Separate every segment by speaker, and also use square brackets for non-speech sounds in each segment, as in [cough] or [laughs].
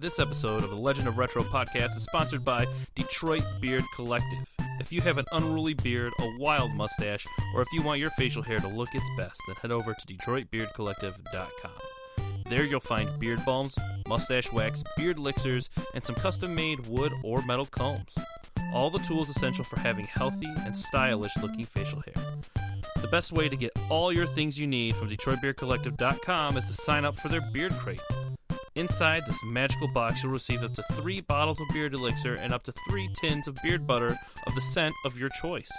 Speaker 1: This episode of the Legend of Retro podcast is sponsored by Detroit Beard Collective. If you have an unruly beard, a wild mustache, or if you want your facial hair to look its best, then head over to DetroitBeardCollective.com. There you'll find beard balms, mustache wax, beard elixirs, and some custom made wood or metal combs. All the tools essential for having healthy and stylish looking facial hair. The best way to get all your things you need from DetroitBeardCollective.com is to sign up for their Beard Crate. Inside this magical box, you'll receive up to three bottles of beard elixir and up to three tins of beard butter of the scent of your choice.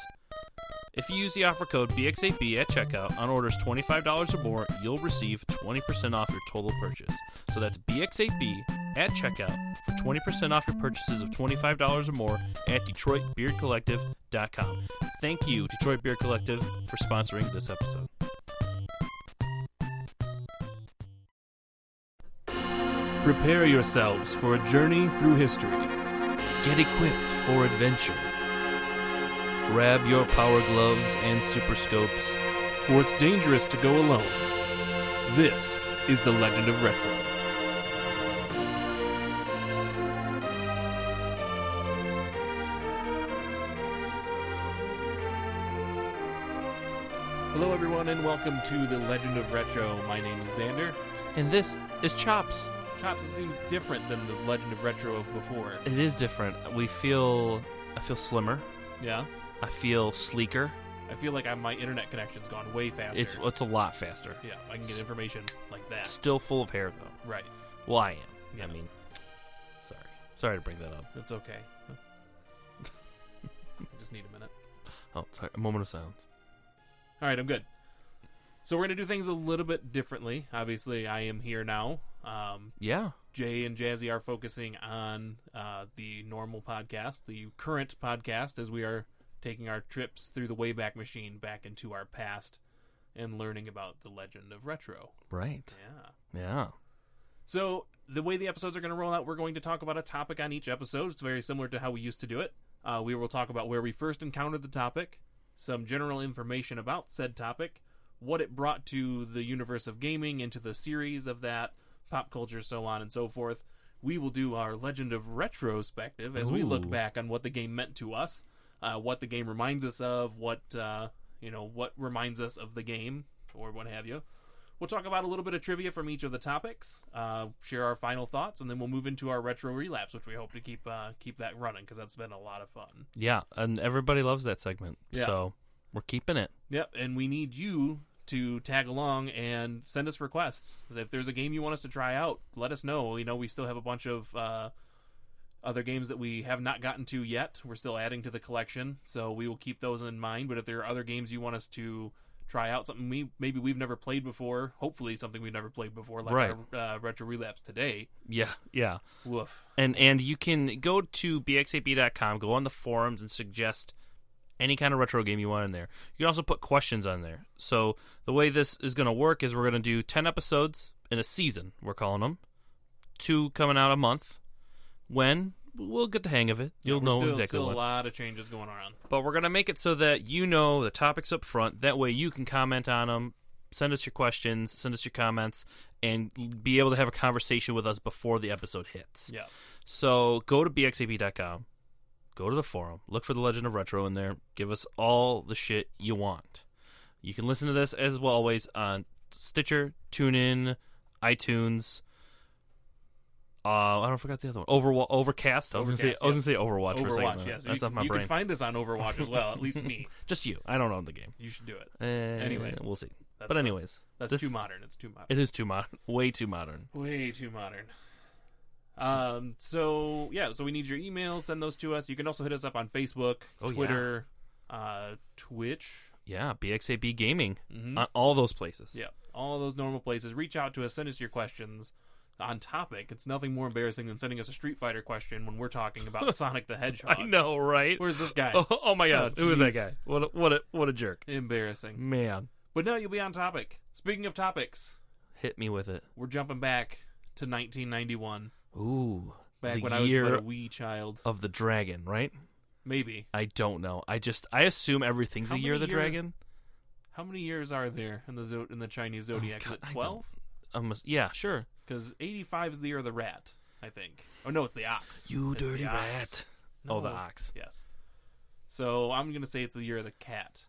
Speaker 1: If you use the offer code BXAB at checkout on orders $25 or more, you'll receive 20% off your total purchase. So that's BXAB at checkout for 20% off your purchases of $25 or more at DetroitBeardCollective.com. Thank you, Detroit Beard Collective, for sponsoring this episode. Prepare yourselves for a journey through history. Get equipped for adventure. Grab your power gloves and super scopes, for it's dangerous to go alone. This is the Legend of Retro.
Speaker 2: Hello, everyone, and welcome to the Legend of Retro. My name is Xander.
Speaker 1: And this is Chops.
Speaker 2: Chops, it seems different than the Legend of Retro of before.
Speaker 1: It is different. We feel. I feel slimmer.
Speaker 2: Yeah,
Speaker 1: I feel sleeker.
Speaker 2: I feel like I, my internet connection's gone way faster.
Speaker 1: It's, it's a lot faster.
Speaker 2: yeah, I can get information like that.
Speaker 1: Still full of hair, though.
Speaker 2: Right,
Speaker 1: Well, I am. I
Speaker 2: Yeah.
Speaker 1: mean, sorry. Sorry to bring that up.
Speaker 2: that's okay. [laughs] I just need a minute.
Speaker 1: Oh, sorry. A moment of silence.
Speaker 2: All right, I'm good. So we're gonna do things a little bit differently. Obviously, I am here now. Um,
Speaker 1: Yeah.
Speaker 2: Jay and Jazzy are focusing on uh, the normal podcast, the current podcast, as we are taking our trips through the Wayback Machine back into our past and learning about the legend of retro.
Speaker 1: Right.
Speaker 2: Yeah.
Speaker 1: Yeah.
Speaker 2: So, the way the episodes are going to roll out, we're going to talk about a topic on each episode. It's very similar to how we used to do it. Uh, we will talk about where we first encountered the topic, some general information about said topic, what it brought to the universe of gaming, into the series of that, pop culture, so on and so forth. We will do our Legend of Retrospective as we
Speaker 1: Ooh.
Speaker 2: look back on what the game meant to us, uh, what the game reminds us of, what uh, you know, what reminds us of the game, or what have you. We'll talk about a little bit of trivia from each of the topics, uh, share our final thoughts, and then we'll move into our retro relapse, which we hope to keep uh, keep that running because that's been a lot of fun.
Speaker 1: Yeah, and everybody loves that segment.
Speaker 2: Yeah.
Speaker 1: So we're keeping it.
Speaker 2: Yep, and we need you to tag along and send us requests. If there's a game you want us to try out, let us know. You know, we still have a bunch of uh, other games that we have not gotten to yet. We're still adding to the collection, so we will keep those in mind. But if there are other games you want us to try out, something we maybe we've never played before, hopefully something we've never played before, like
Speaker 1: Right.
Speaker 2: our, uh, retro relapse today.
Speaker 1: Yeah, yeah.
Speaker 2: Woof.
Speaker 1: And and you can go to bxap.com, go on the forums and suggest any kind of retro game you want in there. You can also put questions on there. So the way this is going to work is we're going to do 10 episodes in a season, we're calling them. Two coming out a month. When we'll get the hang of it. You'll
Speaker 2: We're
Speaker 1: know
Speaker 2: still,
Speaker 1: exactly
Speaker 2: still
Speaker 1: when.
Speaker 2: a lot of changes going around.
Speaker 1: But we're going to make it so that you know the topics up front. That way you can comment on them, send us your questions, send us your comments, and l- be able to have a conversation with us before the episode hits.
Speaker 2: Yeah.
Speaker 1: So go to bxap.com, go to the forum, look for The Legend of Retro in there, give us all the shit you want. You can listen to this as well always on Stitcher, TuneIn, iTunes. Uh, I don't forgot the other one. Overwa- Overcast. I was gonna say.
Speaker 2: Overcast,
Speaker 1: I was gonna say Overwatch. for a second.
Speaker 2: Overwatch, yes.
Speaker 1: That's
Speaker 2: you,
Speaker 1: off my
Speaker 2: you
Speaker 1: brain.
Speaker 2: can find this on Overwatch as well. At least
Speaker 1: [laughs]
Speaker 2: me.
Speaker 1: Just you. I don't own the game.
Speaker 2: You should do it.
Speaker 1: Uh,
Speaker 2: Anyway.
Speaker 1: we'll see.
Speaker 2: Eh, That's
Speaker 1: but
Speaker 2: a-
Speaker 1: anyways,
Speaker 2: That's
Speaker 1: this-
Speaker 2: too modern. It's too modern.
Speaker 1: It is too modern. Way too modern.
Speaker 2: Way too modern. Um. So yeah. So we need your emails. Send those to us. You can also hit us up on Facebook,
Speaker 1: Oh, yeah.
Speaker 2: Twitter, uh, Twitch.
Speaker 1: Yeah, BXAB Gaming
Speaker 2: Mhm.
Speaker 1: on all those places.
Speaker 2: Yeah. All those normal places. Reach out to us. Send us your questions on topic. It's nothing more embarrassing than sending us a Street Fighter question when we're
Speaker 1: [laughs]
Speaker 2: talking about Sonic the Hedgehog.
Speaker 1: I know, right?
Speaker 2: Where's this guy?
Speaker 1: [laughs] Oh, oh my god,
Speaker 2: Oh,
Speaker 1: who is that
Speaker 2: jeez.
Speaker 1: guy? What a, what a, what a jerk,
Speaker 2: Embarrassing.
Speaker 1: man!
Speaker 2: But no, you'll be on topic. Speaking of topics,
Speaker 1: Hit me with it.
Speaker 2: we're jumping back to 1991,
Speaker 1: Ooh,
Speaker 2: back
Speaker 1: the
Speaker 2: when I was
Speaker 1: year
Speaker 2: but a wee child.
Speaker 1: of the dragon, right?
Speaker 2: Maybe.
Speaker 1: I don't know. I just I assume everything's
Speaker 2: How
Speaker 1: a year of the
Speaker 2: many years-
Speaker 1: dragon.
Speaker 2: How many years are there in the zo- in the Chinese zodiac?
Speaker 1: Oh, God,
Speaker 2: Is
Speaker 1: I
Speaker 2: it
Speaker 1: don't-
Speaker 2: 12?
Speaker 1: Um, yeah, sure.
Speaker 2: Because 85 is the year of the rat. I think. Oh no, it's the ox.
Speaker 1: You
Speaker 2: It's the
Speaker 1: dirty
Speaker 2: ox.
Speaker 1: rat. Oh, the
Speaker 2: No.
Speaker 1: ox. [laughs]
Speaker 2: Yes. So I'm gonna say it's the year of the cat,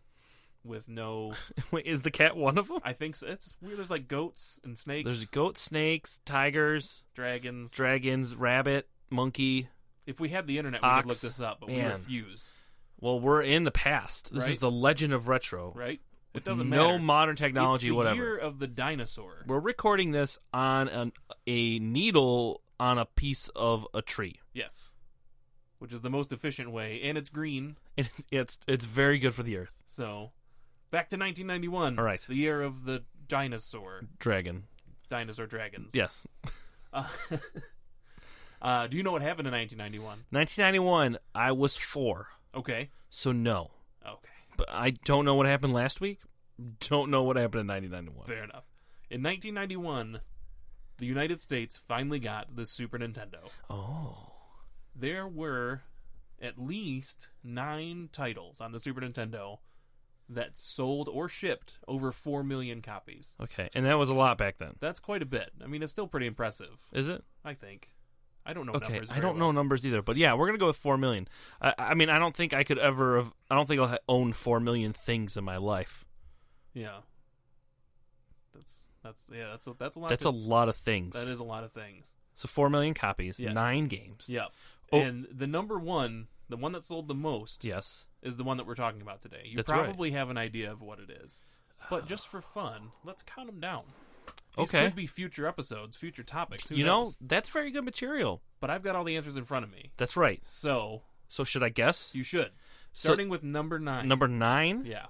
Speaker 2: with no.
Speaker 1: Wait, is the cat one of them?
Speaker 2: I think so. it's weird. There's like goats and snakes,
Speaker 1: There's goat, snakes, tigers,
Speaker 2: dragons.
Speaker 1: dragons, rabbit, monkey.
Speaker 2: if we had the internet, we
Speaker 1: Ox.
Speaker 2: could look this up, but
Speaker 1: Man.
Speaker 2: we refuse.
Speaker 1: Well, we're in the past. This is
Speaker 2: Right.
Speaker 1: the legend of retro.
Speaker 2: Right? It doesn't
Speaker 1: no
Speaker 2: matter.
Speaker 1: modern technology,
Speaker 2: it's the
Speaker 1: whatever.
Speaker 2: Year of the dinosaur.
Speaker 1: We're recording this on an, a needle on a piece of a tree. [laughs]
Speaker 2: Yes. Which is the most efficient way, and it's green.
Speaker 1: And it's it's very good for the earth.
Speaker 2: So, back to 1991.
Speaker 1: All right.
Speaker 2: The year of the dinosaur,
Speaker 1: Dragon.
Speaker 2: dinosaur dragons.
Speaker 1: Yes.
Speaker 2: Uh, [laughs] uh, do you know what happened in 1991?
Speaker 1: 1991. I was four,
Speaker 2: Okay.
Speaker 1: so no.
Speaker 2: Okay.
Speaker 1: But I don't know what happened last week. Don't know what happened in 1991.
Speaker 2: Fair enough. In 1991, the United States finally got the Super Nintendo.
Speaker 1: Oh.
Speaker 2: There were at least nine titles on the Super Nintendo that sold or shipped over 4 million copies.
Speaker 1: Okay. And that was a lot back then.
Speaker 2: That's quite a bit. I mean, it's still pretty impressive,
Speaker 1: Is it?
Speaker 2: I think. I don't know
Speaker 1: Okay,
Speaker 2: numbers.
Speaker 1: I
Speaker 2: very
Speaker 1: don't know
Speaker 2: well.
Speaker 1: numbers either, but yeah, we're gonna go with four million. I, I mean, I don't think I could ever have. I don't think I'll ha- own four million things in my life.
Speaker 2: Yeah. That's that's yeah, that's a, that's a lot.
Speaker 1: That's a
Speaker 2: to-
Speaker 1: lot of things.
Speaker 2: that is a lot of things.
Speaker 1: so four million copies,
Speaker 2: Yes.
Speaker 1: nine games.
Speaker 2: Yep.
Speaker 1: Oh.
Speaker 2: And the number one, the one that sold the most
Speaker 1: Yes.
Speaker 2: is the one that we're talking about today. You
Speaker 1: That's right.
Speaker 2: probably have an idea of what it is.
Speaker 1: [sighs]
Speaker 2: But just for fun, let's count them down. These
Speaker 1: Okay.
Speaker 2: could be future episodes, future topics. Who
Speaker 1: you know
Speaker 2: knows?
Speaker 1: that's very good material.
Speaker 2: but I've got all the answers in front of me,
Speaker 1: That's right.
Speaker 2: so
Speaker 1: So should I guess?
Speaker 2: you should.
Speaker 1: So-
Speaker 2: Starting with number nine.
Speaker 1: Number nine.
Speaker 2: yeah,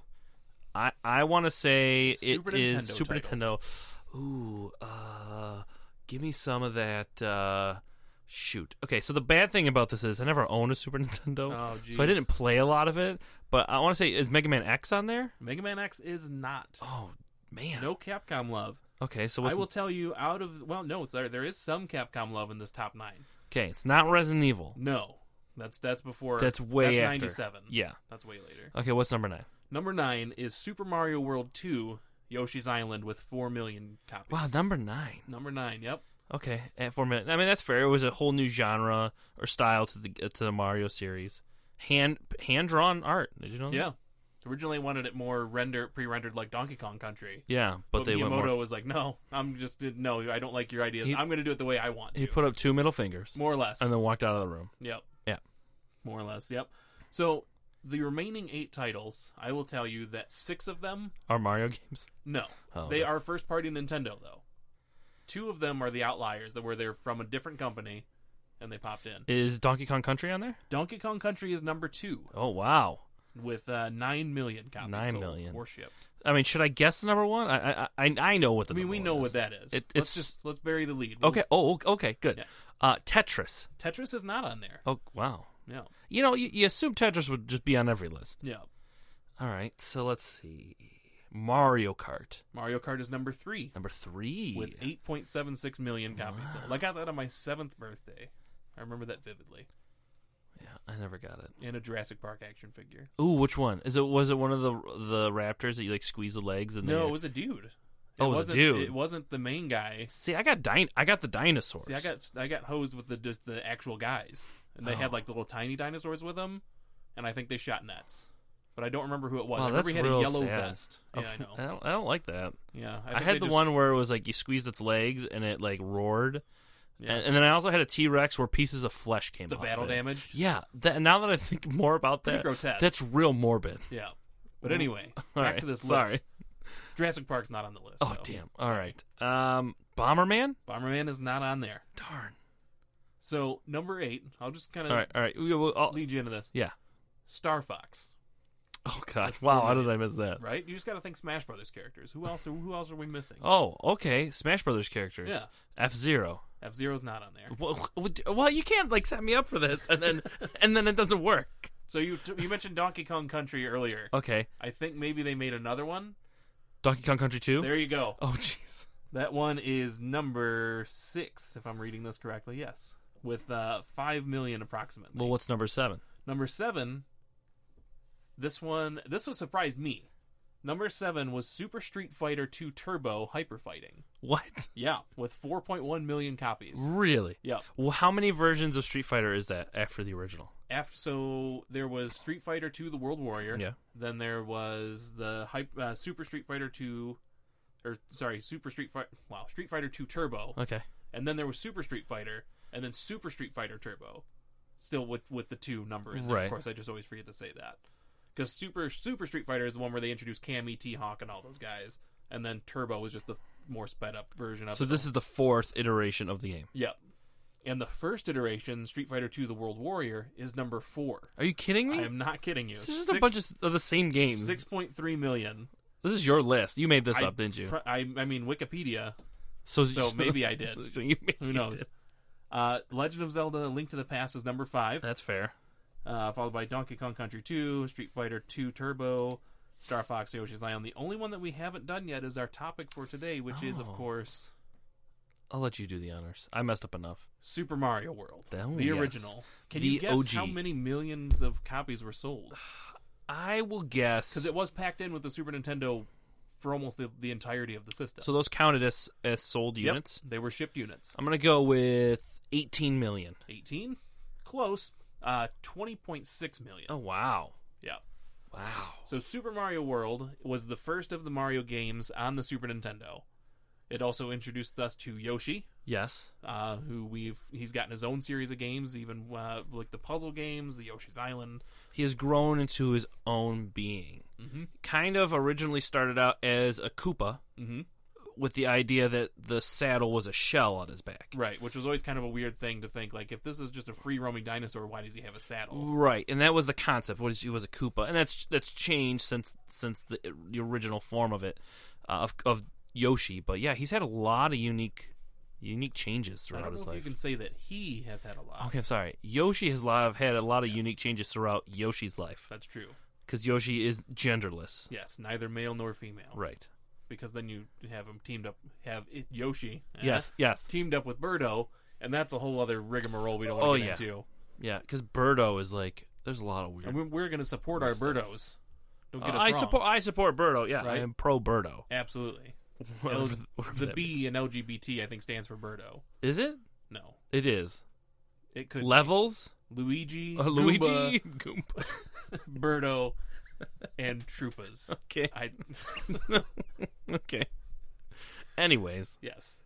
Speaker 1: I I want to say
Speaker 2: Super
Speaker 1: it is
Speaker 2: Nintendo
Speaker 1: Super
Speaker 2: titles.
Speaker 1: Nintendo. Ooh, uh, give me some of that. Uh, shoot. Okay, so the bad thing about this is I never owned a Super [laughs] Nintendo,
Speaker 2: Oh,
Speaker 1: so I
Speaker 2: geez.
Speaker 1: didn't play a lot of it. But I want to say is Mega Man X on there?
Speaker 2: Mega Man X is not.
Speaker 1: Oh man.
Speaker 2: No Capcom love.
Speaker 1: Okay, so
Speaker 2: I
Speaker 1: what's
Speaker 2: will tell you out of well, no, there there is some Capcom love in this top nine.
Speaker 1: okay? It's not Resident Evil.
Speaker 2: No, that's that's before.
Speaker 1: That's way
Speaker 2: that's
Speaker 1: after.
Speaker 2: ninety seven.
Speaker 1: Yeah.
Speaker 2: that's way later.
Speaker 1: Okay, what's number nine?
Speaker 2: Number nine is Super Mario World two, Yoshi's Island with four million copies.
Speaker 1: Wow, number nine.
Speaker 2: number nine. Yep.
Speaker 1: Okay, at four minutes. I mean, that's fair. It was a whole new genre or style to the to the Mario series. Hand hand drawn art. Did you know? that?
Speaker 2: Yeah. Originally wanted it more render pre-rendered like Donkey Kong Country.
Speaker 1: Yeah, but, they
Speaker 2: Miyamoto
Speaker 1: went more.
Speaker 2: was like, "No, I'm just no, I don't like your ideas.
Speaker 1: He-
Speaker 2: I'm going to do it the way I want
Speaker 1: He
Speaker 2: to."
Speaker 1: put up two middle fingers
Speaker 2: more or less.
Speaker 1: and then walked out of the room.
Speaker 2: Yep.
Speaker 1: Yeah.
Speaker 2: More or less. Yep. So the remaining eight titles, I will tell you that six of them,
Speaker 1: Are Mario games?
Speaker 2: no,
Speaker 1: Oh,
Speaker 2: they
Speaker 1: okay.
Speaker 2: are first party Nintendo though. Two of them are the outliers that were they're from a different company, and they popped in.
Speaker 1: Is Donkey Kong Country on there?
Speaker 2: Donkey Kong Country is number two
Speaker 1: Oh wow.
Speaker 2: with uh, nine million copies.
Speaker 1: Nine
Speaker 2: sold
Speaker 1: million.
Speaker 2: or shipped.
Speaker 1: I mean, should I guess the number one? I I I, I know what the.
Speaker 2: I mean,
Speaker 1: number
Speaker 2: we
Speaker 1: one
Speaker 2: know
Speaker 1: is.
Speaker 2: what that is.
Speaker 1: It-
Speaker 2: let's
Speaker 1: it's-
Speaker 2: just let's bury the lead.
Speaker 1: Okay. Oh, o- okay. Good.
Speaker 2: Yeah.
Speaker 1: Uh, Tetris.
Speaker 2: Tetris is not on there.
Speaker 1: Oh wow.
Speaker 2: No.
Speaker 1: You know, you, you assume Tetris would just be on every list.
Speaker 2: Yeah.
Speaker 1: All right. So let's see. Mario Kart
Speaker 2: Mario Kart is number three
Speaker 1: number three
Speaker 2: with 8.76 million copies sold. I got that on my seventh birthday. I remember that vividly.
Speaker 1: Yeah, I never got it.
Speaker 2: And a Jurassic Park action figure.
Speaker 1: Ooh, which one? Is it was it one of the the raptors that you like squeeze the legs and
Speaker 2: No,
Speaker 1: they-
Speaker 2: it was a dude.
Speaker 1: Oh, it was a
Speaker 2: wasn't-
Speaker 1: dude.
Speaker 2: It wasn't the main guy.
Speaker 1: See, I got din- I got the dinosaurs.
Speaker 2: See, I got I got hosed with the just the actual guys, and they had
Speaker 1: Oh.
Speaker 2: like the little tiny dinosaurs with them, and I think they shot nets. But I don't remember who it was.
Speaker 1: Wow,
Speaker 2: I remember
Speaker 1: that's
Speaker 2: he had a
Speaker 1: real
Speaker 2: yellow
Speaker 1: sad.
Speaker 2: vest.
Speaker 1: Oh,
Speaker 2: Yeah, I know.
Speaker 1: don't, I don't like that.
Speaker 2: Yeah,
Speaker 1: I,
Speaker 2: think
Speaker 1: had
Speaker 2: they
Speaker 1: the
Speaker 2: just-
Speaker 1: one where it was like you squeezed its legs and it like roared,
Speaker 2: Yeah.
Speaker 1: and, and then I also had a T Rex where pieces of flesh came.
Speaker 2: the
Speaker 1: off
Speaker 2: battle
Speaker 1: it.
Speaker 2: damage.
Speaker 1: Yeah, that, now that I think more about
Speaker 2: Pretty
Speaker 1: that,
Speaker 2: grotesque.
Speaker 1: that's real morbid.
Speaker 2: Yeah.
Speaker 1: [laughs]
Speaker 2: But anyway, back
Speaker 1: All right,
Speaker 2: to this
Speaker 1: sorry.
Speaker 2: list. Jurassic Park's not on the list.
Speaker 1: Oh
Speaker 2: though.
Speaker 1: damn! All right, um, Bomberman.
Speaker 2: Bomberman is not on there.
Speaker 1: Darn.
Speaker 2: So number eight, I'll just kind of
Speaker 1: All right, all right. We- we- all-
Speaker 2: lead you into this.
Speaker 1: yeah.
Speaker 2: Star Fox,
Speaker 1: Oh god!
Speaker 2: That's
Speaker 1: Wow!
Speaker 2: four
Speaker 1: How did I miss that?
Speaker 2: right? You just got to think Smash Brothers characters. Who else? Are, who else are we missing?
Speaker 1: Oh, okay. Smash Brothers characters.
Speaker 2: Yeah.
Speaker 1: F Zero.
Speaker 2: F Zero's not on there.
Speaker 1: Well, well, you can't like set me up for this, and then [laughs] and then it doesn't work.
Speaker 2: So you t- you mentioned Donkey Kong Country earlier.
Speaker 1: Okay,
Speaker 2: I think maybe they made another one.
Speaker 1: Donkey Kong Country Two.
Speaker 2: There you go.
Speaker 1: Oh jeez.
Speaker 2: That one is number six, if I'm reading this correctly. Yes, with uh, five million approximately.
Speaker 1: Well, what's number seven?
Speaker 2: Number seven. This one, this one surprised me. Number seven was Super Street Fighter 2 Turbo Hyperfighting.
Speaker 1: What?
Speaker 2: Yeah, with 4.1 million copies.
Speaker 1: Really?
Speaker 2: Yep.
Speaker 1: Well, how many versions of Street Fighter is that after the original?
Speaker 2: After, so there was Street Fighter 2 The World Warrior.
Speaker 1: Yeah.
Speaker 2: Then there was the hype, uh, Super Street Fighter 2, or sorry, Super Street Fighter. Wow, Street Fighter 2 Turbo.
Speaker 1: Okay.
Speaker 2: And then there was Super Street Fighter, and then Super Street Fighter Turbo. Still with with the two number in there.
Speaker 1: Right.
Speaker 2: Of course, I just always forget to say that. Because Super Super Street Fighter is the one where they introduced Cammy, T Hawk, and all those guys, and then Turbo was just the more sped up version of.
Speaker 1: So
Speaker 2: it.
Speaker 1: this is the fourth iteration of the game.
Speaker 2: Yep. And the first iteration, Street Fighter II: The World Warrior, is number four.
Speaker 1: Are you kidding me?
Speaker 2: I am not kidding you.
Speaker 1: this is just a bunch of, of the same games.
Speaker 2: six point three million.
Speaker 1: This is your list. You made this
Speaker 2: I
Speaker 1: up, didn't you?
Speaker 2: pr- I, I mean Wikipedia.
Speaker 1: so,
Speaker 2: So
Speaker 1: [laughs]
Speaker 2: maybe I did.
Speaker 1: so you maybe
Speaker 2: Who knows?
Speaker 1: did.
Speaker 2: Uh, Legend of Zelda: A Link to the Past is number five,
Speaker 1: That's fair.
Speaker 2: uh, followed by Donkey Kong Country 2, Street Fighter 2 Turbo, Star Fox: Yoshi's Island. The only one that we haven't done yet is our topic for today, which is of
Speaker 1: Oh.
Speaker 2: course
Speaker 1: I'll let you do the honors. I messed up enough.
Speaker 2: Super Mario World,
Speaker 1: Oh,
Speaker 2: the
Speaker 1: yes.
Speaker 2: original. Can
Speaker 1: The
Speaker 2: you guess
Speaker 1: OG.
Speaker 2: how many millions of copies were sold?
Speaker 1: I will guess.
Speaker 2: because it was packed in with the Super Nintendo for almost the, the entirety of the system.
Speaker 1: so those counted as as sold
Speaker 2: Yep,
Speaker 1: units.
Speaker 2: they were shipped units.
Speaker 1: I'm gonna go with 18 million.
Speaker 2: 18, close. Uh, 20.6 million.
Speaker 1: Oh wow,
Speaker 2: Yeah.
Speaker 1: wow.
Speaker 2: So Super Mario World was the first of the Mario games on the Super Nintendo. It also introduced us to Yoshi,
Speaker 1: Yes.
Speaker 2: uh, who we've he's gotten his own series of games, even uh, like the puzzle games, the Yoshi's Island.
Speaker 1: he has grown into his own being.
Speaker 2: Mhm.
Speaker 1: Kind of originally started out as a Koopa
Speaker 2: Mm-hmm.
Speaker 1: with the idea that the saddle was a shell on his back.
Speaker 2: Right, which was always kind of a weird thing to think. Like, if this is just a free roaming dinosaur, why does he have a saddle?
Speaker 1: Right, and that was the concept. Was he was a Koopa, and that's that's changed since since the, the original form of it uh, of of Yoshi. But yeah, he's had a lot of unique unique changes
Speaker 2: I
Speaker 1: throughout
Speaker 2: don't know
Speaker 1: his
Speaker 2: if you
Speaker 1: life.
Speaker 2: can say that he has had a lot.
Speaker 1: Okay, I'm sorry. Yoshi has lot had a lot of
Speaker 2: Yes.
Speaker 1: unique changes throughout Yoshi's life
Speaker 2: That's true.
Speaker 1: because Yoshi is genderless.
Speaker 2: Yes, neither male nor female.
Speaker 1: Right.
Speaker 2: Because then you have them teamed up, have it, Yoshi. eh,
Speaker 1: Yes. Yes.
Speaker 2: Teamed up with Birdo, and that's a whole other rigmarole we don't want
Speaker 1: Oh,
Speaker 2: to get
Speaker 1: yeah.
Speaker 2: into.
Speaker 1: Yeah. Because Birdo is like there's a lot of weird.
Speaker 2: And we're, we're going to support our Birdos. Don't get
Speaker 1: Uh,
Speaker 2: us
Speaker 1: I
Speaker 2: wrong.
Speaker 1: support. I support Birdo. Yeah, I
Speaker 2: Right?
Speaker 1: am pro Birdo.
Speaker 2: Absolutely.
Speaker 1: Whatever
Speaker 2: L-
Speaker 1: th- [laughs] whatever
Speaker 2: the
Speaker 1: that
Speaker 2: B in LGBT, I think, stands for Birdo.
Speaker 1: means. is it?
Speaker 2: No.
Speaker 1: It is
Speaker 2: It could
Speaker 1: levels.
Speaker 2: Luigi,
Speaker 1: [laughs] Uh,
Speaker 2: Goomba,
Speaker 1: Luigi Goomba.
Speaker 2: Birdo, and Troopas.
Speaker 1: [laughs] Okay.
Speaker 2: I
Speaker 1: okay. Anyways,
Speaker 2: yes,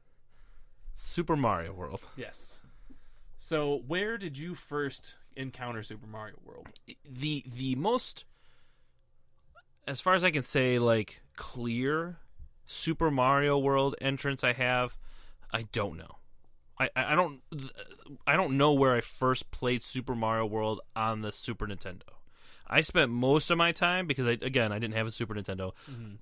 Speaker 1: Super Mario World.
Speaker 2: yes. So, where did you first encounter Super Mario World?
Speaker 1: The the most, as far as I can say, like clear Super Mario World entrance I have. I don't know. I, I I don't I don't know where I first played Super Mario World on the Super Nintendo. I spent most of my time because I again I didn't have a Super Nintendo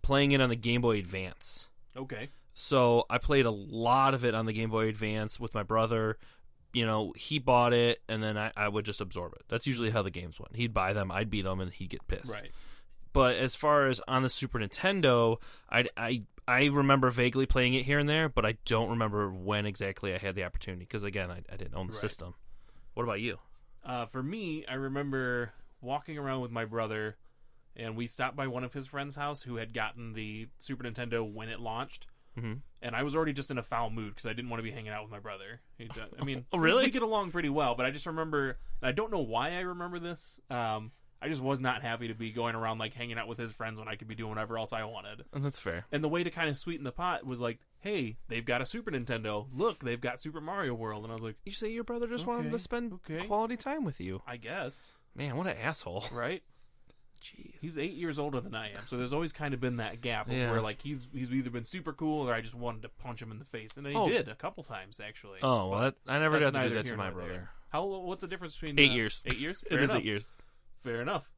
Speaker 1: playing it on the Game Boy Advance.
Speaker 2: Okay.
Speaker 1: So I played a lot of it on the Game Boy Advance with my brother. You know, he bought it and then I, I would just absorb it. That's usually how the games went. He'd buy them, I'd beat them, and he'd get pissed
Speaker 2: Right.
Speaker 1: but as far as on the Super Nintendo, I I I remember vaguely playing it here and there, but I don't remember when exactly I had the opportunity because again, I, I didn't own the
Speaker 2: Right.
Speaker 1: system. What about you?
Speaker 2: Uh, for me, I remember walking around with my brother, and we stopped by one of his friend's house who had gotten the Super Nintendo when it launched.
Speaker 1: Mhm.
Speaker 2: And I was already just in a foul mood because I didn't want to be hanging out with my brother. He d- I mean,
Speaker 1: [laughs] Oh, really?
Speaker 2: We get along pretty well, but I just remember, and I don't know why I remember this. Um, I just was not happy to be going around like hanging out with his friends when I could be doing whatever else I wanted.
Speaker 1: Oh, That's fair.
Speaker 2: And the way to kind of sweeten the pot was like, "Hey, they've got a Super Nintendo. Look, they've got Super Mario World." And I was like,
Speaker 1: You say your brother just wanted
Speaker 2: Okay,
Speaker 1: to spend
Speaker 2: okay.
Speaker 1: quality time with you.
Speaker 2: "I guess,
Speaker 1: Man, what an asshole.
Speaker 2: right?"
Speaker 1: Jeez.
Speaker 2: he's eight years older than I am, so there's always kind of been that gap of
Speaker 1: Yeah.
Speaker 2: where like he's he's either been super cool or I just wanted to punch him in the face, and I
Speaker 1: Oh.
Speaker 2: did a couple times actually.
Speaker 1: Oh, well, that, I never got
Speaker 2: That's
Speaker 1: to
Speaker 2: neither
Speaker 1: do that to
Speaker 2: here
Speaker 1: my
Speaker 2: nor there.
Speaker 1: brother.
Speaker 2: How what's the difference between
Speaker 1: Eight
Speaker 2: uh,
Speaker 1: years.
Speaker 2: Eight years.
Speaker 1: [laughs] It
Speaker 2: Fair
Speaker 1: is
Speaker 2: enough.
Speaker 1: eight years.
Speaker 2: Fair enough.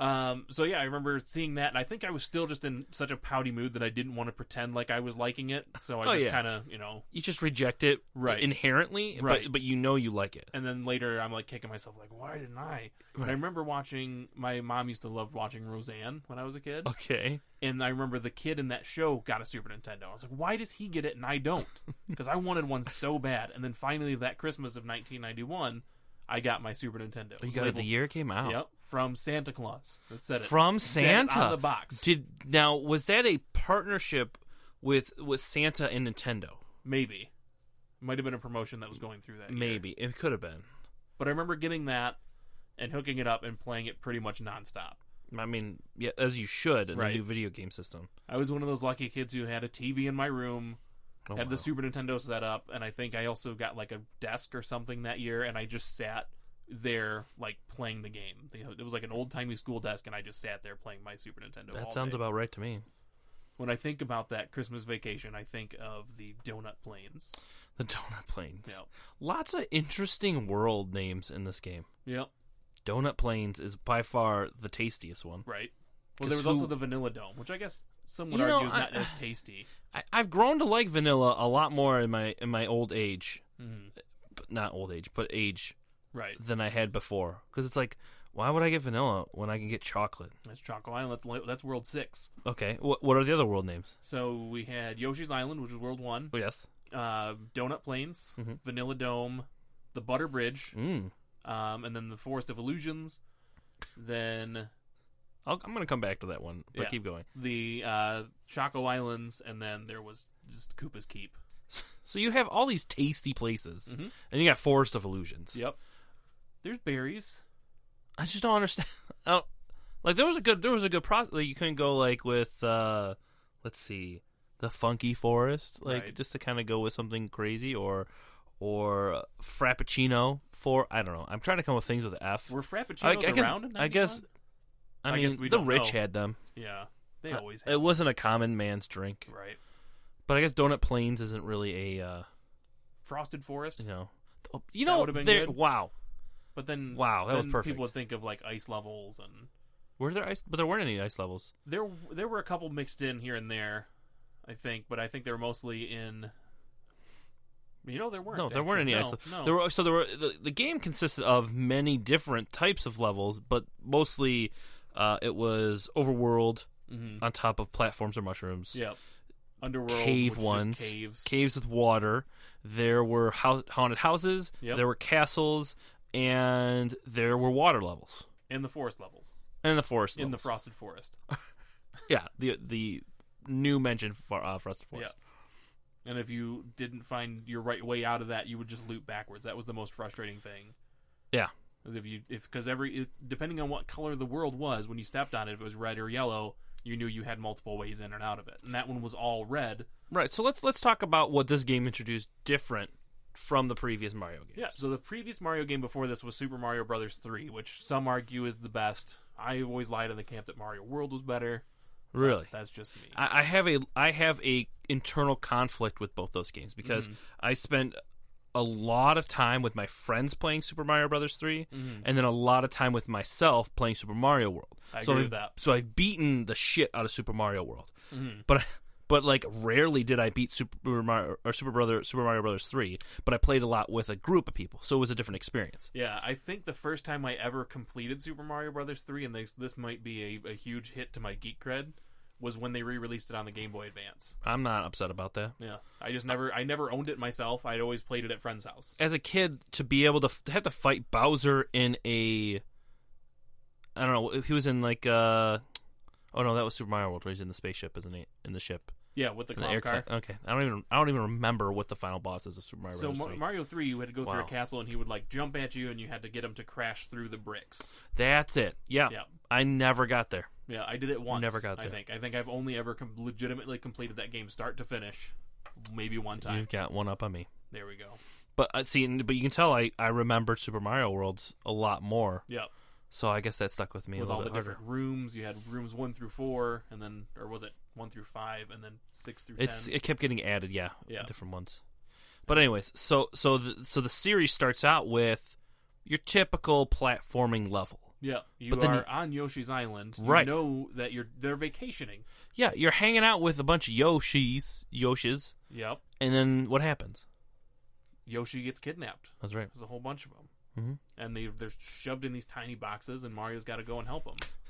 Speaker 2: Um, so yeah, I remember seeing that, and I think I was still just in such a pouty mood that I didn't want to pretend like I was liking it, so I
Speaker 1: Oh,
Speaker 2: just
Speaker 1: yeah.
Speaker 2: kind of you know.
Speaker 1: You just reject it
Speaker 2: Right.
Speaker 1: inherently,
Speaker 2: Right.
Speaker 1: but, but you know you like
Speaker 2: [laughs]
Speaker 1: it.
Speaker 2: And then later, I'm like kicking myself, like, why didn't I? And
Speaker 1: Right.
Speaker 2: I remember watching. My mom used to love watching Roseanne when I was a kid.
Speaker 1: Okay.
Speaker 2: And I remember the kid in that show got a Super Nintendo. I was like, why does he get it and
Speaker 1: [laughs]
Speaker 2: I don't? Because I wanted one so bad. And then finally, that Christmas of 1991, I got my Super Nintendo. It
Speaker 1: You
Speaker 2: was
Speaker 1: got it
Speaker 2: labeled-
Speaker 1: the year it came out.
Speaker 2: Yep. from Santa Claus. That said it.
Speaker 1: from
Speaker 2: Said it
Speaker 1: Santa
Speaker 2: on the box.
Speaker 1: Did now was that a partnership with with Santa and Nintendo?
Speaker 2: Maybe. Might have been a promotion that was going through that. year.
Speaker 1: Maybe it could have been.
Speaker 2: But I remember getting that and hooking it up and playing it pretty much nonstop.
Speaker 1: I mean, yeah, as you should in
Speaker 2: Right.
Speaker 1: a new video game system.
Speaker 2: I was one of those lucky kids who had a TV in my room,
Speaker 1: Oh,
Speaker 2: had
Speaker 1: wow.
Speaker 2: the Super Nintendo set up, and I think I also got like a desk or something that year, and I just sat there like playing the game. They- It was like an old timey school desk, and I just sat there playing my Super Nintendo. all
Speaker 1: that sounds
Speaker 2: day.
Speaker 1: about right to me.
Speaker 2: When I think about that Christmas vacation, I think of the donut planes.
Speaker 1: The donut planes.
Speaker 2: Yep.
Speaker 1: Lots of interesting world names in this game.
Speaker 2: Yep.
Speaker 1: Donut planes is by far the tastiest one.
Speaker 2: Right.
Speaker 1: 'Cause
Speaker 2: Well, there was
Speaker 1: who-
Speaker 2: also the Vanilla Dome, which I guess some would
Speaker 1: You know,
Speaker 2: argue is
Speaker 1: [sighs]
Speaker 2: not
Speaker 1: I-
Speaker 2: as tasty.
Speaker 1: I, I've grown to like vanilla a lot more in my in my old age,
Speaker 2: Mhm.
Speaker 1: but not old age, but age
Speaker 2: Right.
Speaker 1: than I had before. Because it's like, why would I get vanilla when I can get chocolate?
Speaker 2: That's Choco Island. That's, that's World 6.
Speaker 1: Okay, what what are the other world names?
Speaker 2: So we had Yoshi's Island, which was World 1,
Speaker 1: Oh yes,
Speaker 2: uh, Donut Plains,
Speaker 1: Mhm.
Speaker 2: Vanilla Dome, the Butter Bridge,
Speaker 1: mm,
Speaker 2: um, and then the Forest of Illusions. Then
Speaker 1: I'll, I'm gonna come back to that one, but
Speaker 2: Yeah.
Speaker 1: keep going.
Speaker 2: the uh, Choco Islands, and then there was just Koopa's Keep.
Speaker 1: So you have all these tasty places,
Speaker 2: Mhm.
Speaker 1: and you got Forest of Illusions.
Speaker 2: Yep. There's berries.
Speaker 1: I just don't understand. [laughs] I don't, like there was a good there was a good process. Like, you couldn't go like with uh let's see, the Funky Forest, like
Speaker 2: Right.
Speaker 1: just to kind of go with something crazy or or Frappuccino for I don't know. I'm trying to come up with things with F.
Speaker 2: Were Frappuccinos
Speaker 1: I, I guess
Speaker 2: around in that?
Speaker 1: I guess I
Speaker 2: I
Speaker 1: mean
Speaker 2: guess we
Speaker 1: the
Speaker 2: don't
Speaker 1: rich
Speaker 2: know.
Speaker 1: had them.
Speaker 2: Yeah. They
Speaker 1: Uh,
Speaker 2: always
Speaker 1: It
Speaker 2: have.
Speaker 1: wasn't a common man's drink,
Speaker 2: Right.
Speaker 1: but I guess Donut Plains isn't really a uh,
Speaker 2: Frosted Forest.
Speaker 1: you know. oh, You
Speaker 2: That
Speaker 1: know,
Speaker 2: would've been
Speaker 1: there-
Speaker 2: good.
Speaker 1: wow,
Speaker 2: But then.
Speaker 1: wow, that was
Speaker 2: then
Speaker 1: perfect.
Speaker 2: People would think of like ice levels and.
Speaker 1: Were there ice? But there weren't any ice levels.
Speaker 2: There, there were a couple mixed in here and there, I think, but I think they were mostly in. You know, there weren't.
Speaker 1: No, there weren't
Speaker 2: actually.
Speaker 1: any
Speaker 2: no,
Speaker 1: ice.
Speaker 2: No,
Speaker 1: There were so there were the, the game consisted of many different types of levels, but mostly uh, it was overworld
Speaker 2: Mhm.
Speaker 1: on top of platforms or mushrooms.
Speaker 2: Yep. Underworld
Speaker 1: Cave
Speaker 2: which is just
Speaker 1: ones.
Speaker 2: caves.
Speaker 1: Caves with water. There were hou- haunted houses.
Speaker 2: Yep.
Speaker 1: There were castles, and there were water levels
Speaker 2: and the forest levels
Speaker 1: and the forest.
Speaker 2: in the
Speaker 1: levels.
Speaker 2: frosted forest.
Speaker 1: yeah, the the new mentioned for uh, frosted forest.
Speaker 2: And if you didn't find your right way out of that, you would just loop backwards. That was the most frustrating thing.
Speaker 1: Yeah.
Speaker 2: Is If you if because every it, depending on what color the world was when you stepped on it, if it was red or yellow, you knew you had multiple ways in and out of it. And that one was all red.
Speaker 1: Right. So let's let's talk about what this game introduced different from the previous Mario game.
Speaker 2: Yeah, so the previous Mario game before this was Super Mario Brothers 3, which some argue is the best. I always lied on the camp that Mario World was better.
Speaker 1: Really.
Speaker 2: That's just me.
Speaker 1: I, I have a I have a internal conflict with both those games because
Speaker 2: Mm-hmm.
Speaker 1: I spent a lot of time with my friends playing Super Mario Brothers 3 and then a lot of time with myself playing Super Mario World.
Speaker 2: Mm-hmm. I
Speaker 1: so
Speaker 2: agree
Speaker 1: I've,
Speaker 2: with that. Mm-hmm.
Speaker 1: So I've beaten the shit out of Super Mario World, but but like rarely did I beat Super Mario or Super Brother Super Mario Brothers 3. But I played a lot with a group of people, so it was a different experience.
Speaker 2: Yeah, I think the first time I ever completed Super Mario Brothers 3, and this, this might be a, a huge hit to my geek cred, was when they re-released it on the Game Boy Advance.
Speaker 1: I'm not upset about that.
Speaker 2: Yeah, I just never, I never owned it myself. I'd always played it at friends' house.
Speaker 1: as a kid to be able to f- have to fight Bowser in a I don't know he was in like uh oh no that was Super Mario World where he's in the spaceship isn't he in the ship
Speaker 2: Yeah, with the
Speaker 1: in the
Speaker 2: clown car.
Speaker 1: aircraft okay I don't even I don't even remember what the final boss is of Super Mario
Speaker 2: So
Speaker 1: Bros.
Speaker 2: Mar-
Speaker 1: 3.
Speaker 2: Mario 3, you had to go through
Speaker 1: Wow.
Speaker 2: a castle, and he would like jump at you, and you had to get him to crash through the bricks.
Speaker 1: that's it yeah
Speaker 2: Yeah.
Speaker 1: I never got there
Speaker 2: Yeah, I did it once.
Speaker 1: Never got
Speaker 2: I
Speaker 1: there.
Speaker 2: think. I think I've only ever com- legitimately completed that game start to finish, maybe one time.
Speaker 1: you've got one up on me
Speaker 2: There we go.
Speaker 1: but I see and- but you can tell I I remembered Super Mario Worlds a lot more
Speaker 2: Yep.
Speaker 1: so I guess that stuck with me
Speaker 2: With
Speaker 1: a
Speaker 2: all
Speaker 1: little
Speaker 2: the
Speaker 1: bit harder
Speaker 2: different rooms, you had rooms one through four, and then or was it one through five, and then six through
Speaker 1: It's
Speaker 2: ten?
Speaker 1: it kept getting added, yeah,
Speaker 2: Yeah.
Speaker 1: different ones. But anyways, so so the, so the series starts out with your typical platforming level.
Speaker 2: Yeah, you
Speaker 1: but then
Speaker 2: are
Speaker 1: you-
Speaker 2: on Yoshi's Island.
Speaker 1: Right.
Speaker 2: You know that you're they're vacationing.
Speaker 1: Yeah, you're hanging out with a bunch of Yoshis, Yoshis,
Speaker 2: Yep.
Speaker 1: and then what happens?
Speaker 2: Yoshi gets kidnapped.
Speaker 1: That's right.
Speaker 2: There's a whole bunch of them,
Speaker 1: Mhm.
Speaker 2: and they they're shoved in these tiny boxes, and Mario's got to go and help them.
Speaker 1: [laughs]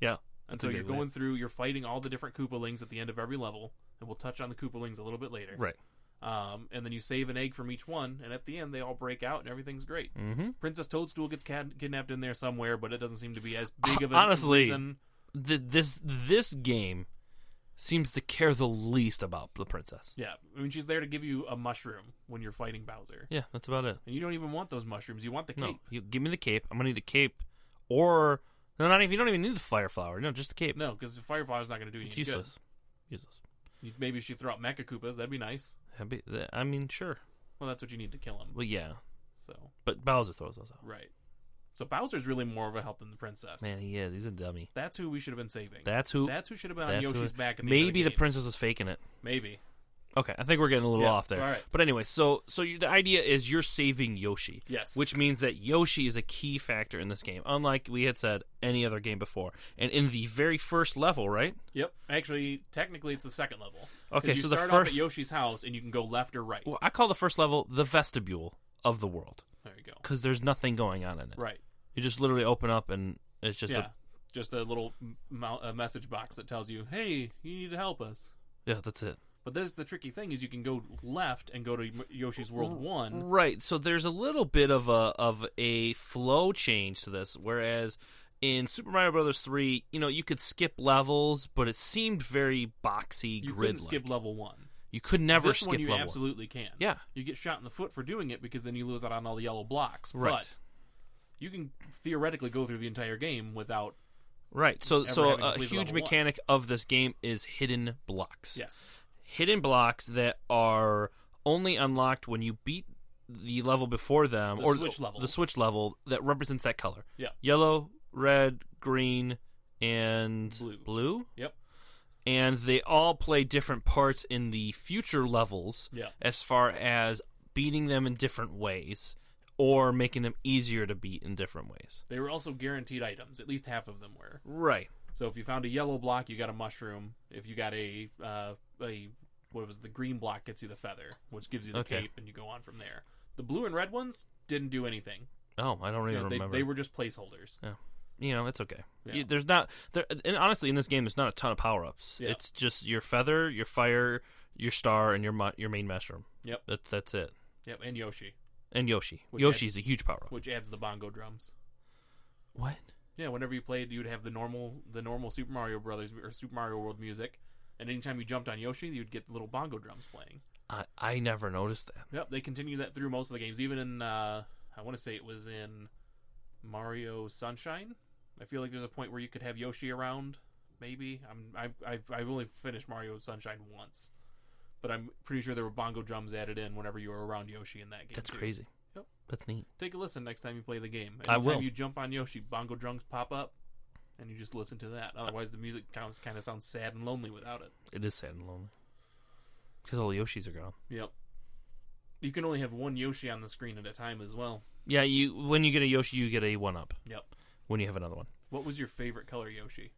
Speaker 1: Yeah,
Speaker 2: And
Speaker 1: That's
Speaker 2: so you're
Speaker 1: exactly it.
Speaker 2: going through, you're fighting all the different Koopalings at the end of every level, and we'll touch on the Koopalings a little bit later.
Speaker 1: right.
Speaker 2: Um, and then you save an egg from each one, and at the end they all break out, and everything's great.
Speaker 1: Mm-hmm.
Speaker 2: Princess Toadstool gets cad- kidnapped in there somewhere, but it doesn't seem to be as big of a
Speaker 1: Honestly,
Speaker 2: reason.
Speaker 1: Th this this game seems to care the least about the princess.
Speaker 2: Yeah, I mean she's there to give you a mushroom when you're fighting Bowser,
Speaker 1: Yeah, that's about it.
Speaker 2: and you don't even want those mushrooms. You want the
Speaker 1: No,
Speaker 2: cape.
Speaker 1: you give me the cape. I'm gonna need a cape, or no, not even you don't even need the fire flower. No, just the cape.
Speaker 2: No, because the Firefly's not going to do
Speaker 1: it's
Speaker 2: anything.
Speaker 1: useless. Useless.
Speaker 2: Good. You- Maybe she throw out Mecha Koopas. That'd be nice.
Speaker 1: That'd be- that- I mean, sure.
Speaker 2: Well, that's what you need to kill him.
Speaker 1: Well, yeah,
Speaker 2: So
Speaker 1: but Bowser throws those out.
Speaker 2: right. So Bowser's really more of a help than the princess.
Speaker 1: Man, he is. He's a dummy.
Speaker 2: That's who we should have been saving.
Speaker 1: That's who.
Speaker 2: That's who should have been on
Speaker 1: that's who-
Speaker 2: Yoshi's back. In the
Speaker 1: maybe the
Speaker 2: princess.
Speaker 1: princess is faking it.
Speaker 2: Maybe.
Speaker 1: Okay, I think we're getting a little
Speaker 2: Yeah,
Speaker 1: off there.
Speaker 2: all right.
Speaker 1: But anyway, so so you, the idea is you're saving Yoshi.
Speaker 2: Yes.
Speaker 1: Which means that Yoshi is a key factor in this game, unlike we had said any other game before. And in the very first level, right?
Speaker 2: Yep. Actually, technically, it's the second level. 'Cause
Speaker 1: Okay,
Speaker 2: you
Speaker 1: so the
Speaker 2: start off
Speaker 1: first.
Speaker 2: at Yoshi's house, and you can go left or right.
Speaker 1: Well, I call the first level the vestibule of the world
Speaker 2: There you go.
Speaker 1: because there's nothing going on in it.
Speaker 2: Right.
Speaker 1: You just literally open up and it's just
Speaker 2: yeah.
Speaker 1: a,
Speaker 2: Just a little m- mou- a message box that tells you, "Hey, you need to help us."
Speaker 1: yeah, that's it.
Speaker 2: But there's the tricky thing is you can go left and go to M- Yoshi's World
Speaker 1: Mm-hmm.
Speaker 2: One.
Speaker 1: Right. So there's a little bit of a of a flow change to this, whereas in Super Mario Brothers three, you know, you could skip levels, but it seemed very boxy
Speaker 2: You
Speaker 1: grid
Speaker 2: couldn't skip level one.
Speaker 1: You could never
Speaker 2: this
Speaker 1: skip
Speaker 2: one you
Speaker 1: level.
Speaker 2: absolutely can.
Speaker 1: Yeah.
Speaker 2: You get shot in the foot for doing it because then you lose out on all the yellow blocks.
Speaker 1: Right.
Speaker 2: But you can theoretically go through the entire game without.
Speaker 1: Right. So
Speaker 2: ever
Speaker 1: so
Speaker 2: having
Speaker 1: a
Speaker 2: completed
Speaker 1: huge
Speaker 2: level one.
Speaker 1: mechanic of this game is hidden blocks.
Speaker 2: Yes.
Speaker 1: Hidden blocks that are only unlocked when you beat the level before them
Speaker 2: The
Speaker 1: or
Speaker 2: switch
Speaker 1: the, the
Speaker 2: levels.
Speaker 1: switch level that represents that color.
Speaker 2: Yeah.
Speaker 1: Yellow, red, green, and
Speaker 2: Blue.
Speaker 1: blue.
Speaker 2: Yep.
Speaker 1: And they all play different parts in the future levels
Speaker 2: Yeah.
Speaker 1: as far as beating them in different ways or making them easier to beat in different ways.
Speaker 2: They were also guaranteed items. At least half of them were.
Speaker 1: Right.
Speaker 2: So if you found a yellow block, you got a mushroom. If you got a uh, a what was it, the green block gets you the feather, which gives you the
Speaker 1: Okay.
Speaker 2: cape, and you go on from there. The blue and red ones didn't do anything.
Speaker 1: Oh, I don't even
Speaker 2: You know, they,
Speaker 1: remember.
Speaker 2: they were just placeholders.
Speaker 1: you know, it's okay.
Speaker 2: Yeah.
Speaker 1: You- there's not there, and honestly, in this game, there's not a ton of power ups.
Speaker 2: Yeah.
Speaker 1: It's just your feather, your fire, your star, and your mu- your main mushroom.
Speaker 2: Yep.
Speaker 1: That, that's it.
Speaker 2: Yep, and Yoshi,
Speaker 1: And Yoshi.
Speaker 2: Which
Speaker 1: Yoshi's a huge power up.
Speaker 2: which adds the bongo drums.
Speaker 1: What?
Speaker 2: Yeah, whenever you played, you'd have the normal the normal Super Mario Brothers or Super Mario World music, and anytime you jumped on Yoshi, you'd get the little bongo drums playing.
Speaker 1: I I never noticed that.
Speaker 2: Yep, they continue that through most of the games. Even in uh, I want to say it was in Mario Sunshine. I feel like there's a point where you could have Yoshi around. Maybe I'm I've I've, I've only finished Mario Sunshine once, but I'm pretty sure there were bongo drums added in whenever you were around Yoshi in that game.
Speaker 1: That's
Speaker 2: too.
Speaker 1: crazy.
Speaker 2: Yep.
Speaker 1: That's neat.
Speaker 2: Take a listen next time you play the game.
Speaker 1: I
Speaker 2: Anytime
Speaker 1: will.
Speaker 2: You jump on Yoshi, bongo drums pop up, and you just listen to that. Otherwise, the music sounds kind of sounds sad and lonely without it.
Speaker 1: It is sad and lonely because all the Yoshis are gone.
Speaker 2: Yep. You can only have one Yoshi on the screen at a time as well.
Speaker 1: Yeah, you when you get a Yoshi, you get a one up.
Speaker 2: Yep.
Speaker 1: When you have another one.
Speaker 2: What was your favorite color Yoshi?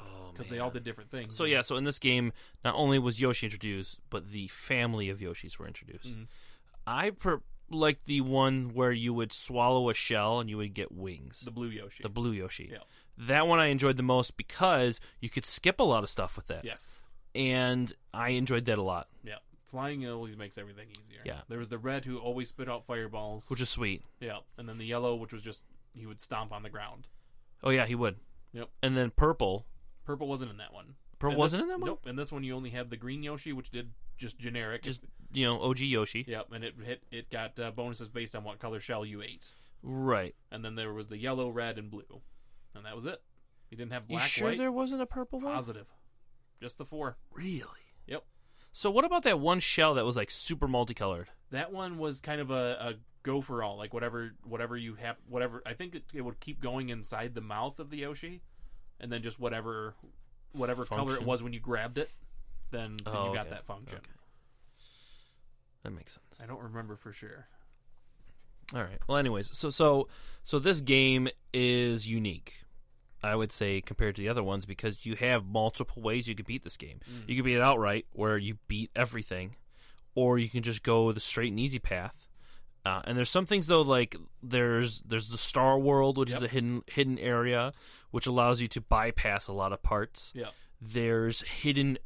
Speaker 1: Oh
Speaker 2: Because they all did different things.
Speaker 1: So yeah, so in this game, not only was Yoshi introduced, but the family of Yoshis were introduced.
Speaker 2: Mhm.
Speaker 1: I per- like the one where you would swallow a shell and you would get wings.
Speaker 2: the blue Yoshi.
Speaker 1: The blue Yoshi.
Speaker 2: Yeah.
Speaker 1: That one I enjoyed the most because you could skip a lot of stuff with that.
Speaker 2: yes.
Speaker 1: And I enjoyed that a lot,
Speaker 2: Yep. Flying always makes everything easier.
Speaker 1: Yeah.
Speaker 2: There was the red who always spit out fireballs.
Speaker 1: which is sweet.
Speaker 2: yeah. And then the yellow, which was just he would stomp on the ground.
Speaker 1: Oh yeah, he would.
Speaker 2: Yep.
Speaker 1: And then purple.
Speaker 2: Purple wasn't in that one.
Speaker 1: Purple
Speaker 2: And
Speaker 1: wasn't
Speaker 2: this,
Speaker 1: in that one?
Speaker 2: Nope. In this one, you only had the green Yoshi, which did just generic.
Speaker 1: Just you know, OG Yoshi.
Speaker 2: yep. And it hit. It got uh, bonuses based on what color shell you ate.
Speaker 1: Right.
Speaker 2: And then there was the yellow, red, and blue, and that was it. You didn't have
Speaker 1: You
Speaker 2: black,
Speaker 1: sure
Speaker 2: white,
Speaker 1: there wasn't a purple one?
Speaker 2: positive. Just the four.
Speaker 1: Really?
Speaker 2: Yep.
Speaker 1: So what about that one shell that was like super multicolored?
Speaker 2: That one was kind of a, a go for all, like whatever whatever you have, whatever. I think it, it would keep going inside the mouth of the Yoshi, and then just whatever whatever color it
Speaker 1: Function.
Speaker 2: was when you grabbed it, then, then
Speaker 1: Oh,
Speaker 2: you got
Speaker 1: okay.
Speaker 2: that function.
Speaker 1: Okay. That makes sense.
Speaker 2: I don't remember for sure.
Speaker 1: All right. Well, anyways, so so so this game is unique, I would say, compared to the other ones because you have multiple ways you can beat this game. You can beat it outright, where you beat everything, or you can just go the straight and easy path. Uh, and there's some things though, like there's there's the Star World, which is
Speaker 2: Yep.
Speaker 1: a hidden hidden area, which allows you to bypass a lot of parts.
Speaker 2: Yeah.
Speaker 1: There's hidden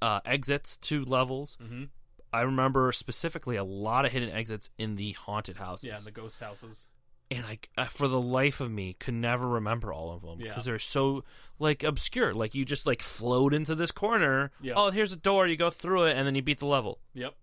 Speaker 1: uh, exits to levels
Speaker 2: Mm-hmm.
Speaker 1: I remember specifically a lot of hidden exits in the haunted houses.
Speaker 2: Yeah, and the ghost houses.
Speaker 1: and I, I- for the life of me could never remember all of them
Speaker 2: Yeah.
Speaker 1: because they're so like obscure. Like you just like float into this corner.
Speaker 2: Yeah.
Speaker 1: Oh, here's a door. You go through it and then you beat the level.
Speaker 2: Yep.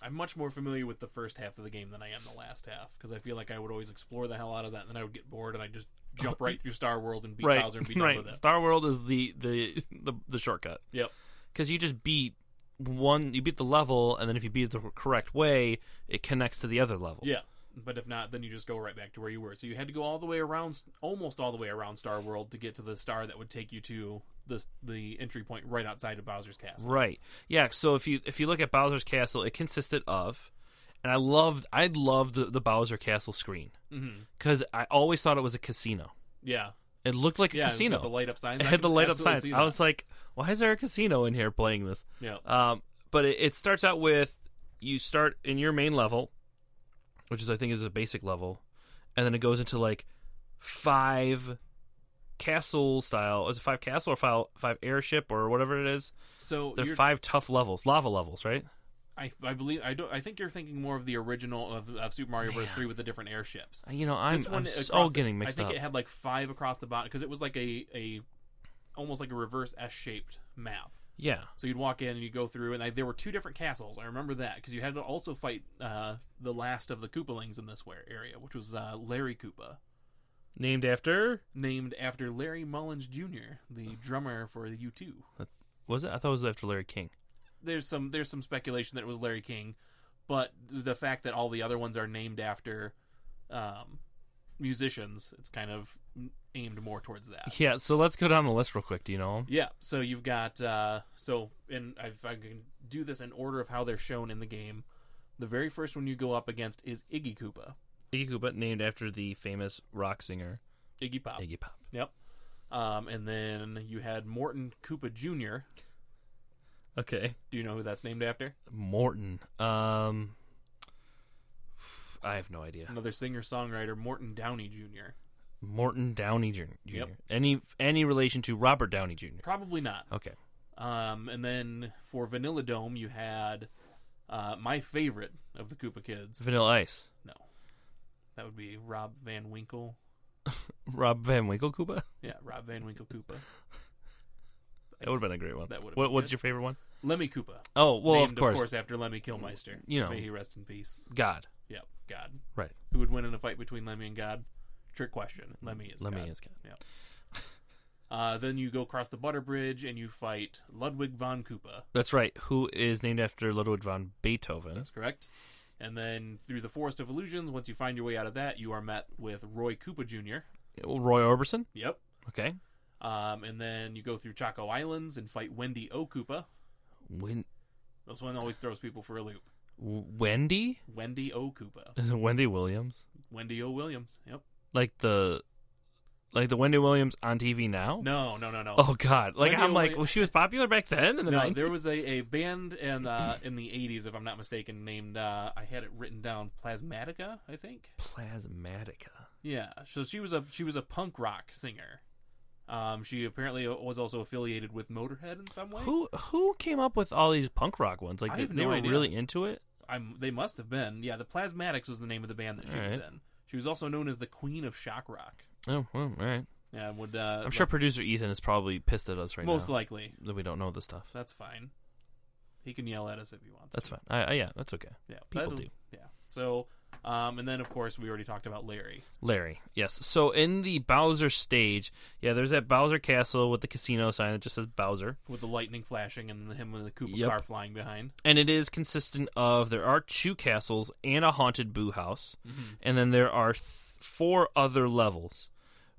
Speaker 2: I'm much more familiar with the first half of the game than I am the last half because I feel like I would always explore the hell out of that, and then I would get bored and I would just
Speaker 1: [laughs]
Speaker 2: jump right through Star World and beat
Speaker 1: right. [laughs]
Speaker 2: Bowser and be done
Speaker 1: right.
Speaker 2: with it.
Speaker 1: Star World is the the the, the shortcut
Speaker 2: Yep.
Speaker 1: because you just beat one. You beat the level and then if you beat it the correct way, it connects to the other level.
Speaker 2: Yeah. But if not, then you just go right back to where you were. So you had to go all the way around, almost all the way around Star World to get to the star that would take you to the the entry point right outside of Bowser's Castle.
Speaker 1: Right. Yeah. So if you if you look at Bowser's Castle, it consisted of, and I loved I loved the, the Bowser Castle screen
Speaker 2: Mm-hmm.
Speaker 1: because I always thought it was a casino.
Speaker 2: Yeah,
Speaker 1: It looked like a
Speaker 2: yeah. and it's got
Speaker 1: casino.
Speaker 2: the light up
Speaker 1: [laughs]
Speaker 2: signs.
Speaker 1: It
Speaker 2: I
Speaker 1: had the
Speaker 2: can
Speaker 1: light up
Speaker 2: absolutely
Speaker 1: signs.
Speaker 2: see
Speaker 1: I
Speaker 2: that.
Speaker 1: was like, why is there a casino in here playing this?
Speaker 2: yeah,
Speaker 1: Um, but it, it starts out with you start in your main level, which is I think is a basic level, and then it goes into like five castle style. Is it five castle or five five airship or whatever it is?
Speaker 2: so
Speaker 1: They're
Speaker 2: you're-
Speaker 1: five tough levels, lava levels, right?
Speaker 2: I, I believe I don't. I think you're thinking more of the original of, of Super Mario Bros.
Speaker 1: Man.
Speaker 2: Three with the different airships.
Speaker 1: You know, I'm,
Speaker 2: This one
Speaker 1: I'm so
Speaker 2: across the-
Speaker 1: getting mixed
Speaker 2: I think
Speaker 1: up.
Speaker 2: it had like five across the bottom because it was like a a almost like a reverse S shaped map.
Speaker 1: yeah,
Speaker 2: So you'd walk in and you'd go through, and I, there were two different castles. I remember that because you had to also fight uh, the last of the Koopalings in this where area, which was uh, Larry Koopa,
Speaker 1: named after
Speaker 2: named after Larry Mullins Jr., the drummer for the U2.
Speaker 1: was it? I thought it was after Larry King.
Speaker 2: There's some there's some speculation that it was Larry King, but the fact that all the other ones are named after um, musicians, it's kind of mm, aimed more towards that.
Speaker 1: Yeah. So let's go down the list real quick. Do you know him?
Speaker 2: Yeah, so you've got uh, so and if I can do this in order of how they're shown in the game, the very first one you go up against is Iggy Koopa,
Speaker 1: Iggy Koopa, named after the famous rock singer
Speaker 2: Iggy Pop.
Speaker 1: Uh, Iggy Pop.
Speaker 2: Yep. Um, and then you had Morton Koopa Jr.
Speaker 1: Okay.
Speaker 2: Do you know who that's named after?
Speaker 1: Morton. Um, I have no idea.
Speaker 2: Another singer songwriter, Morton Downey Jr.
Speaker 1: Morton Downey Jr. Jr.
Speaker 2: Yep.
Speaker 1: Any any relation to Robert Downey Jr.
Speaker 2: Probably not.
Speaker 1: Okay.
Speaker 2: Um, and then for Vanilla Dome, you had uh, my favorite of the Koopa kids.
Speaker 1: Vanilla Ice.
Speaker 2: No, that would be Rob Van Winkle.
Speaker 1: Rob Van Winkle Koopa. [laughs]
Speaker 2: Yeah, Rob Van Winkle Koopa.
Speaker 1: That would have been a great one.
Speaker 2: That would've
Speaker 1: What,
Speaker 2: been
Speaker 1: what's
Speaker 2: good.
Speaker 1: your favorite one?
Speaker 2: Lemmy Koopa.
Speaker 1: Oh well,
Speaker 2: named,
Speaker 1: of course.
Speaker 2: after Lemmy Kilmeister.
Speaker 1: You know.
Speaker 2: may he rest in peace.
Speaker 1: God.
Speaker 2: Yep, God.
Speaker 1: Right.
Speaker 2: Who would win in a fight between Lemmy and God? Trick question. Lemmy is
Speaker 1: Lemmy
Speaker 2: God.
Speaker 1: is God.
Speaker 2: Uh, then you go across the Butter Bridge and you fight Ludwig von Koopa.
Speaker 1: That's right. Who is named after Ludwig von Beethoven?
Speaker 2: That's correct. And then through the Forest of Illusions, once you find your way out of that, you are met with Roy Koopa Jr.
Speaker 1: Roy Orbison.
Speaker 2: Yep.
Speaker 1: Okay.
Speaker 2: Um, and then you go through Chaco Islands and fight Wendy O. Koopa.
Speaker 1: Wen-
Speaker 2: This one always throws people for a loop.
Speaker 1: Wendy. [laughs]
Speaker 2: Wendy O. Koopa.
Speaker 1: Is it Wendy Williams?
Speaker 2: Wendy O. Williams. Yep.
Speaker 1: Like the, like the Wendy Williams on TV now?
Speaker 2: No, no, no, no.
Speaker 1: Oh God! Like
Speaker 2: Wendy
Speaker 1: I'm like,
Speaker 2: Williams-
Speaker 1: well, she was popular back then in the
Speaker 2: no,
Speaker 1: 90s?
Speaker 2: there was a, a band in uh, in the '80s, if I'm not mistaken, named uh, I had it written down, Plasmatica, I think.
Speaker 1: Plasmatica.
Speaker 2: Yeah, so she was a she was a punk rock singer. Um, she apparently was also affiliated with Motorhead in some way.
Speaker 1: Who who came up with all these punk rock ones? Like
Speaker 2: I
Speaker 1: they,
Speaker 2: have
Speaker 1: they
Speaker 2: no
Speaker 1: were
Speaker 2: idea.
Speaker 1: really into it.
Speaker 2: I'm, they must have been. Yeah, the Plasmatics was the name of the band that she was
Speaker 1: Alright.
Speaker 2: in. She was also known as the Queen of Shock Rock.
Speaker 1: Oh, well, all right.
Speaker 2: Yeah, would uh,
Speaker 1: I'm sure producer Ethan is probably pissed at us right
Speaker 2: most
Speaker 1: now
Speaker 2: likely
Speaker 1: that we don't know this stuff.
Speaker 2: that's fine. He can yell at us if he wants.
Speaker 1: That's
Speaker 2: to.
Speaker 1: fine. I, I, yeah, that's okay.
Speaker 2: Yeah,
Speaker 1: People
Speaker 2: that'll-
Speaker 1: do.
Speaker 2: Yeah. So, um, and then of course we already talked about Larry.
Speaker 1: Larry, yes. So in the Bowser stage, yeah, there's that Bowser castle with the casino sign that just says Bowser.
Speaker 2: with the lightning flashing and him with the Koopa
Speaker 1: Yep.
Speaker 2: car flying behind.
Speaker 1: and it is consistent of there are two castles and a haunted boo house
Speaker 2: Mm-hmm.
Speaker 1: and then there are th- four other levels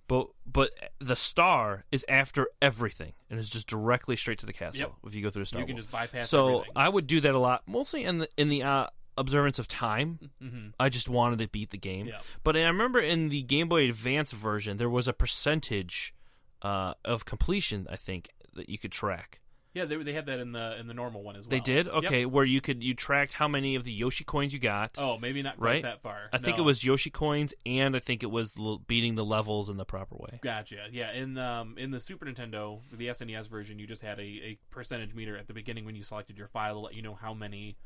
Speaker 1: but but the star is after everything and is just directly straight to the castle
Speaker 2: Yep.
Speaker 1: if you go through the star
Speaker 2: you can
Speaker 1: world.
Speaker 2: just bypass.
Speaker 1: so uh,
Speaker 2: everything.
Speaker 1: i would do that a lot mostly in the in the uh, observance of time
Speaker 2: Mhm.
Speaker 1: i just wanted to beat the game
Speaker 2: Yep.
Speaker 1: but i remember in the game boy advance version there was a percentage uh, of completion i think that you could track
Speaker 2: Yeah, they, they had that in the in the normal one as well.
Speaker 1: They did?
Speaker 2: Yep.
Speaker 1: Okay, where you could you tracked how many of the Yoshi coins you got.
Speaker 2: Oh, maybe not quite
Speaker 1: Right?
Speaker 2: that far.
Speaker 1: I think
Speaker 2: No.
Speaker 1: it was Yoshi coins and I think it was l- beating the levels in the proper way.
Speaker 2: Gotcha. Yeah, in um in the Super Nintendo, the SNES version, you just had a, a percentage meter at the beginning when you selected your file to let you know how many,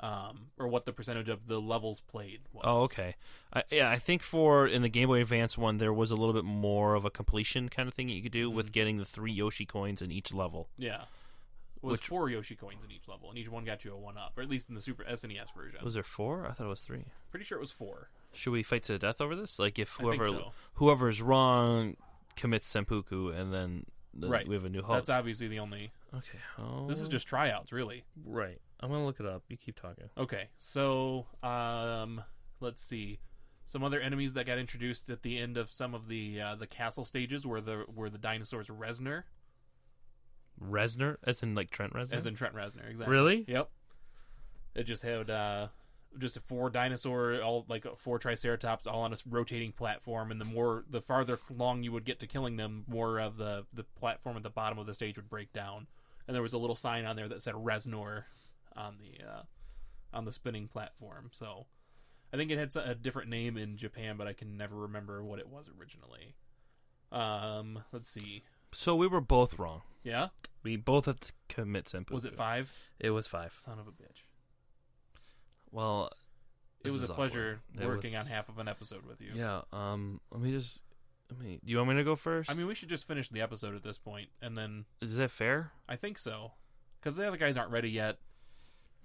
Speaker 2: um, or what the percentage of the levels played was.
Speaker 1: Oh, okay. I, yeah, I think for in the Game Boy Advance one there was a little bit more of a completion kind of thing that you could do
Speaker 2: Mm-hmm.
Speaker 1: with getting the 3 Yoshi coins in each level.
Speaker 2: Yeah. It was
Speaker 1: Which-
Speaker 2: four Yoshi coins in each level, and each one got you a one up, or at least in the Super SNES version.
Speaker 1: Was there 4? I thought it was 3.
Speaker 2: Pretty sure it was four.
Speaker 1: Should we fight to the death over this? Like if
Speaker 2: I think
Speaker 1: whoever
Speaker 2: so.
Speaker 1: whoever's wrong commits sempuku and then the,
Speaker 2: Right.
Speaker 1: we have a new host.
Speaker 2: That's obviously the only.
Speaker 1: okay. Oh,
Speaker 2: This is just tryouts, really.
Speaker 1: right. I'm going to look it up. You keep talking.
Speaker 2: Okay, so um, let's see. Some other enemies that got introduced at the end of some of the uh, the castle stages were the were the dinosaurs Resner,
Speaker 1: Resner as in like Trent Reznor.
Speaker 2: as in Trent Reznor, exactly.
Speaker 1: Really?
Speaker 2: Yep. It just had uh, just four dinosaur, all like four Triceratops, all on a s- rotating platform, and the more the farther along you would get to killing them, more of the the platform at the bottom of the stage would break down. And there was a little sign on there that said Resnor on the uh, on the spinning platform. So I think it had s- a different name in Japan, but I can never remember what it was originally. Um, let's see.
Speaker 1: So we were both wrong.
Speaker 2: Yeah,
Speaker 1: We both have to commit sempuku.
Speaker 2: was it five?
Speaker 1: It was five.
Speaker 2: Son of a bitch.
Speaker 1: Well,
Speaker 2: it
Speaker 1: This
Speaker 2: was
Speaker 1: is
Speaker 2: a pleasure
Speaker 1: awkward. It
Speaker 2: working
Speaker 1: was-
Speaker 2: on half of an episode with you.
Speaker 1: yeah. Um, let me just. Let me. Do you want me to go first?
Speaker 2: I mean, we should just finish the episode at this point, and then
Speaker 1: is that fair?
Speaker 2: I think so, because the other guys aren't ready yet.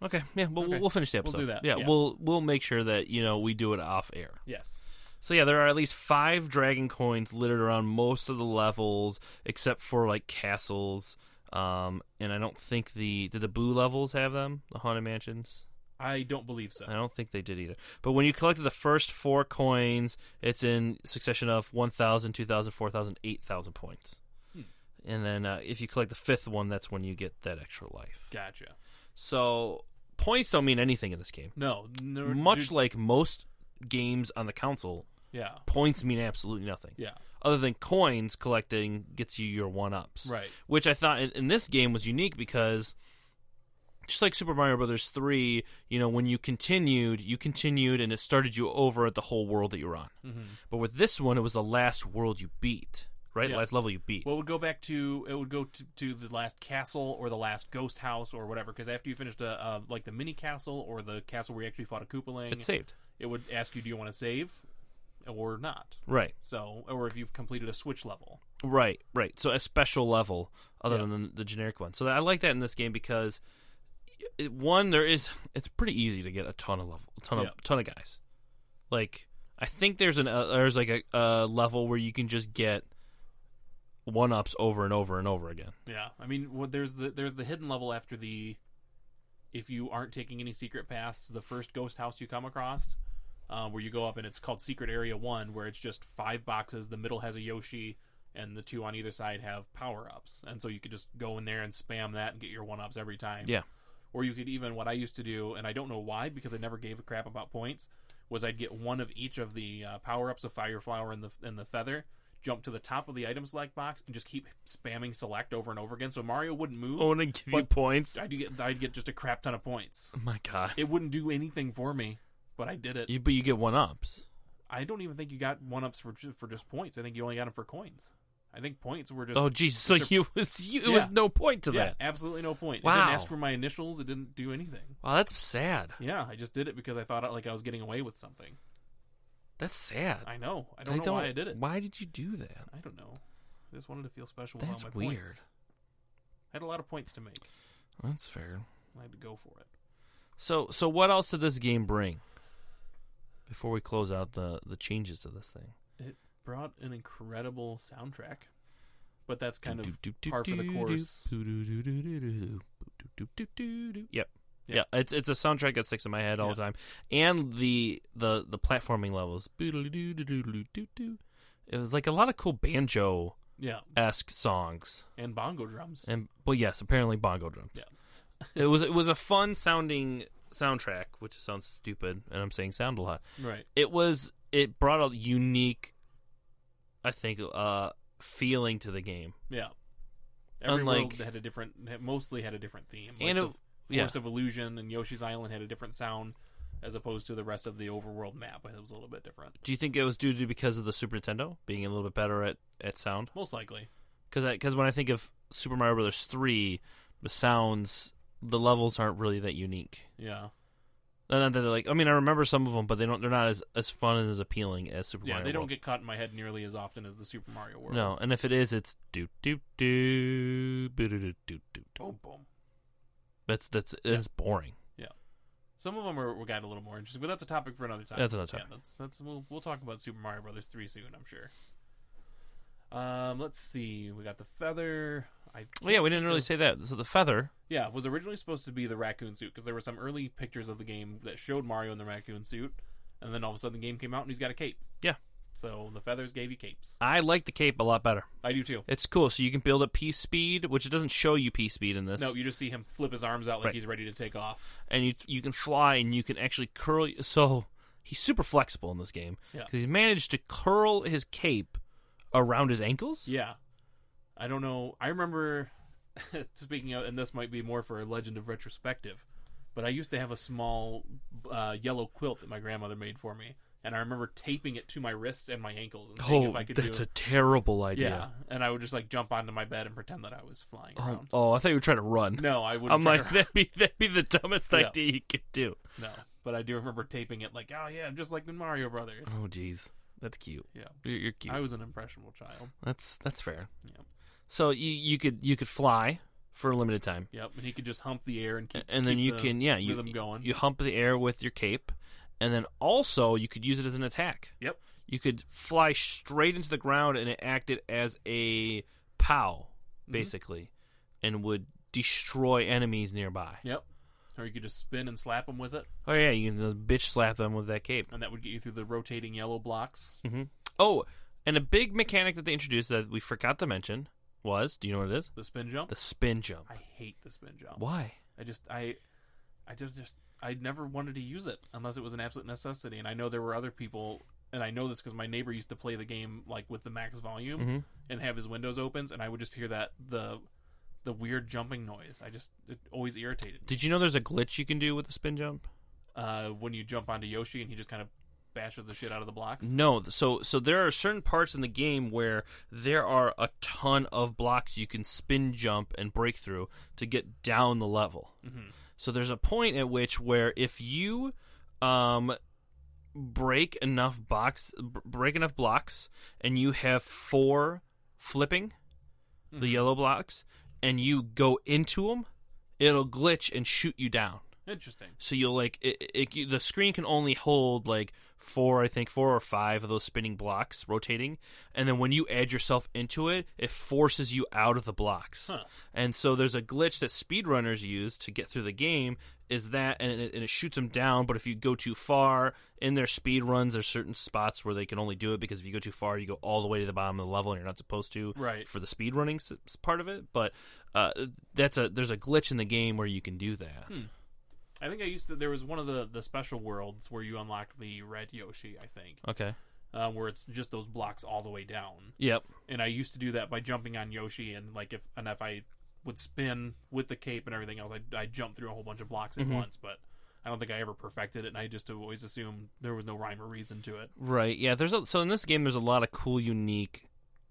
Speaker 1: Okay. Yeah. Well,
Speaker 2: Okay.
Speaker 1: we'll finish the
Speaker 2: We'll
Speaker 1: episode.
Speaker 2: do that,
Speaker 1: Yeah,
Speaker 2: yeah.
Speaker 1: We'll we'll make sure that you know we do it off air.
Speaker 2: Yes,
Speaker 1: So yeah, there are at least five dragon coins littered around most of the levels, except for like castles. Um, and I don't think the did the Boo levels have them, the haunted mansions.
Speaker 2: I don't believe so.
Speaker 1: I don't think they did either. But when you collected the first four coins, it's in succession of 1,000, 2,000, 4,000, 8,000 points.
Speaker 2: Hmm.
Speaker 1: And then uh, if you collect the fifth one, that's when you get that extra life.
Speaker 2: Gotcha.
Speaker 1: So points don't mean anything in this game.
Speaker 2: No, no
Speaker 1: Much
Speaker 2: dude-
Speaker 1: like most games on the console,
Speaker 2: yeah,
Speaker 1: points mean absolutely nothing.
Speaker 2: yeah,
Speaker 1: Other than coins collecting gets you your one ups
Speaker 2: right,
Speaker 1: which I thought in, in this game was unique because just like Super Mario Brothers 3, you know, when you continued, you continued and it started you over at the whole world that you were on.
Speaker 2: hmm
Speaker 1: But with this one, it was the last world you beat, right?
Speaker 2: Yeah.
Speaker 1: Last level you beat.
Speaker 2: Well, it would go back to it would go to, to the last castle or the last ghost house or whatever. Because after you finished a, uh like the mini castle or the castle where you actually fought a Koopaling,
Speaker 1: it's saved.
Speaker 2: it would ask you, "Do you want to save or not?"
Speaker 1: Right.
Speaker 2: So, or if you've completed a switch level.
Speaker 1: Right, right. So a special level other
Speaker 2: Yeah.
Speaker 1: than the, the generic one. So I like that in this game because it, one there is [laughs] it's pretty easy to get a ton of level, a ton of
Speaker 2: Yeah.
Speaker 1: ton of guys. Like I think there's an uh, there's like a, a level where you can just get one ups over and over and over again.
Speaker 2: Yeah, I mean, well, there's the there's the hidden level after the, if you aren't taking any secret paths, the first ghost house you come across, uh, where you go up and it's called Secret Area One, where it's just five boxes. The middle has a Yoshi, and the two on either side have power ups, and so you could just go in there and spam that and get your one ups every time.
Speaker 1: Yeah.
Speaker 2: Or you could even what I used to do, and I don't know why because I never gave a crap about points, was I'd get one of each of the uh, power ups of Fire Flower and the and the Feather, jump to the top of the item select box, and just keep spamming select over and over again. So Mario wouldn't move.
Speaker 1: Oh, and I give you
Speaker 2: But-
Speaker 1: points.
Speaker 2: I'd get I'd get just a crap ton of points.
Speaker 1: Oh my god.
Speaker 2: It wouldn't do anything for me, but I did it.
Speaker 1: You, but you get one ups.
Speaker 2: I don't even think you got one ups for ju- for just points. I think you only got them for coins. I think points were just
Speaker 1: Oh Jesus! So
Speaker 2: it's
Speaker 1: you [laughs] was you, it
Speaker 2: Yeah.
Speaker 1: was no point to
Speaker 2: yeah,
Speaker 1: that.
Speaker 2: absolutely no point. It
Speaker 1: Wow.
Speaker 2: didn't ask for my initials. It didn't do anything.
Speaker 1: Wow, that's sad.
Speaker 2: Yeah, I just did it because I thought like I was getting away with something.
Speaker 1: That's sad.
Speaker 2: I know. I don't know why I did it.
Speaker 1: Why did you do that?
Speaker 2: I don't know. I just wanted to feel special
Speaker 1: That's
Speaker 2: with all my
Speaker 1: weird.
Speaker 2: points. I had a lot of points to make.
Speaker 1: That's fair.
Speaker 2: I had to go for it.
Speaker 1: So so what else did this game bring? Before we close out the the changes to this thing.
Speaker 2: Brought an incredible soundtrack, but that's kind of
Speaker 1: Do, do,
Speaker 2: par for the
Speaker 1: do, do,
Speaker 2: course.
Speaker 1: do, do, do, do, do, do, do, do, do, do, do. Yep.
Speaker 2: Yeah.
Speaker 1: Yeah, it's it's a soundtrack that sticks in my head all the time, and the the the platforming levels. Boo-doo-doo-doo-doo-doo-doo. It was like a lot of cool banjo
Speaker 2: yeah,
Speaker 1: esque songs,
Speaker 2: and bongo drums.
Speaker 1: and well, yes, apparently bongo drums.
Speaker 2: Yeah.
Speaker 1: it was it was a fun sounding soundtrack, which sounds stupid, and I'm saying sound a lot.
Speaker 2: Right.
Speaker 1: it was it brought a unique i think uh feeling to the game
Speaker 2: Yeah. Every world
Speaker 1: Unlike-
Speaker 2: had a different, had- mostly had a different theme. Like
Speaker 1: And
Speaker 2: the
Speaker 1: it- yeah.
Speaker 2: Forest of Illusion and Yoshi's Island had a different sound, as opposed to the rest of the overworld map. It was a little bit different,
Speaker 1: Do you think it was due to because of the Super Nintendo being a little bit better at, at sound?
Speaker 2: most likely.
Speaker 1: Because because when I think of Super Mario Brothers three, the sounds, the levels aren't really that unique.
Speaker 2: Yeah,
Speaker 1: Not that they're like, I mean, I remember some of them, but they don't. They're not as, as fun and as appealing as Super
Speaker 2: yeah.
Speaker 1: Mario.
Speaker 2: they don't
Speaker 1: World.
Speaker 2: get caught in my head nearly as often as the Super Mario World.
Speaker 1: no. And if it is, it's do do do do do do do.
Speaker 2: boom, boom.
Speaker 1: That's that's it's boring.
Speaker 2: Some of them are, were got a little more interesting, but that's a topic for another time.
Speaker 1: That's another topic.
Speaker 2: Yeah, that's that's we'll we'll talk about Super Mario Brothers three soon, I'm sure. Um, let's see. We got the feather. I
Speaker 1: Well, yeah, we didn't
Speaker 2: can't
Speaker 1: really
Speaker 2: think
Speaker 1: say that. So the feather,
Speaker 2: of- Yeah, it was originally supposed to be the raccoon suit because there were some early pictures of the game that showed Mario in the raccoon suit, and then all of a sudden the game came out and he's got a cape.
Speaker 1: Yeah.
Speaker 2: So the feathers gave you capes.
Speaker 1: I like the cape a lot better.
Speaker 2: I do too.
Speaker 1: It's cool. So you can build up P speed, which it doesn't show you P speed in this.
Speaker 2: No, you just see him flip his arms out like
Speaker 1: Right.
Speaker 2: he's ready to take off.
Speaker 1: and you you can fly and you can actually curl. So he's super flexible in this game
Speaker 2: Yeah.
Speaker 1: he's managed to curl his cape around his ankles.
Speaker 2: Yeah. I don't know. I remember [laughs] speaking of, and this might be more for a legend of retrospective, but I used to have a small uh, yellow quilt that my grandmother made for me, and I remember taping it to my wrists and my ankles and seeing
Speaker 1: Oh,
Speaker 2: if I could
Speaker 1: that's
Speaker 2: do.
Speaker 1: a terrible
Speaker 2: yeah.
Speaker 1: idea.
Speaker 2: and I would just like jump onto my bed and pretend that I was flying
Speaker 1: Oh,
Speaker 2: around.
Speaker 1: oh, I thought you were trying to run.
Speaker 2: No, I wouldn't.
Speaker 1: I'm
Speaker 2: turn
Speaker 1: like
Speaker 2: around.
Speaker 1: that'd be that'd be the dumbest
Speaker 2: Yeah.
Speaker 1: idea you could do.
Speaker 2: [laughs] no, but I do remember taping it like, oh yeah, I'm just like in Mario Brothers.
Speaker 1: Oh, jeez, that's cute.
Speaker 2: Yeah.
Speaker 1: You're, you're cute.
Speaker 2: I was an impressionable child.
Speaker 1: That's that's fair.
Speaker 2: Yeah.
Speaker 1: So you you could you could fly for a limited time,
Speaker 2: Yep, and he could just hump the air and keep.
Speaker 1: and then
Speaker 2: keep
Speaker 1: you
Speaker 2: the
Speaker 1: can yeah you
Speaker 2: rhythm going.
Speaker 1: you hump the air with your cape, and then also you could use it as an attack.
Speaker 2: Yep.
Speaker 1: You could fly straight into the ground, and it acted as a pow
Speaker 2: Mhm.
Speaker 1: basically, and would destroy enemies nearby.
Speaker 2: Yep, or you could just spin and slap him with it.
Speaker 1: Oh yeah, you can just bitch slap them with that cape.
Speaker 2: and that would get you through the rotating yellow blocks.
Speaker 1: hmm Oh, and a big mechanic that they introduced that we forgot to mention was do you know what it is?
Speaker 2: The spin jump.
Speaker 1: The spin jump.
Speaker 2: I hate the spin jump.
Speaker 1: Why?
Speaker 2: I just I I just just I never wanted to use it unless it was an absolute necessity. And I know there were other people, and I know this because my neighbor used to play the game like with the max volume
Speaker 1: hmm
Speaker 2: and have his windows opens, and I would just hear that the the weird jumping noise. I just it always irritated. me.
Speaker 1: Did you know there's a glitch you can do with the spin jump?
Speaker 2: Uh, when you jump onto Yoshi and he just kind of bashes the shit out of the blocks.
Speaker 1: No, th- so so there are certain parts in the game where there are a ton of blocks you can spin jump and break through to get down the level.
Speaker 2: Mhm.
Speaker 1: So there's a point at which where if you um break enough box b- break enough blocks and you have four flipping the
Speaker 2: Mhm.
Speaker 1: yellow blocks and you go into them, it'll glitch and shoot you down.
Speaker 2: Interesting.
Speaker 1: So you'll like it, it, it- the screen can only hold like four, I think four or five of those spinning blocks rotating, and then when you add yourself into it, it forces you out of the blocks.
Speaker 2: Huh.
Speaker 1: And so there's a glitch that speedrunners use to get through the game is that, and it, and it shoots them down. But if you go too far in their speed runs, there's certain spots where they can only do it because if you go too far, you go all the way to the bottom of the level, and you're not supposed to
Speaker 2: Right.
Speaker 1: for the speed running s- s- part of it. But uh, that's a there's a glitch in the game where you can do that.
Speaker 2: Hmm. I think I used to. There was one of the the special worlds where you unlocked the red Yoshi. I think.
Speaker 1: Okay.
Speaker 2: uh, where it's just those blocks all the way down.
Speaker 1: Yep.
Speaker 2: And I used to do that by jumping on Yoshi, and like if and if I would spin with the cape and everything else, I I jump through a whole bunch of blocks at
Speaker 1: Mhm.
Speaker 2: once. But I don't think I ever perfected it, and I just always assumed there was no rhyme or reason to it.
Speaker 1: Right. Yeah. There's a, so in this game, there's a lot of cool, unique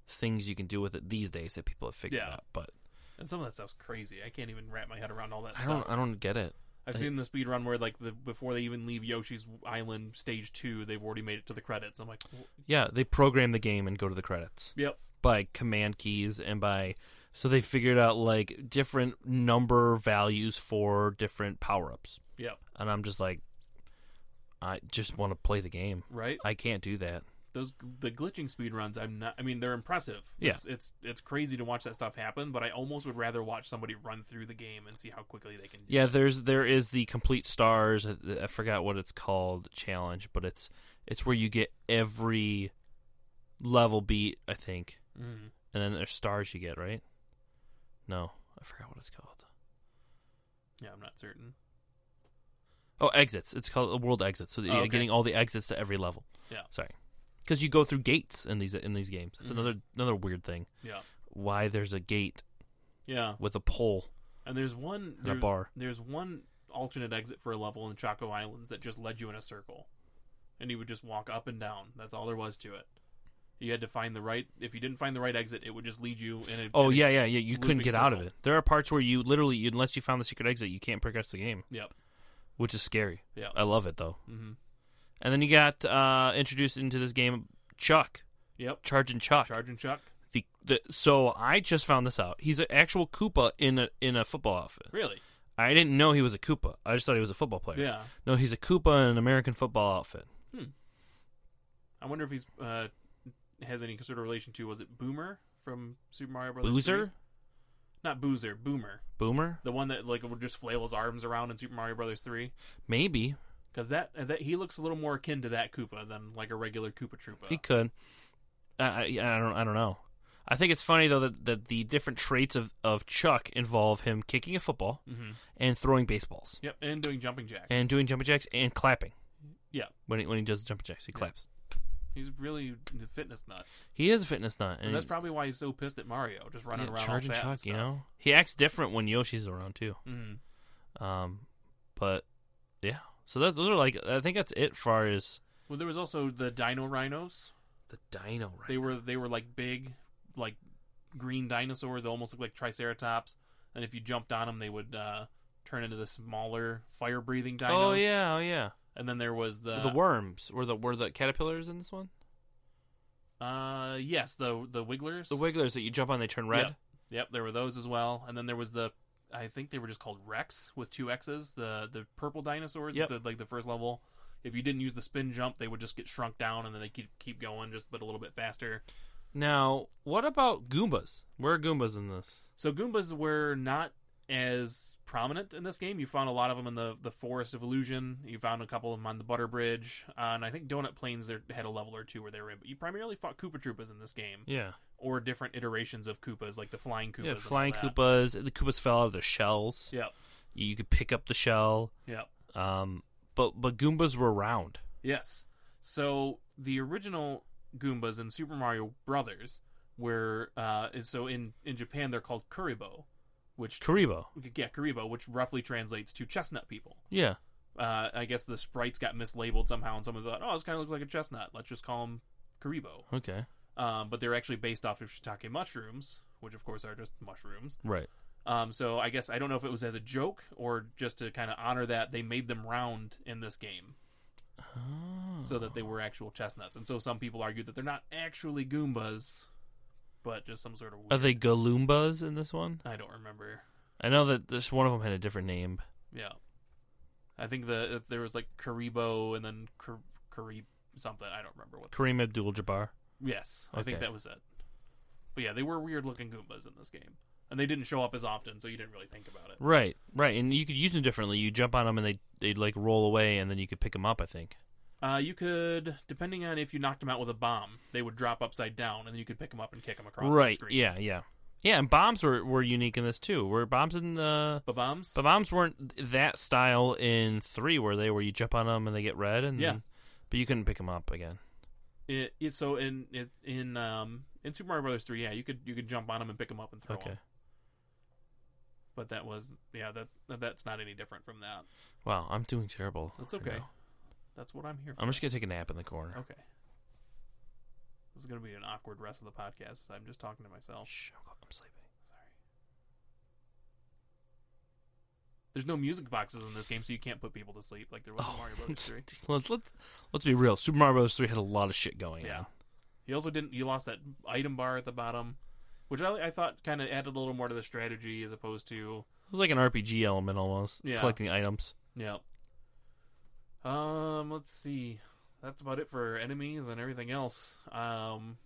Speaker 1: things you can do with it these days that people have figured
Speaker 2: Yeah.
Speaker 1: out. But
Speaker 2: And some of that stuff's crazy. I can't even wrap my head around all that
Speaker 1: I
Speaker 2: stuff.
Speaker 1: don't. I don't get it.
Speaker 2: I've
Speaker 1: I-
Speaker 2: seen the speed run where like the before they even leave Yoshi's Island stage two, they've already made it to the credits. I'm like, "Wh-
Speaker 1: Yeah, they program the game and go to the credits
Speaker 2: yep,
Speaker 1: by command keys and by. So they figured out like different number values for different power ups,
Speaker 2: yep,
Speaker 1: and I'm just like, I just want to play the game.
Speaker 2: right.
Speaker 1: I can't do that.
Speaker 2: those the glitching speed runs i'm not i mean they're impressive
Speaker 1: Yeah.
Speaker 2: it's, it's it's crazy to watch that stuff happen but i almost would rather watch somebody run through the game and see how quickly they can do
Speaker 1: Yeah, there's there is the complete stars. I, I forgot what it's called challenge, but it's it's where you get every level beat. I think.
Speaker 2: it. Mhm.
Speaker 1: and then there's stars you get, right? No, I forgot what it's called.
Speaker 2: yeah i'm not certain
Speaker 1: Oh, exits. It's called a world exit. So that
Speaker 2: Oh,
Speaker 1: you're
Speaker 2: okay.
Speaker 1: getting all the exits to every level.
Speaker 2: Yeah.
Speaker 1: Sorry, because you go through gates in these in these games. That's
Speaker 2: Mhm.
Speaker 1: another another weird thing.
Speaker 2: yeah
Speaker 1: Why there's a gate?
Speaker 2: Yeah.
Speaker 1: with a pole.
Speaker 2: And there's one
Speaker 1: And a
Speaker 2: there's,
Speaker 1: bar.
Speaker 2: There's one alternate exit for a level in Chaco Islands that just led you in a circle, and you would just walk up and down. That's all there was to it. You had to find the right. If you didn't find the right exit, it would just lead you in a.
Speaker 1: Oh
Speaker 2: in a-
Speaker 1: yeah, yeah, yeah. You couldn't
Speaker 2: looping
Speaker 1: get out of
Speaker 2: circle.
Speaker 1: it. There are parts where you literally, you- unless you found the secret exit, you can't progress the game,
Speaker 2: Yep.
Speaker 1: which is scary.
Speaker 2: Yeah.
Speaker 1: I love it though.
Speaker 2: hmm
Speaker 1: And then you got uh, introduced into this game, Chuck,
Speaker 2: Yep.
Speaker 1: Charging Chuck.
Speaker 2: Charging Chuck.
Speaker 1: the, the, so I just found this out. He's an actual Koopa in a in a football outfit.
Speaker 2: Really?
Speaker 1: I didn't know he was a Koopa. I just thought he was a football player.
Speaker 2: Yeah.
Speaker 1: No, he's a Koopa in an American football outfit.
Speaker 2: I wonder if he's uh, has any sort of relation to was it Boomer from Super Mario Brothers?
Speaker 1: Boozer,
Speaker 2: 3? Not Boozer. Boomer.
Speaker 1: Boomer,
Speaker 2: The one that like would just flail his arms around in Super Mario Brothers Three.
Speaker 1: maybe
Speaker 2: Because that uh, that he looks a little more akin to that Koopa than like a regular Koopa Troopa.
Speaker 1: he could. I, I I don't I don't know. I think it's funny though that, that the different traits of, of Chuck involve him kicking a football
Speaker 2: Mhm.
Speaker 1: and throwing baseballs
Speaker 2: Yep, and doing jumping jacks.
Speaker 1: and doing jumping jacks and clapping.
Speaker 2: Yeah.
Speaker 1: when he, when he does the jumping jacks, he claps.
Speaker 2: he's really the fitness nut.
Speaker 1: He is a fitness nut,
Speaker 2: And
Speaker 1: and
Speaker 2: that's probably why he's so pissed at Mario, just running
Speaker 1: yeah,
Speaker 2: around all
Speaker 1: charging
Speaker 2: fat and
Speaker 1: Chuck. You
Speaker 2: stuff.
Speaker 1: know, he acts different when Yoshi's around too.
Speaker 2: Mhm.
Speaker 1: Um, but yeah, so that's, those are like I think that's it far as
Speaker 2: Well, there was also the Dino Rhinos.
Speaker 1: the Dino. Right?
Speaker 2: They were they were like big, like green dinosaurs. They almost looked like Triceratops. And if you jumped on them, they would uh, turn into the smaller fire breathing dinos.
Speaker 1: oh yeah, oh yeah.
Speaker 2: And then there was the
Speaker 1: the worms were the were the caterpillars in this one.
Speaker 2: uh yes the the Wigglers.
Speaker 1: The wigglers that you jump on, they turn red.
Speaker 2: Yep, there were those as well, and then there was the I think they were just called Rex with two X's. The the purple dinosaurs,
Speaker 1: Yep.
Speaker 2: the, like the first level. If you didn't use the spin jump, they would just get shrunk down, and then they keep keep going, just but a little bit faster.
Speaker 1: Now, what about Goombas? Where are Goombas in this?
Speaker 2: So Goombas were not as prominent in this game. You found a lot of them in the the Forest of Illusion. You found a couple of them on the Butter Bridge, uh, and I think Donut Plains there had a level or two where they were in. But you primarily fought Koopa Troopas in this game,
Speaker 1: Yeah,
Speaker 2: or different iterations of Koopas, like the flying Koopas.
Speaker 1: yeah,
Speaker 2: and all
Speaker 1: flying
Speaker 2: that.
Speaker 1: Koopas. The Koopas fell out of their shells.
Speaker 2: Yep,
Speaker 1: You could pick up the shell.
Speaker 2: yep.
Speaker 1: Um, but but Goombas were round.
Speaker 2: Yes. So the original Goombas in Super Mario Brothers were uh, and so in in Japan they're called Kuribo, which
Speaker 1: Karibo.
Speaker 2: yeah Kuribo, which roughly translates to chestnut people.
Speaker 1: Yeah,
Speaker 2: Uh, I guess the sprites got mislabeled somehow, and someone thought, oh, this kind of looks like a chestnut. Let's just call them Kuribo.
Speaker 1: okay,
Speaker 2: Um, but they're actually based off of shiitake mushrooms, which of course are just mushrooms.
Speaker 1: right.
Speaker 2: Um, so I guess I don't know if it was as a joke or just to kind of honor that they made them round in this game. so
Speaker 1: Oh.
Speaker 2: that they were actual chestnuts. And so some people argue that they're not actually Goombas, but just some sort of.
Speaker 1: are
Speaker 2: Weird,
Speaker 1: they Galoombas in this one?
Speaker 2: I don't remember.
Speaker 1: I know that this one of them had a different name.
Speaker 2: Yeah, I think the if there was like Karibo and then Kar- Karib something. I don't remember what.
Speaker 1: Kareem Abdul-Jabbar.
Speaker 2: Yes, I think
Speaker 1: Okay.
Speaker 2: that was it. But yeah, they were weird looking Goombas in this game, and they didn't show up as often, so you didn't really think about it.
Speaker 1: Right, right, and you could use them differently. You jump on them and they they'd like roll away, and then you could pick them up. I think.
Speaker 2: Uh, you could, depending on if you knocked them out with a bomb, they would drop upside down, and then you could pick them up and kick them across the
Speaker 1: right.
Speaker 2: screen.
Speaker 1: Yeah. Yeah. Yeah. And bombs were, were unique in this too. Were bombs in the
Speaker 2: But bombs.
Speaker 1: but bombs weren't that style in three, were they? Where you jump on them and they get red, and
Speaker 2: Yeah.
Speaker 1: then- but you couldn't pick them up again.
Speaker 2: It, it so in it, in um in Super Mario Brothers three, yeah, you could you could jump on them and pick them up and throw
Speaker 1: Okay.
Speaker 2: them. But that was yeah that that's not any different from that.
Speaker 1: Wow, I'm doing terrible.
Speaker 2: That's
Speaker 1: right
Speaker 2: okay.
Speaker 1: now.
Speaker 2: That's what I'm here for.
Speaker 1: I'm just gonna take a nap in the corner.
Speaker 2: okay. This is gonna be an awkward rest of the podcast. I'm just talking to myself.
Speaker 1: Shh, I'm, I'm sleeping.
Speaker 2: Sorry. There's no music boxes in this game, so you can't put people to sleep like there was in
Speaker 1: Oh, [laughs]
Speaker 2: Mario Brothers three.
Speaker 1: let's let's let's be real. Super Mario Bros. Three had a lot of shit going
Speaker 2: Yeah.
Speaker 1: on.
Speaker 2: You also didn't. You lost that item bar at the bottom, which I, I thought kind of added a little more to the strategy as opposed to
Speaker 1: It was like an RPG element almost.
Speaker 2: Yeah.
Speaker 1: Collecting items.
Speaker 2: Yeah. Um, let's see. That's about it for enemies and everything else. Um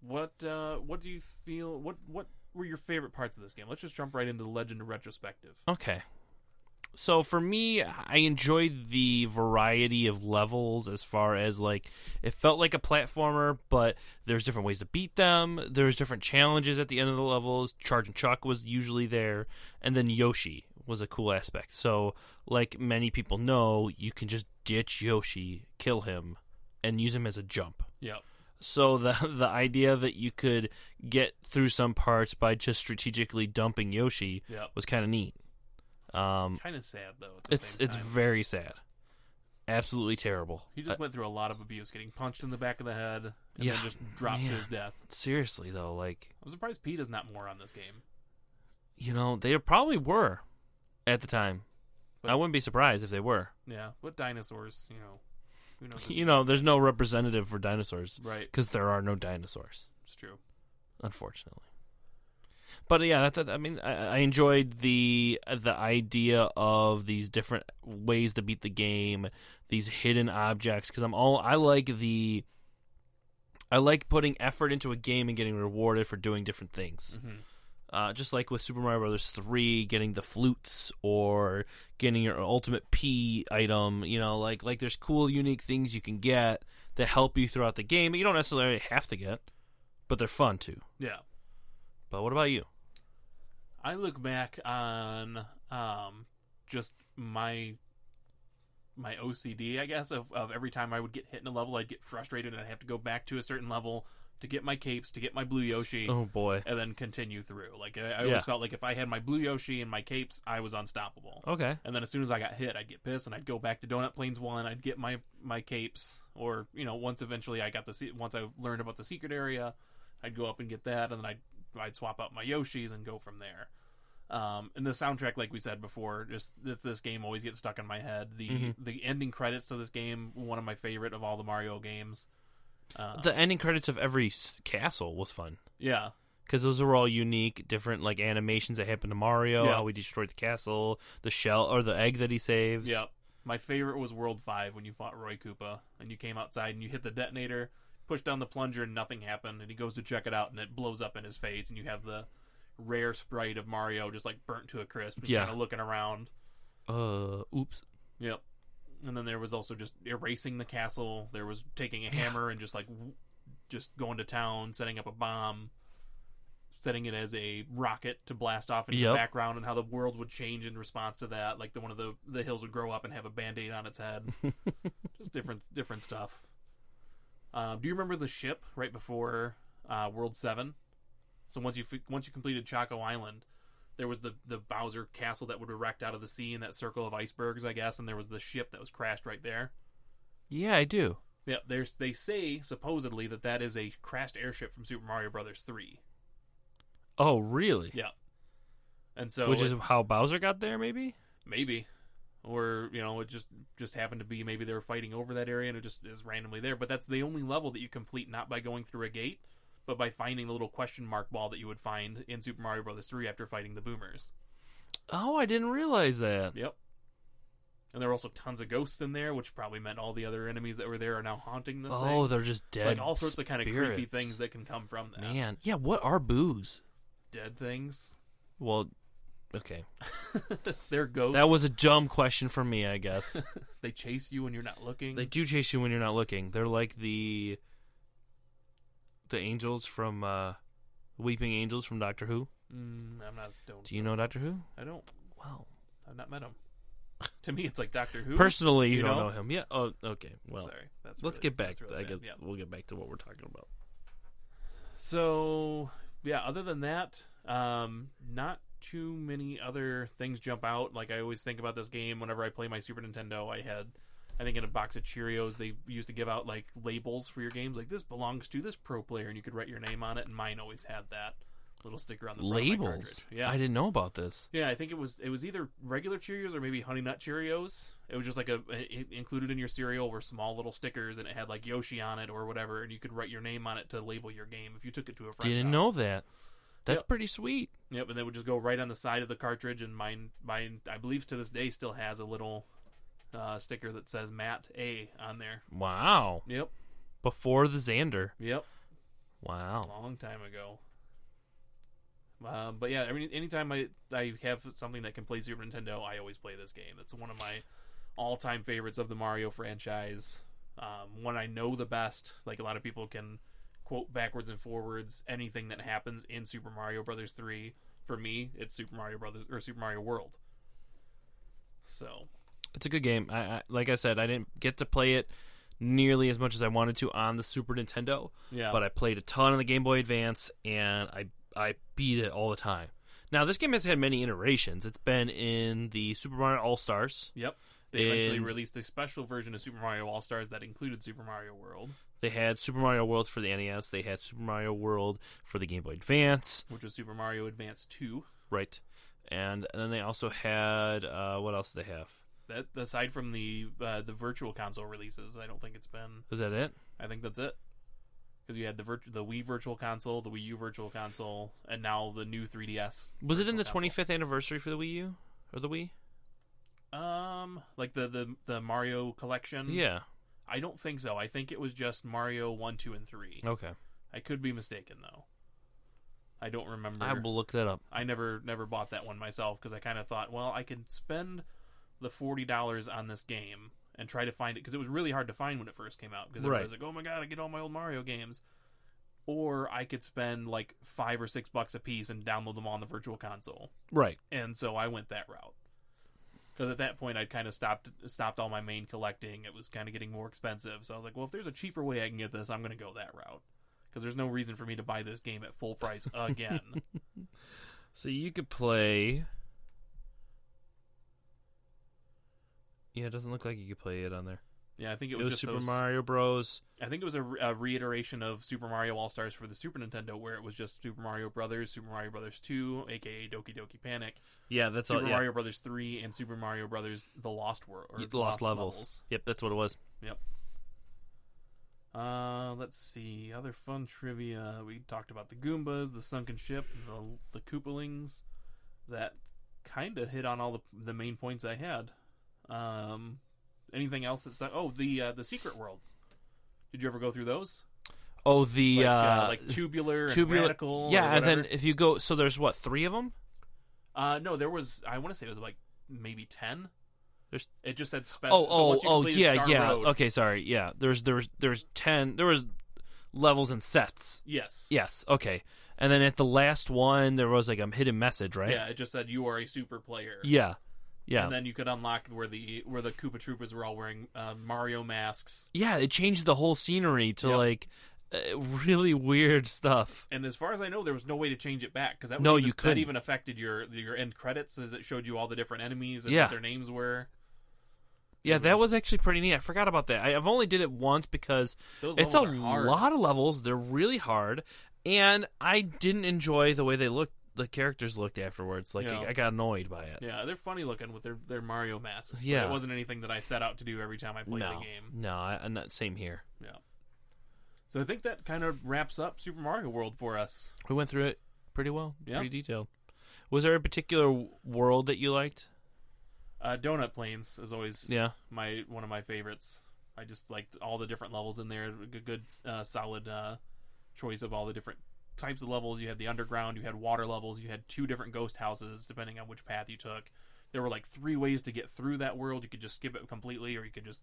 Speaker 2: what uh what do you feel what what were your favorite parts of this game? Let's just jump right into the legend retrospective.
Speaker 1: Okay. So for me, I enjoyed the variety of levels as far as like it felt like a platformer, but there's different ways to beat them. There's different challenges at the end of the levels. Charge and Chuck was usually there, and then Yoshi was a cool aspect. So like many people know, you can just ditch Yoshi, kill him, and use him as a jump.
Speaker 2: Yep.
Speaker 1: So the [laughs] the idea that you could get through some parts by just strategically dumping Yoshi
Speaker 2: Yeah.
Speaker 1: was kind of neat. Um,
Speaker 2: Kind of sad though. At the
Speaker 1: it's
Speaker 2: same
Speaker 1: it's
Speaker 2: time.
Speaker 1: very sad, absolutely terrible.
Speaker 2: He just went through a lot of abuse, getting punched in the back of the head, and
Speaker 1: uh, Yeah.
Speaker 2: then just dropped
Speaker 1: Man.
Speaker 2: to his death.
Speaker 1: Seriously though, like
Speaker 2: I'm surprised Pete is not more on this game.
Speaker 1: you know they probably were at the time.
Speaker 2: But
Speaker 1: I wouldn't be surprised if they were.
Speaker 2: Yeah, but dinosaurs, you know, who knows?
Speaker 1: [laughs] You know, there's no representative for dinosaurs
Speaker 2: right?
Speaker 1: because there are no dinosaurs.
Speaker 2: It's true.
Speaker 1: unfortunately. But yeah, that, that, I mean, I, I enjoyed the the idea of these different ways to beat the game, these hidden objects. Because I'm all I like the, I like putting effort into a game and getting rewarded for doing different things.
Speaker 2: Mhm.
Speaker 1: Uh, just like with Super Mario Brothers three, getting the flutes or getting your ultimate P item, you know, like like there's cool, unique things you can get that help you throughout the game. that You don't necessarily have to get, but they're fun too.
Speaker 2: Yeah,
Speaker 1: But what about you?
Speaker 2: I look back on um, just my my OCD, I guess, of, of every time I would get hit in a level, I'd get frustrated and I'd have to go back to a certain level to get my capes, to get my blue Yoshi,
Speaker 1: Oh boy.
Speaker 2: and then continue through. Like I, I always
Speaker 1: Yeah.
Speaker 2: felt like if I had my blue Yoshi and my capes, I was unstoppable.
Speaker 1: Okay.
Speaker 2: And then as soon as I got hit, I'd get pissed and I'd go back to Donut Plains One. I'd get my my capes, or you know, once eventually I got the se- once I learned about the secret area, I'd go up and get that, and then I'd I'd swap out my Yoshi's and go from there. Um, and the soundtrack, like we said before, just this, this game always gets stuck in my head. The
Speaker 1: Mhm.
Speaker 2: the ending credits to this game, one of my favorite of all the Mario games. Uh,
Speaker 1: The ending credits of every s- castle was fun
Speaker 2: yeah,
Speaker 1: because those were all unique, different like animations that happened to Mario,
Speaker 2: Yeah.
Speaker 1: how he destroyed the castle, the shell or the egg that he saves.
Speaker 2: Yep. My favorite was World 5 when you fought Roy Koopa and you came outside and you hit the detonator, pushed down the plunger, and nothing happened. And he goes to check it out and it blows up in his face. And you have the rare sprite of Mario just like burnt to a crisp and
Speaker 1: Yeah.
Speaker 2: kind of looking around.
Speaker 1: Uh, oops.
Speaker 2: Yep. And then there was also just erasing the castle. There was taking a hammer and just like w- just going to town, setting up a bomb, setting it as a rocket to blast off into
Speaker 1: Yep.
Speaker 2: the background, and how the world would change in response to that. Like the one of the the hills would grow up and have a band aid on its head. just different different stuff. Um, do you remember the ship right before uh, World Seven? So once you fi- once you completed Chaco Island, there was the the Bowser castle that would erect out of the sea in that circle of icebergs, I guess, and there was the ship that was crashed right there.
Speaker 1: Yeah, I do.
Speaker 2: Yep, there's they say supposedly that that is a crashed airship from Super Mario Brothers three,
Speaker 1: Oh, really?
Speaker 2: Yeah, and so
Speaker 1: Which
Speaker 2: it-
Speaker 1: is how Bowser got there, maybe.
Speaker 2: maybe, or you know, it just just happened to be maybe they were fighting over that area and it just is randomly there. But that's the only level that you complete not by going through a gate, but by finding the little question mark ball that you would find in Super Mario Brothers three after fighting the Boomers.
Speaker 1: Oh, I didn't realize that.
Speaker 2: Yep. And there were also tons of ghosts in there, which probably meant all the other enemies that were there are now haunting this
Speaker 1: Oh,
Speaker 2: thing.
Speaker 1: they're just dead.
Speaker 2: like all sorts of kind of creepy
Speaker 1: spirits.
Speaker 2: things that can come from that.
Speaker 1: Man, yeah. What are boos?
Speaker 2: Dead things. [laughs]
Speaker 1: Well, okay.
Speaker 2: They're ghosts.
Speaker 1: That
Speaker 2: [laughs]
Speaker 1: was a dumb question for me, I guess.
Speaker 2: they chase you when you're not looking.
Speaker 1: They do chase you when you're not looking. They're like the the angels from uh Weeping Angels from Doctor Who.
Speaker 2: Mm, I'm not. Don't.
Speaker 1: Do you know Doctor Who?
Speaker 2: I don't.
Speaker 1: Well,
Speaker 2: I've not met them. to me, it's like Doctor Who.
Speaker 1: personally, you,
Speaker 2: You
Speaker 1: don't
Speaker 2: know?
Speaker 1: know? him. Yeah. Oh, okay. Well,
Speaker 2: Sorry. That's
Speaker 1: let's
Speaker 2: really-
Speaker 1: get back.
Speaker 2: that's
Speaker 1: to
Speaker 2: really
Speaker 1: I
Speaker 2: bad.
Speaker 1: guess
Speaker 2: Yeah.
Speaker 1: we'll get back to what we're talking about.
Speaker 2: So yeah, other than that, um, not too many other things jump out. Like I always think about this game whenever I play my Super Nintendo. I had, I think, in a box of Cheerios they used to give out like labels for your games. Like this belongs to this pro player, and you could write your name on it. And mine always had that little sticker on the front of my
Speaker 1: Labels.
Speaker 2: cartridge. yeah,
Speaker 1: I didn't know about this.
Speaker 2: yeah, I think it was it was either regular Cheerios or maybe Honey Nut Cheerios. It was just like a, it included in your cereal were small little stickers and it had like Yoshi on it or whatever, and you could write your name on it to label your game if you took it to a friend.
Speaker 1: didn't know that. That's
Speaker 2: Yep.
Speaker 1: pretty sweet.
Speaker 2: Yep, and they would just go right on the side of the cartridge, and mine mine I believe to this day still has a little uh, sticker that says Matt A on there.
Speaker 1: Wow.
Speaker 2: Yep,
Speaker 1: Before the Xander.
Speaker 2: yep. a
Speaker 1: Wow.
Speaker 2: long time ago. Um, but yeah, I mean, anytime I I have something that can play Super Nintendo, I always play this game. It's one of my all time favorites of the Mario franchise. Um, one I know the best. Like a lot of people can quote backwards and forwards anything that happens in Super Mario Brothers three. For me, it's Super Mario Brothers or Super Mario World. So
Speaker 1: It's a good game. I, I like I said, I didn't get to play it nearly as much as I wanted to on the Super Nintendo,
Speaker 2: Yeah.
Speaker 1: but uh, I played a ton on the Game Boy Advance and I I beat it all the time. Now this game has had many iterations. It's been in the Super Mario All Stars.
Speaker 2: yep. They eventually
Speaker 1: And-
Speaker 2: released a special version of Super Mario All Stars that included Super Mario World,
Speaker 1: They had Super Mario World for the NES. They had Super Mario World for the Game Boy Advance,
Speaker 2: which was Super Mario Advance 2.
Speaker 1: right? And, and then they also had uh, what else did they have?
Speaker 2: That aside from the uh, the virtual console releases, I don't think it's been.
Speaker 1: Is that it?
Speaker 2: I think that's it. Because you had the virt- the Wii Virtual Console, the Wii U Virtual Console, and now the new 3DS.
Speaker 1: Was it in the
Speaker 2: Virtual console.
Speaker 1: 25th anniversary for the Wii U or the Wii?
Speaker 2: Um, like the the the Mario collection.
Speaker 1: Yeah.
Speaker 2: I don't think so. I think it was just Mario one, two, and three.
Speaker 1: Okay.
Speaker 2: I could be mistaken though. I don't remember.
Speaker 1: I will look that up.
Speaker 2: I never never bought that one myself because I kind of thought, well, I could spend the forty dollars on this game and try to find it because it was really hard to find when it first came out because
Speaker 1: Right.
Speaker 2: I was like, oh my god, I get all my old Mario games. Or I could spend like five or six bucks a piece and download them all on the virtual console,
Speaker 1: Right.
Speaker 2: and so I went that route. Because at that point, I'd kind of stopped stopped all my main collecting. It was kind of getting more expensive, so I was like, well, if there's a cheaper way I can get this, I'm going to go that route. Because there's no reason for me to buy this game at
Speaker 1: [laughs]
Speaker 2: full price again.
Speaker 1: So you could play. Yeah, it doesn't look like you could play it on there.
Speaker 2: yeah, I think it
Speaker 1: It
Speaker 2: was,
Speaker 1: was,
Speaker 2: just
Speaker 1: Super
Speaker 2: those-
Speaker 1: Mario Bros.
Speaker 2: I think it was a, re- a reiteration of Super Mario All Stars for the Super Nintendo, where it was just Super Mario Brothers, Super Mario Brothers Two, aka Doki Doki Panic,
Speaker 1: Yeah, that's
Speaker 2: Super
Speaker 1: all. Yeah.
Speaker 2: Mario Brothers Three, and Super Mario Brothers: The Lost World or
Speaker 1: Yeah, the Lost, levels. Yep, that's what it was.
Speaker 2: Uh, let's see other fun trivia. We talked about the Goombas, the sunken ship, the the Koopalings. That kind of hit on all the the main points I had. Um, anything else that's oh the uh, the secret worlds. Did you ever go through those?
Speaker 1: Oh, the
Speaker 2: like, uh,
Speaker 1: uh,
Speaker 2: like tubular,
Speaker 1: tubular-
Speaker 2: and radical.
Speaker 1: yeah,
Speaker 2: or
Speaker 1: and then
Speaker 2: whatever.
Speaker 1: if you go, so there's what three of them?
Speaker 2: uh, no, there was. I want to say it was like maybe ten.
Speaker 1: There's-
Speaker 2: it just said special.
Speaker 1: Oh,
Speaker 2: so
Speaker 1: oh,
Speaker 2: once you
Speaker 1: oh,
Speaker 2: completed
Speaker 1: yeah,
Speaker 2: Star
Speaker 1: yeah.
Speaker 2: Road-
Speaker 1: Okay, sorry. Yeah, there's there's there's ten. There was levels and sets.
Speaker 2: Yes.
Speaker 1: Yes. Okay. And then at the last one, there was like a hidden message, right?
Speaker 2: Yeah. It just said you are a super player.
Speaker 1: Yeah. Yeah.
Speaker 2: And then you could unlock where the where the Koopa Troopas were all wearing uh, Mario masks.
Speaker 1: yeah. It changed the whole scenery to
Speaker 2: Yep.
Speaker 1: like uh, really weird stuff.
Speaker 2: And as far as I know, there was no way to change it back because that was
Speaker 1: No,
Speaker 2: even,
Speaker 1: you
Speaker 2: that
Speaker 1: couldn't.
Speaker 2: even affected your your end credits as it showed you all the different enemies and
Speaker 1: Yeah.
Speaker 2: what their names were.
Speaker 1: Yeah, that was actually pretty neat. I forgot about that. I, I've only did it once because
Speaker 2: Those
Speaker 1: it's a
Speaker 2: levels are hard.
Speaker 1: lot of levels. They're really hard, and I didn't enjoy the way they looked. The characters looked afterwards. Like
Speaker 2: Yeah.
Speaker 1: I, I got annoyed by it.
Speaker 2: Yeah, they're funny looking with their, their Mario masks. but
Speaker 1: Yeah.
Speaker 2: it wasn't anything that I set out to do every time I played
Speaker 1: no,
Speaker 2: the game.
Speaker 1: no, I, I'm not. Same here.
Speaker 2: So I think that kind of wraps up Super Mario World for us.
Speaker 1: We went through it pretty well.
Speaker 2: Yeah.
Speaker 1: Pretty detailed. Was there a particular w- world that you liked?
Speaker 2: Uh, Donut Plains is always
Speaker 1: Yeah.
Speaker 2: my one of my favorites. I just liked all the different levels in there. A good, good, uh, solid uh, choice of all the different types of levels. You had the underground, you had water levels, you had two different ghost houses depending on which path you took. There were like three ways to get through that world. You could just skip it completely, or you could just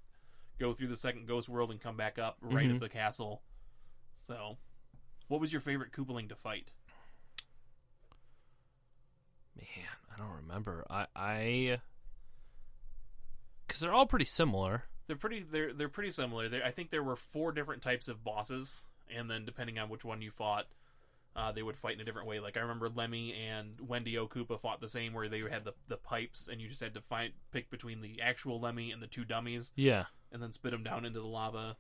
Speaker 2: go through the second ghost world and come back up right
Speaker 1: Mhm.
Speaker 2: at the castle. So, what was your favorite Koopaling to fight?
Speaker 1: Man, I don't remember. I I because they're all pretty similar.
Speaker 2: They're pretty. They're they're pretty similar. There, I think there were four different types of bosses, and then depending on which one you fought, uh, they would fight in a different way. Like I remember Lemmy and Wendy Okupa fought the same, where they had the the pipes, and you just had to find pick between the actual Lemmy and the two dummies,
Speaker 1: Yeah.
Speaker 2: and then spit them down into the lava.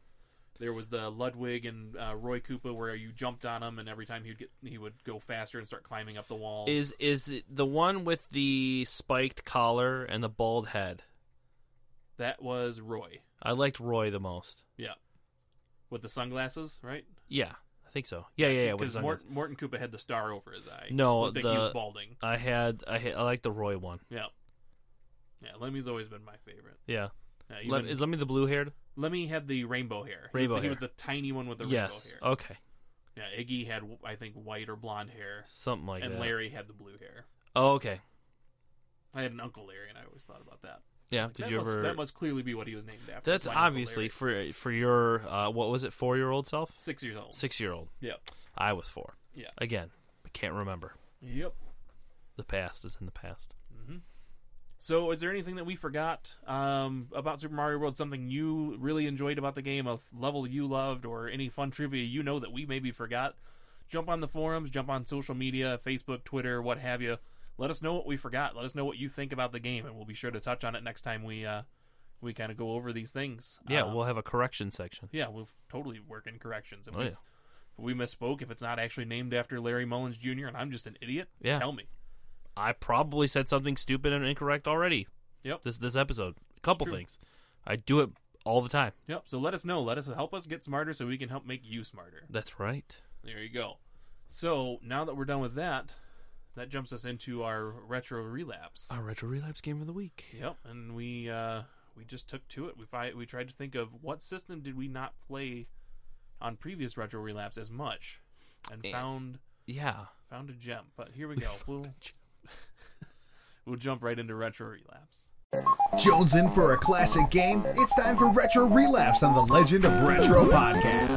Speaker 2: There was the Ludwig and uh, Roy Koopa, where you jumped on him, and every time he'd get he would go faster and start climbing up the walls.
Speaker 1: Is is it the one with the spiked collar and the bald head?
Speaker 2: that was Roy
Speaker 1: I liked Roy the most.
Speaker 2: with the sunglasses, right?
Speaker 1: Yeah, I think so. Yeah, yeah, yeah. With
Speaker 2: Because
Speaker 1: his
Speaker 2: Mort- Morton Koopa had the star over his eye.
Speaker 1: No,
Speaker 2: Looked like he was
Speaker 1: the-
Speaker 2: balding.
Speaker 1: onions. I had I had, I liked the Roy one.
Speaker 2: Yeah. Yeah, Lemmy's always been my favorite.
Speaker 1: Yeah,
Speaker 2: Yeah,
Speaker 1: Lem-
Speaker 2: even,
Speaker 1: is Lemmy the blue haired?
Speaker 2: Lemmy had the rainbow hair. He was
Speaker 1: Rainbow
Speaker 2: the- he
Speaker 1: hair.
Speaker 2: was the tiny one with the
Speaker 1: Yes. Oh.
Speaker 2: rainbow hair.
Speaker 1: Okay,
Speaker 2: Yeah, Iggy had, I think, white or blonde hair,
Speaker 1: something like
Speaker 2: and
Speaker 1: that.
Speaker 2: Larry had the blue hair.
Speaker 1: Oh, okay.
Speaker 2: I had an uncle Larry, and I always thought about that.
Speaker 1: Yeah. Did
Speaker 2: that
Speaker 1: you
Speaker 2: must,
Speaker 1: ever?
Speaker 2: That must clearly be what he was named after.
Speaker 1: That's
Speaker 2: my Uncle
Speaker 1: obviously
Speaker 2: Larry.
Speaker 1: for for your uh, what was it four year old self
Speaker 2: six years old.
Speaker 1: six year old.
Speaker 2: Yeah.
Speaker 1: I was four.
Speaker 2: Yeah.
Speaker 1: Again, I can't remember.
Speaker 2: Yep.
Speaker 1: The past is in the past.
Speaker 2: hmm So, is there anything that we forgot um, about Super Mario World? Something you really enjoyed about the game, a level you loved, or any fun trivia you know that we maybe forgot? Jump on the forums, jump on social media, Facebook, Twitter, what have you. Let us know what we forgot. Let us know what you think about the game, and we'll be sure to touch on it next time we uh, we kind of go over these things.
Speaker 1: Yeah,
Speaker 2: Um,
Speaker 1: we'll have a correction section.
Speaker 2: yeah, we'll totally work in corrections. If
Speaker 1: Oh,
Speaker 2: we,
Speaker 1: yeah.
Speaker 2: s- if we misspoke, if it's not actually named after Larry Mullins Jr. and I'm just an idiot,
Speaker 1: Yeah.
Speaker 2: tell me.
Speaker 1: I probably said something stupid and incorrect already.
Speaker 2: Yep.
Speaker 1: This this episode, a couple
Speaker 2: true.
Speaker 1: things. I do it all the time.
Speaker 2: Yep. So let us know. Let us help us get smarter, so we can help make you smarter.
Speaker 1: That's right.
Speaker 2: There you go. So now that we're done with that, that jumps us into our retro relapse.
Speaker 1: Our retro relapse game of the week.
Speaker 2: Yep, and we uh, we just took to it. We fi- we tried to think of what system did we not play on previous retro relapse as much, and
Speaker 1: Yeah.
Speaker 2: found
Speaker 1: Yeah.
Speaker 2: found a gem. But here we go. We'll [laughs] we'll jump right into retro relapse.
Speaker 3: Jones in for a classic game? It's time for Retro Relapse on the Legend of Retro podcast.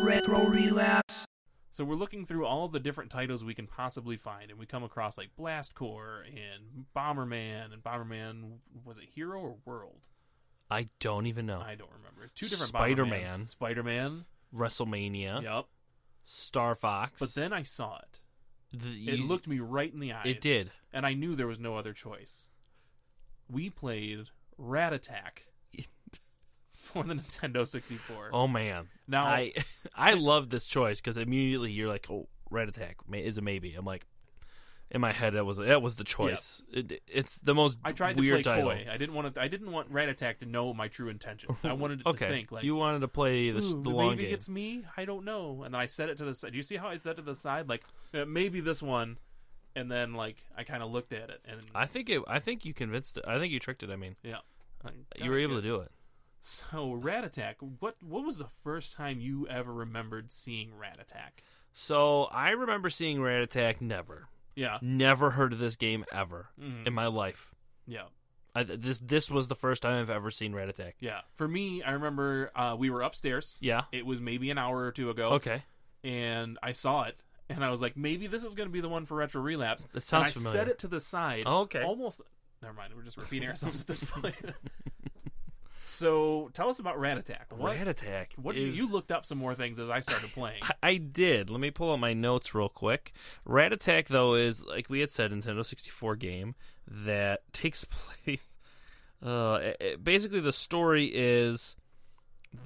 Speaker 4: Retro Relapse.
Speaker 2: So we're looking through all the different titles we can possibly find, and we come across like Blast Corps and Bomberman and Bomberman. Was it Hero or World?
Speaker 1: I don't even know.
Speaker 2: I don't remember. Two different
Speaker 1: Oh. Spider-Man.
Speaker 2: Spider Man.
Speaker 1: WrestleMania.
Speaker 2: Yep.
Speaker 1: Star Fox.
Speaker 2: But then I saw it.
Speaker 1: the,
Speaker 2: It
Speaker 1: you-
Speaker 2: looked me right in the eyes.
Speaker 1: It did.
Speaker 2: And I knew there was no other choice. We played
Speaker 1: [laughs]
Speaker 2: Rat Attack for the Nintendo 64.
Speaker 1: Oh man.
Speaker 2: Now-
Speaker 1: I [laughs] I love this choice because immediately you're like, oh, Red Attack ma- is a maybe. I'm like, in my head that was that was the choice. It, it's the most
Speaker 2: I tried to play
Speaker 1: weird title.
Speaker 2: coy. I didn't want to. I didn't want Rat Attack to know my true
Speaker 1: [laughs]
Speaker 2: intentions. I wanted it
Speaker 1: okay,
Speaker 2: to think like
Speaker 1: you wanted to play the,
Speaker 2: Ooh,
Speaker 1: the long
Speaker 2: maybe
Speaker 1: game.
Speaker 2: it's me. I don't know. And then I set it to the side. Do you see how I set it to the side? Like uh, maybe this one, and then like I kind of looked at it and
Speaker 1: I think it. I think you convinced it. I think you tricked it. I mean,
Speaker 2: yeah,
Speaker 1: you were able to do it.
Speaker 2: So Rat Attack. What what was the first time you ever remembered seeing Rat Attack?
Speaker 1: So I remember seeing Red Attack. Never,
Speaker 2: Yeah,
Speaker 1: never heard of this game ever
Speaker 2: Mhm.
Speaker 1: in my life.
Speaker 2: yeah,
Speaker 1: I, this this was the first time I've ever seen Red Attack.
Speaker 2: yeah. For me, I remember uh, we were upstairs.
Speaker 1: Yeah.
Speaker 2: it was maybe an hour or two ago.
Speaker 1: Okay.
Speaker 2: and I saw it. And I was like, maybe this is going to be the one for retro relapse.
Speaker 1: That sounds
Speaker 2: and I
Speaker 1: familiar.
Speaker 2: set it to the side.
Speaker 1: Oh, okay.
Speaker 2: Almost. Never mind. We're
Speaker 1: [laughs]
Speaker 2: just repeating ourselves at this point. so tell us about Rat Attack. What?
Speaker 1: Rat Attack.
Speaker 2: what
Speaker 1: is,
Speaker 2: you, you looked up some more things as I started playing.
Speaker 1: [laughs] I- I did. Let me pull up my notes real quick. Rat Attack, though, is like we had said, Nintendo 64 game that [laughs] takes place. Uh, it- it- basically, the story is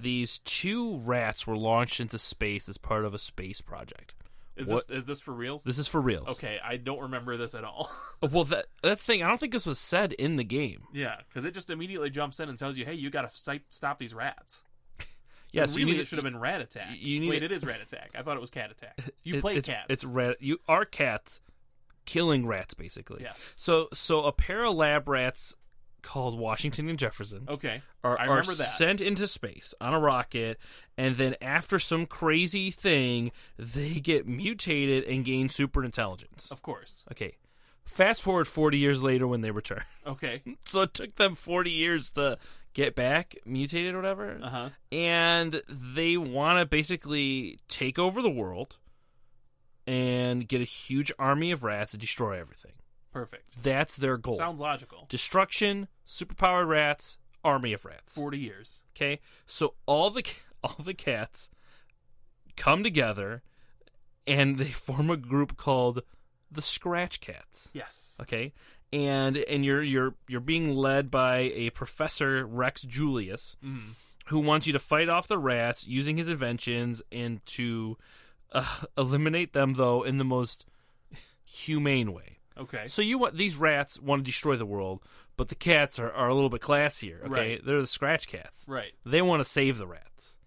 Speaker 1: these two rats were launched into space as part of a space project.
Speaker 2: Is
Speaker 1: what-
Speaker 2: this is this for real?
Speaker 1: This is for reals.
Speaker 2: Okay, I don't remember this at all. [laughs]
Speaker 1: Well, that that's the thing. I don't think this was said in the game.
Speaker 2: yeah, because it just immediately jumps in and tells you, "Hey, you got to stop these rats."
Speaker 1: Yes,
Speaker 2: really,
Speaker 1: you need
Speaker 2: it should have been Rat Attack.
Speaker 1: you need-
Speaker 2: Wait, it is Rat Attack. I thought it was
Speaker 1: [laughs]
Speaker 2: Cat Attack. You
Speaker 1: it-
Speaker 2: play
Speaker 1: it's,
Speaker 2: cats.
Speaker 1: It's rat. You are cats, killing rats basically.
Speaker 2: Yes.
Speaker 1: So so a pair of lab rats called Washington and Jefferson.
Speaker 2: okay.
Speaker 1: are,
Speaker 2: Oh, I
Speaker 1: are
Speaker 2: remember that.
Speaker 1: sent into space on a rocket, and then after some crazy thing, they get mutated and gain super intelligence.
Speaker 2: Of course.
Speaker 1: Okay, fast forward 40 years later when they return. [laughs]
Speaker 2: Okay.
Speaker 1: So it took them 40 years to get back mutated or whatever,
Speaker 2: Uh huh.
Speaker 1: and they want to basically take over the world and get a huge army of rats to destroy everything.
Speaker 2: Perfect.
Speaker 1: That's their goal.
Speaker 2: Sounds logical.
Speaker 1: Destruction, superpowered rats, army of rats.
Speaker 2: Forty years.
Speaker 1: Okay, so all the ca- [laughs] all the cats come together, and they form a group called the Scratch Cats.
Speaker 2: Yes.
Speaker 1: Okay, and and you're you're you're being led by a professor Rex Julius,
Speaker 2: Mm.
Speaker 1: who wants you to fight off the rats using his inventions and to uh, [laughs] eliminate them though in the most humane way.
Speaker 2: Okay.
Speaker 1: So you want these rats want to destroy the world, but the cats are, are a little bit classier. Okay,
Speaker 2: Right.
Speaker 1: they're the Scratch Cats.
Speaker 2: Right.
Speaker 1: They want to save the rats.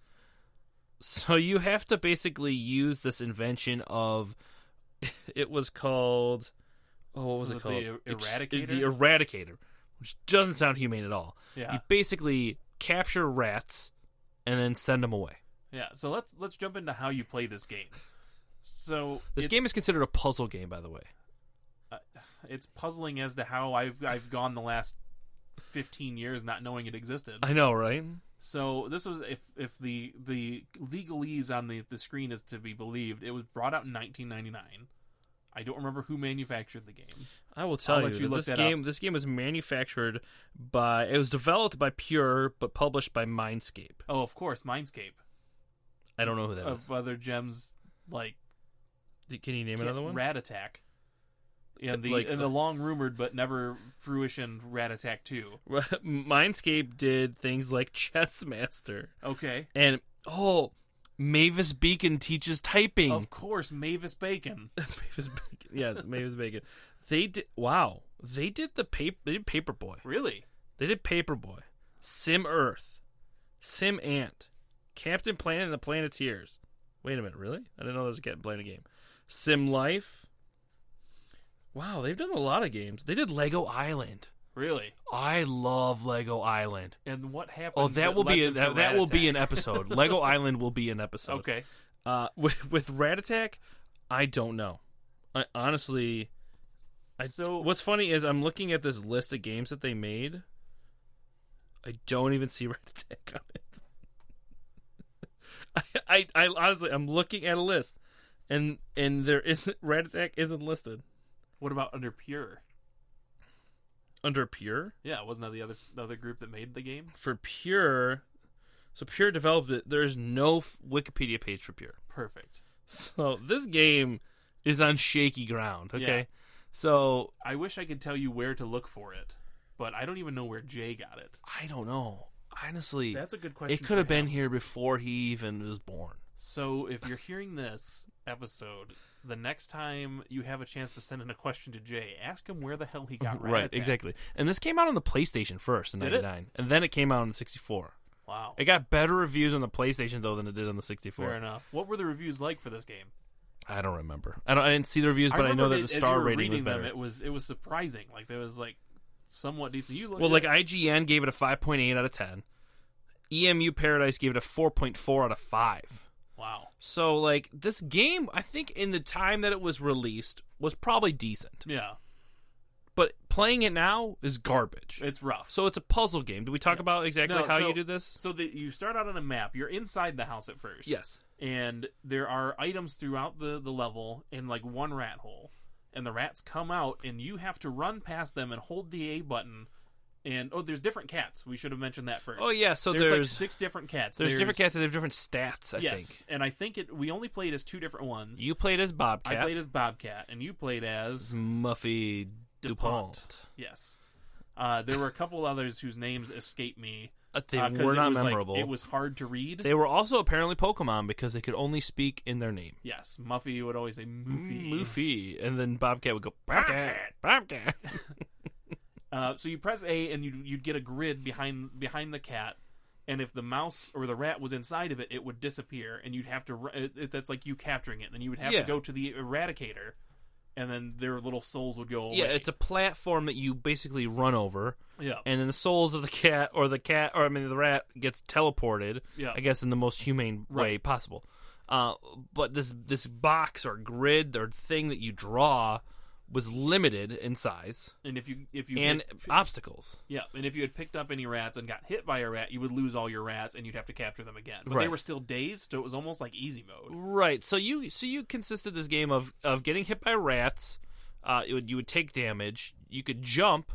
Speaker 1: So you have to basically use this invention of [laughs] it was called oh what was,
Speaker 2: Was
Speaker 1: it
Speaker 2: it
Speaker 1: called?
Speaker 2: the
Speaker 1: Ex-
Speaker 2: Eradicator?
Speaker 1: the eradicator, which doesn't sound humane at all.
Speaker 2: Yeah.
Speaker 1: You basically capture rats and then send them away.
Speaker 2: Yeah. So let's let's jump into how you play this game. So
Speaker 1: This
Speaker 2: it's-
Speaker 1: game is considered a puzzle game by the way.
Speaker 2: uh, it's puzzling as to how I've I've gone the last fifteen years not knowing it existed.
Speaker 1: I know, right?
Speaker 2: So this was if if the the legalese on the the screen is to be believed, it was brought out in 1999. I don't remember who manufactured the game.
Speaker 1: I will tell
Speaker 2: I'll let
Speaker 1: you,
Speaker 2: you
Speaker 1: that
Speaker 2: look
Speaker 1: this
Speaker 2: that up.
Speaker 1: game this game was manufactured by it was developed by Pure but published by Mindscape.
Speaker 2: Oh, of course, Mindscape.
Speaker 1: I don't know who that is.
Speaker 2: Of other gems like
Speaker 1: D- Can you name
Speaker 2: Cat-
Speaker 1: another one?
Speaker 2: Rat Attack. Yeah,
Speaker 1: Th-
Speaker 2: the
Speaker 1: like- uh,
Speaker 2: and the long rumored but never fruition Rat Attack Two.
Speaker 1: [laughs] Mindscape did things like [laughs] Chess Master
Speaker 2: Okay,
Speaker 1: and oh, Mavis Beacon teaches typing.
Speaker 2: of course Mavis Bacon.
Speaker 1: [laughs] Mavis Beacon. Yeah, Mavis Beacon. They did wow. They did the paper they did Paperboy.
Speaker 2: Really?
Speaker 1: They did Paperboy, Sim Earth, Sim Ant, Captain Planet and the Planeteers. Wait a minute, really? I didn't know there was a Captain Planet game. Sim Life. Wow, they've done a lot of games. They did Lego Island.
Speaker 2: Really?
Speaker 1: I love Lego Island.
Speaker 2: And what happened?
Speaker 1: Oh, that will
Speaker 2: led
Speaker 1: be a,
Speaker 2: them to
Speaker 1: that, that
Speaker 2: Rat
Speaker 1: will be an
Speaker 2: Attack?
Speaker 1: episode.
Speaker 2: [laughs]
Speaker 1: Lego Island will be an episode.
Speaker 2: Okay.
Speaker 1: Uh, with, with Rat Attack, I don't know. I honestly, I,
Speaker 2: So-
Speaker 1: what's funny is I'm looking at this list of games that they made. I don't even see [laughs] Rat Attack on it. I, I, I honestly, I'm looking at a list, and and there isn't [laughs] Rat Attack isn't listed
Speaker 2: What about Under Pure?
Speaker 1: under Pure
Speaker 2: Yeah, wasn't that the other the other group that made the game?
Speaker 1: for Pure. So Pure developed it. There is no f- Wikipedia page for Pure.
Speaker 2: Perfect.
Speaker 1: So this game is on shaky ground. Okay.
Speaker 2: Yeah.
Speaker 1: So
Speaker 2: I wish I could tell you where to look for it, but I don't even know where Jay got it.
Speaker 1: I don't know. Honestly,
Speaker 2: That's a good question.
Speaker 1: it could have
Speaker 2: for
Speaker 1: been
Speaker 2: him.
Speaker 1: here before he even was born.
Speaker 2: So if you're hearing this episode, the next time you have a chance to send in a question to Jay, ask him where the hell he got Rat
Speaker 1: right,
Speaker 2: Attack.
Speaker 1: exactly. And this came out on the PlayStation first in
Speaker 2: Did it?
Speaker 1: '99, and then it came out on the 64.
Speaker 2: Wow.
Speaker 1: It got better reviews on the PlayStation though than it did on the 64.
Speaker 2: Fair enough. What were the reviews like for this game?
Speaker 1: I don't remember. I don't. I didn't see the reviews, but I, know
Speaker 2: remember
Speaker 1: that the
Speaker 2: as
Speaker 1: star
Speaker 2: you were
Speaker 1: rating was
Speaker 2: reading
Speaker 1: better.
Speaker 2: Them, it was it was surprising. Like there was like somewhat decent. You looked
Speaker 1: well, like
Speaker 2: at it.
Speaker 1: IGN gave it a 5.8 out of 10. EMU Paradise gave it a 4.4 out of 5.
Speaker 2: wow.
Speaker 1: So like this game, I think in the time that it was released was probably decent,
Speaker 2: Yeah,
Speaker 1: but playing it now is garbage.
Speaker 2: it's rough.
Speaker 1: So it's a puzzle game. Do we talk about exactly
Speaker 2: No,
Speaker 1: how
Speaker 2: so-
Speaker 1: you do this?
Speaker 2: So that you start out on a map. You're inside the house at first.
Speaker 1: Yes.
Speaker 2: and there are items throughout the the level in like one rat hole and the rats come out and you have to run past them and hold the a button and oh there's different cats we should have mentioned that first
Speaker 1: Oh yeah. So
Speaker 2: there's,
Speaker 1: there's
Speaker 2: like
Speaker 1: there's,
Speaker 2: six different cats
Speaker 1: different cats that have different stats. I
Speaker 2: yes and i think it we only played as two different ones
Speaker 1: think you played as Bobcat.
Speaker 2: i played as bobcat and you played as
Speaker 1: Muffy Dupont.
Speaker 2: DuPont. yes uh, there were a couple others whose names escape me
Speaker 1: Uh, They
Speaker 2: uh, 'cause
Speaker 1: were
Speaker 2: it
Speaker 1: not
Speaker 2: was, like,
Speaker 1: memorable.
Speaker 2: it was hard to read
Speaker 1: They were also apparently Pokemon because they could only speak in their name.
Speaker 2: yes muffy would always say moofy
Speaker 1: Mm, Muffy, and then Bobcat would go Bobcat, Bobcat.
Speaker 2: Uh, so you press A, and you you'd get a grid behind behind the cat, and if the mouse or the rat was inside of it, it would disappear, and you'd have to. ru- It, it, that's like you capturing it. Then you would have
Speaker 1: Yeah.
Speaker 2: to go to the eradicator, and then their little souls would go away.
Speaker 1: yeah, it's a platform that you basically run over.
Speaker 2: yeah,
Speaker 1: and then the souls of the cat or the cat or I mean the rat gets teleported.
Speaker 2: Yeah.
Speaker 1: I guess in the most humane way
Speaker 2: Right.
Speaker 1: possible. Uh, but this this box or grid or thing that you draw was limited in size
Speaker 2: and if you if you
Speaker 1: and obstacles.
Speaker 2: yeah, and if you had picked up any rats and got hit by a rat, you would lose all your rats, and you'd have to capture them again. But they
Speaker 1: Right.
Speaker 2: were still dazed, so it was almost like easy mode.
Speaker 1: Right. So you so you consisted this game of of getting hit by rats. Uh, it would, you would take damage. You could jump,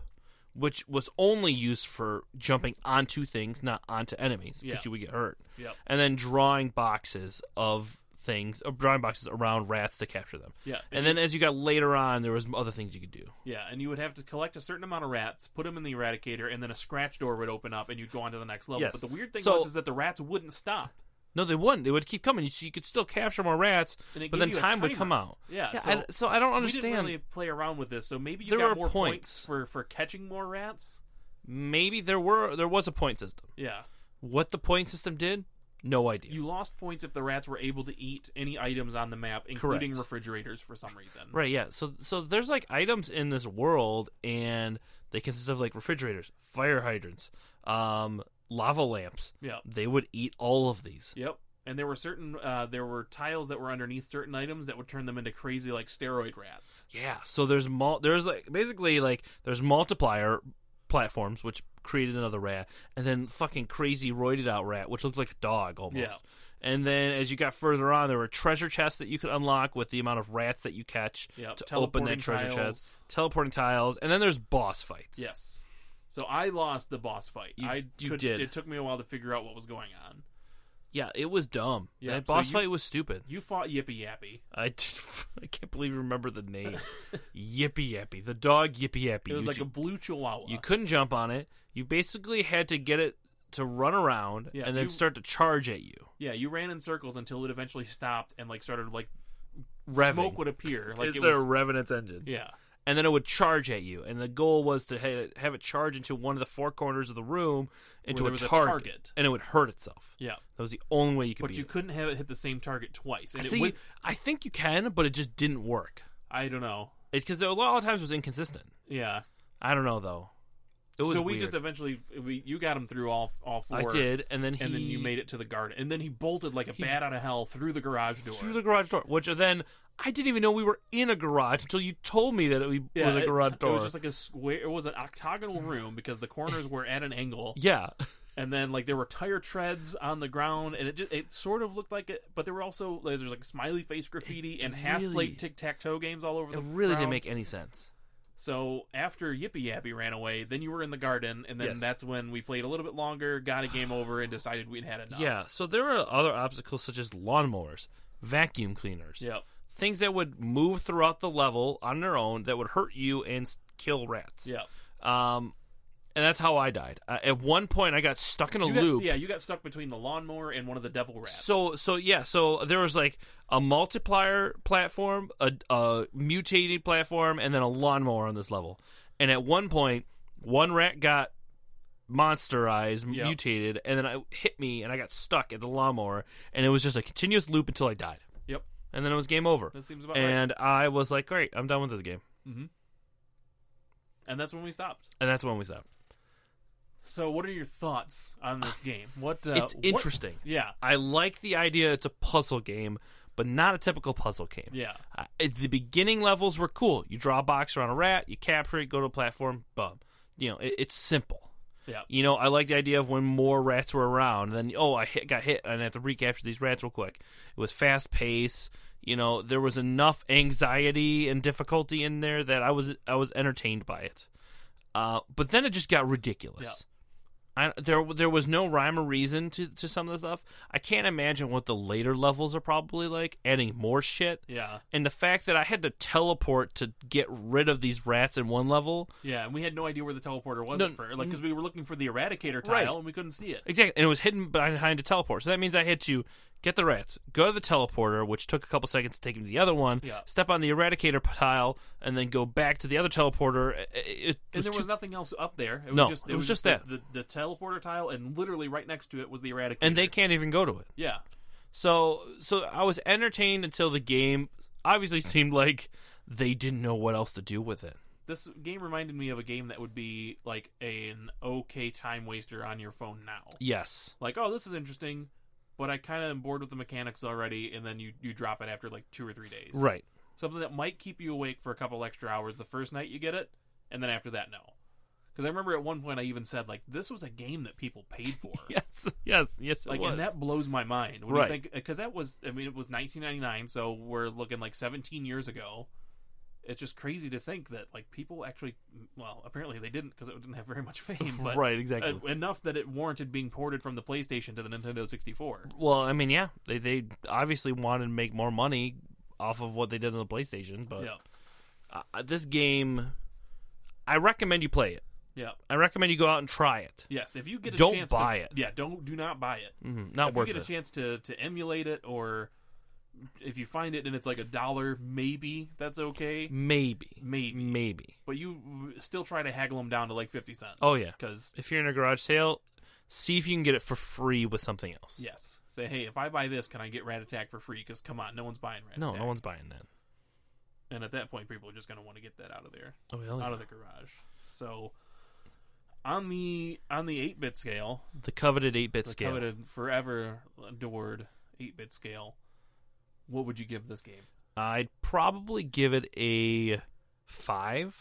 Speaker 1: which was only used for jumping onto things, not onto enemies, because
Speaker 2: Yeah.
Speaker 1: you would get hurt.
Speaker 2: Yep.
Speaker 1: And then drawing boxes of things, or drawing boxes around rats to capture them.
Speaker 2: Yeah,
Speaker 1: And then as you got later on, there was other things you could do.
Speaker 2: Yeah, and you would have to collect a certain amount of rats, put them in the eradicator, and then a scratch door would open up, and you'd go on to the next level.
Speaker 1: Yes.
Speaker 2: But the weird thing
Speaker 1: So-
Speaker 2: was is that the rats wouldn't stop.
Speaker 1: No, they wouldn't. They would keep coming, so you could still capture more rats,
Speaker 2: And it
Speaker 1: but
Speaker 2: gave
Speaker 1: then
Speaker 2: you a
Speaker 1: time would come
Speaker 2: timer.
Speaker 1: out.
Speaker 2: Yeah, so
Speaker 1: I, so I don't understand.
Speaker 2: we didn't really play around with this. So maybe you
Speaker 1: There
Speaker 2: got
Speaker 1: were
Speaker 2: more
Speaker 1: points.
Speaker 2: for for catching more rats.
Speaker 1: Maybe there were there was a point system.
Speaker 2: Yeah,
Speaker 1: What the point system did, no idea.
Speaker 2: you lost points if the rats were able to eat any items on the map, including
Speaker 1: Correct.
Speaker 2: refrigerators for some reason.
Speaker 1: Right, yeah. So so there's like items in this world and they consist of like refrigerators, fire hydrants, um, lava lamps.
Speaker 2: Yeah.
Speaker 1: They would eat all of these.
Speaker 2: Yep. And there were certain uh, there were tiles that were underneath certain items that would turn them into crazy like steroid rats.
Speaker 1: Yeah. So there's mul- there's like basically like there's multiplier platforms which created another rat and then fucking crazy roided out rat which looked like a dog almost.
Speaker 2: Yeah.
Speaker 1: And then as you got further on, there were treasure chests that you could unlock with the amount of rats that you catch
Speaker 2: Yep.
Speaker 1: to open that
Speaker 2: Teleporting
Speaker 1: treasure
Speaker 2: tiles.
Speaker 1: chest. Teleporting tiles, and then there's boss fights.
Speaker 2: Yes. So I lost the boss fight.
Speaker 1: You-
Speaker 2: I
Speaker 1: you
Speaker 2: could,
Speaker 1: did.
Speaker 2: It took me a while to figure out what was going on.
Speaker 1: yeah, it was dumb.
Speaker 2: Yeah,
Speaker 1: that
Speaker 2: so
Speaker 1: boss
Speaker 2: you-
Speaker 1: fight was stupid.
Speaker 2: You fought Yippee Yappy.
Speaker 1: I, [laughs] I can't believe you remember the
Speaker 2: [laughs]
Speaker 1: name. yippee yappy, the dog Yippee yappy.
Speaker 2: It was
Speaker 1: you
Speaker 2: like
Speaker 1: ju-
Speaker 2: a blue chihuahua.
Speaker 1: you couldn't jump on it. You basically had to get it to run around
Speaker 2: Yeah,
Speaker 1: and then
Speaker 2: you-
Speaker 1: start to charge at you.
Speaker 2: yeah, you ran in circles until it eventually stopped and like started like
Speaker 1: Revving.
Speaker 2: smoke would appear. Like
Speaker 1: Is
Speaker 2: it
Speaker 1: there
Speaker 2: was,
Speaker 1: a rev in its engine?
Speaker 2: yeah.
Speaker 1: and then it would charge at you. And the goal was to ha- have it charge into one of the four corners of the room into
Speaker 2: there
Speaker 1: a
Speaker 2: was a
Speaker 1: target,
Speaker 2: target.
Speaker 1: and it would hurt itself.
Speaker 2: Yeah.
Speaker 1: That was the only way you could.
Speaker 2: But
Speaker 1: beat
Speaker 2: you
Speaker 1: it.
Speaker 2: couldn't have it hit the same target twice. And
Speaker 1: see.
Speaker 2: it would,
Speaker 1: I think you can, but it just didn't work
Speaker 2: I don't know.
Speaker 1: because a lot of times it was inconsistent.
Speaker 2: Yeah.
Speaker 1: I don't know though. It was
Speaker 2: so we
Speaker 1: weird.
Speaker 2: just eventually we you got him through all all four.
Speaker 1: I did, and then he
Speaker 2: And then you made it to the garden. And then he bolted like a bat out of hell through the garage door.
Speaker 1: through the garage door, which then I didn't even know we were in a garage until you told me that it
Speaker 2: Yeah,
Speaker 1: was a
Speaker 2: it-
Speaker 1: garage door.
Speaker 2: It was just like a square. It was an octagonal room because the corners were at an angle, [laughs]
Speaker 1: yeah,
Speaker 2: and then like there were tire treads on the ground, and it just, it sort of looked like it. But there were also like, there's like smiley face graffiti and half
Speaker 1: really-
Speaker 2: plate tic tac toe games all over.
Speaker 1: it
Speaker 2: the
Speaker 1: really didn't
Speaker 2: ground.
Speaker 1: make any sense.
Speaker 2: So after Yippee Yappy ran away, then you were in the garden, and then
Speaker 1: Yes.
Speaker 2: that's when we played a little bit longer, got a game over, and decided we'd had enough.
Speaker 1: Yeah, so there were other obstacles such as lawnmowers, vacuum cleaners,
Speaker 2: Yep.
Speaker 1: things that would move throughout the level on their own that would hurt you and s- kill rats.
Speaker 2: Yep.
Speaker 1: Um, and that's how I died. Uh, at one point, I got stuck in a
Speaker 2: You got,
Speaker 1: loop.
Speaker 2: Yeah, you got stuck between the lawnmower and one of the devil rats.
Speaker 1: So so yeah, so there was like a multiplier platform, a, a mutated platform, and then a lawnmower on this level. And at one point, one rat got monsterized,
Speaker 2: Yep.
Speaker 1: mutated, and then it hit me, and I got stuck at the lawnmower, and it was just a continuous loop until I died,
Speaker 2: yep,
Speaker 1: and then it was game over.
Speaker 2: that seems about right.
Speaker 1: and I was like, "Great, I'm done with this game,"
Speaker 2: And that's when we stopped.
Speaker 1: and that's when we stopped.
Speaker 2: So, what are your thoughts on this game? What uh,
Speaker 1: Ah, It's
Speaker 2: what-
Speaker 1: interesting.
Speaker 2: yeah,
Speaker 1: I like the idea; it's a puzzle game, but not a typical puzzle game.
Speaker 2: yeah,
Speaker 1: Uh, at the beginning levels were cool. You draw a box around a rat, you capture it, go to a platform, bum. You know, it, it's simple.
Speaker 2: yeah,
Speaker 1: You know, I like the idea of when more rats were around. Then, oh, I hit, got hit, and I have to recapture these rats real quick. It was fast pace. You know, there was enough anxiety and difficulty in there that I was I was entertained by it. Uh, but then it just got ridiculous. I, there there was no rhyme or reason to, to some of the stuff. I can't imagine what the later levels are probably like, adding more shit
Speaker 2: yeah,
Speaker 1: and the fact that I had to teleport to get rid of these rats in one level.
Speaker 2: yeah. And we had no idea where the teleporter was
Speaker 1: No,
Speaker 2: at first, like because we were looking for the Eradicator tile
Speaker 1: Right.
Speaker 2: and we couldn't see it.
Speaker 1: Exactly, and it was hidden behind a teleport. So that means I had to get the rats, go to the teleporter, which took a couple seconds to take him to the other one,
Speaker 2: Yeah.
Speaker 1: step on the eradicator tile, and then go back to the other teleporter. It, it
Speaker 2: And there
Speaker 1: too-
Speaker 2: was nothing else up there. It was
Speaker 1: No,
Speaker 2: just,
Speaker 1: it was just
Speaker 2: the-
Speaker 1: that.
Speaker 2: the, the, teleporter tile, and literally right next to it was the Eradicator.
Speaker 1: and they can't even go to it.
Speaker 2: yeah,
Speaker 1: So so I was entertained until the game obviously [laughs] seemed like they didn't know what else to do with it.
Speaker 2: this game reminded me of a game that would be like an okay time waster on your phone now.
Speaker 1: Yes.
Speaker 2: Like, oh, this is interesting, but I kind of am bored with the mechanics already, and then you you drop it after like two or three days.
Speaker 1: Right. [laughs]
Speaker 2: something that might keep you awake for a couple extra hours the first night you get it, and then after that, no. Because I remember at one point I even said like this was a game that people paid
Speaker 1: [laughs]
Speaker 2: for.
Speaker 1: Yes. Yes. Yes. It
Speaker 2: Like
Speaker 1: was.
Speaker 2: and that blows my mind when
Speaker 1: Right.
Speaker 2: you think because that was I mean it was 1999 so we're looking like 17 years ago. It's just crazy to think that like people actually well apparently they didn't because it didn't have very much [laughs] fame but
Speaker 1: right. Exactly.
Speaker 2: uh, enough that it warranted being ported from the PlayStation to the Nintendo 64.
Speaker 1: Well, I mean, yeah, they they obviously wanted to make more money off of what they did on the PlayStation, but
Speaker 2: Yeah,
Speaker 1: uh, this game, I recommend you play it.
Speaker 2: yeah,
Speaker 1: I recommend you go out and try it.
Speaker 2: yes. If you get a
Speaker 1: Don't
Speaker 2: chance
Speaker 1: buy
Speaker 2: to,
Speaker 1: it.
Speaker 2: yeah, don't do not buy it.
Speaker 1: hmm Not
Speaker 2: Mm-hmm. if you
Speaker 1: worth
Speaker 2: get
Speaker 1: it.
Speaker 2: a chance to to emulate it or if you find it and it's like a dollar maybe that's okay
Speaker 1: Maybe,
Speaker 2: maybe
Speaker 1: maybe
Speaker 2: but you still try to haggle them down to like 50 cents
Speaker 1: Oh, yeah.
Speaker 2: because
Speaker 1: if you're in a garage sale, see if you can get it for free with something else.
Speaker 2: yes say hey if i buy this can i get rat attack for free because come on no one's buying rat
Speaker 1: No,
Speaker 2: attack
Speaker 1: no one's buying that.
Speaker 2: and at that point people are just going to want to get that out of there
Speaker 1: Oh hell yeah.
Speaker 2: out of the garage so on the on the 8-bit scale
Speaker 1: the coveted eight bit
Speaker 2: the
Speaker 1: scale.
Speaker 2: coveted forever adored 8-bit scale what would you give this game
Speaker 1: I'd probably give it a five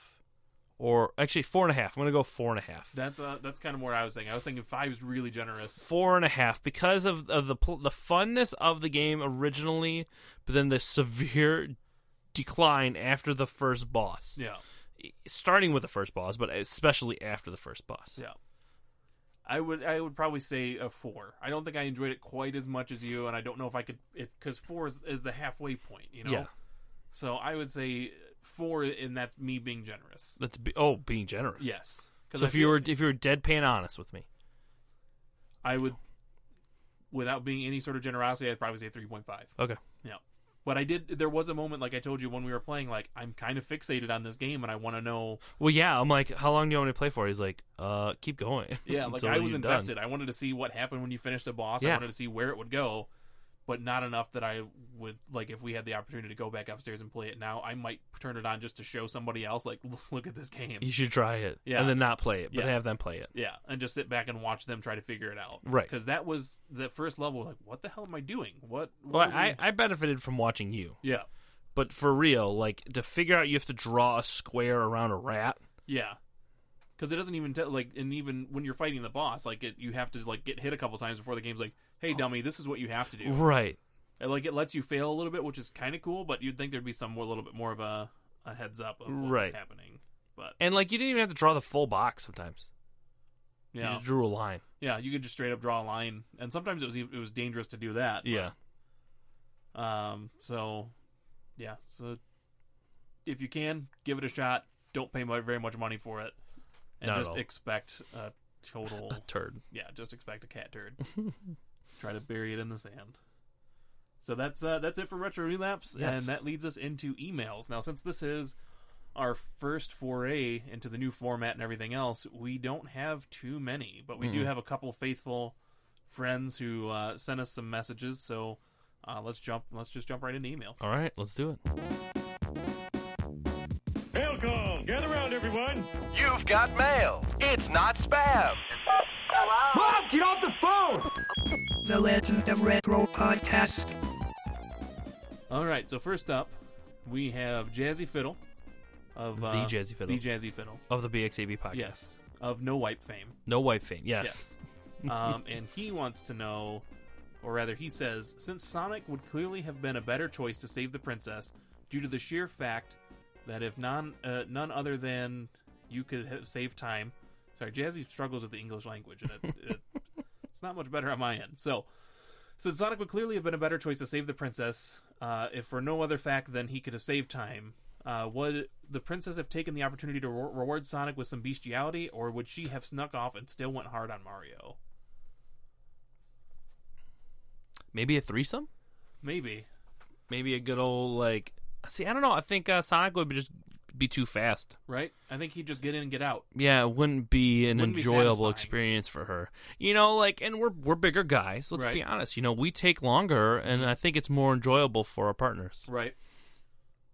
Speaker 1: or actually four and a half. I'm gonna go four and a half.
Speaker 2: That's uh, that's kind of where I was thinking. I was thinking five is really generous.
Speaker 1: four and a half because of, of the pl- the funness of the game originally, but then the severe decline after the first boss.
Speaker 2: Yeah,
Speaker 1: Starting with the first boss, but especially after the first boss.
Speaker 2: yeah. I would I would probably say a four. I don't think I enjoyed it quite as much as you, and I don't know if I could because four is, is the halfway point. You know.
Speaker 1: Yeah.
Speaker 2: So I would say four, and that's me being generous.
Speaker 1: That's be- oh, being generous.
Speaker 2: Yes. 'Cause
Speaker 1: So
Speaker 2: I
Speaker 1: if you
Speaker 2: feel-
Speaker 1: were if you were deadpan honest with me,
Speaker 2: I would, without being any sort of generosity, I'd probably say three point five.
Speaker 1: okay,
Speaker 2: Yeah. But I did. There was a moment, like I told you, when we were playing. Like I'm kind of fixated on this game, and I want to know.
Speaker 1: well, yeah, I'm like, how long do you want me to play for? He's like, uh, keep going. [laughs]
Speaker 2: Yeah, like
Speaker 1: Until
Speaker 2: I was
Speaker 1: you're done.
Speaker 2: invested. I wanted to see what happened when you finished a boss. I
Speaker 1: Yeah.
Speaker 2: wanted to see where it would go, but not enough that I would like. If we had the opportunity to go back upstairs and play it now, I might turn it on just to show somebody else. Like, [laughs] look at this game.
Speaker 1: You should try it,
Speaker 2: Yeah.
Speaker 1: and then not play it, but
Speaker 2: Yeah.
Speaker 1: have them play it.
Speaker 2: Yeah, and just sit back and watch them try to figure it out.
Speaker 1: Right.
Speaker 2: Because that was the first level. Like, what the hell am I doing? What?
Speaker 1: Well,
Speaker 2: what are we-
Speaker 1: I, I benefited from watching you,
Speaker 2: yeah,
Speaker 1: but for real, like to figure out you have to draw a square around a rat.
Speaker 2: yeah. Because it doesn't even tell. Like, and even when you're fighting the boss, like, it, you have to like get hit a couple times before the game's like, "Hey,
Speaker 1: Oh.
Speaker 2: dummy, this is what you have to do."
Speaker 1: Right.
Speaker 2: And, like it lets you fail a little bit, which is kind of cool. But you'd think there'd be some more, little bit more of a, a heads up of what's
Speaker 1: Right.
Speaker 2: happening. But
Speaker 1: And like you didn't even have to draw the full box sometimes. You
Speaker 2: yeah,
Speaker 1: just drew a line.
Speaker 2: yeah, you could just straight up draw a line, and sometimes it was ev- it was dangerous to do that. but,
Speaker 1: Yeah.
Speaker 2: um. So, yeah. So, if you can, give it a shot. Don't pay mu- very much money for it, and
Speaker 1: Not at
Speaker 2: just
Speaker 1: all.
Speaker 2: expect a total.
Speaker 1: A turd.
Speaker 2: yeah, just expect a cat
Speaker 1: [laughs]
Speaker 2: turd. Try to bury it in the sand. So that's uh, that's it for retro relapse,
Speaker 1: Yes.
Speaker 2: and that leads us into emails. Now, since this is our first foray into the new format and everything else, we don't have too many, but we do have a couple faithful friends who uh, sent us some messages. So uh, let's jump. Let's just jump right into emails.
Speaker 1: All right, let's do it.
Speaker 5: Hail call! Gather around, everyone!
Speaker 6: You've got mail. It's not spam.
Speaker 4: The Legend of Retro Podcast.
Speaker 2: All right. So first up, we have Jazzy Fiddle of
Speaker 1: The
Speaker 2: uh,
Speaker 1: Jazzy Fiddle.
Speaker 2: The Jazzy Fiddle.
Speaker 1: Of the BXAB podcast.
Speaker 2: Yes, of No Wipe fame.
Speaker 1: No wipe fame. Yes.
Speaker 2: Yes. um, and he wants to know, or rather, he says, since Sonic would clearly have been a better choice to save the princess, due to the sheer fact that if none, uh, none other than you could have saved time. Sorry, Jazzy struggles with the English language, and it, it, it's not much better on my end. So, since Sonic would clearly have been a better choice to save the princess, uh, if for no other fact than he could have saved time, uh, would the princess have taken the opportunity to re- reward Sonic with some bestiality, or would she have snuck off and still went hard on Mario?
Speaker 1: Maybe a threesome?
Speaker 2: Maybe.
Speaker 1: Maybe a good old like See, I don't know. I think uh, Sonic would be just be too fast.
Speaker 2: Right? I think he'd just get in and get out.
Speaker 1: Yeah, it wouldn't be an
Speaker 2: Wouldn't be
Speaker 1: enjoyable
Speaker 2: satisfying.
Speaker 1: experience for her. You know, like and we're we're bigger guys, let's
Speaker 2: Right.
Speaker 1: be honest. You know, we take longer and I think it's more enjoyable for our partners.
Speaker 2: Right.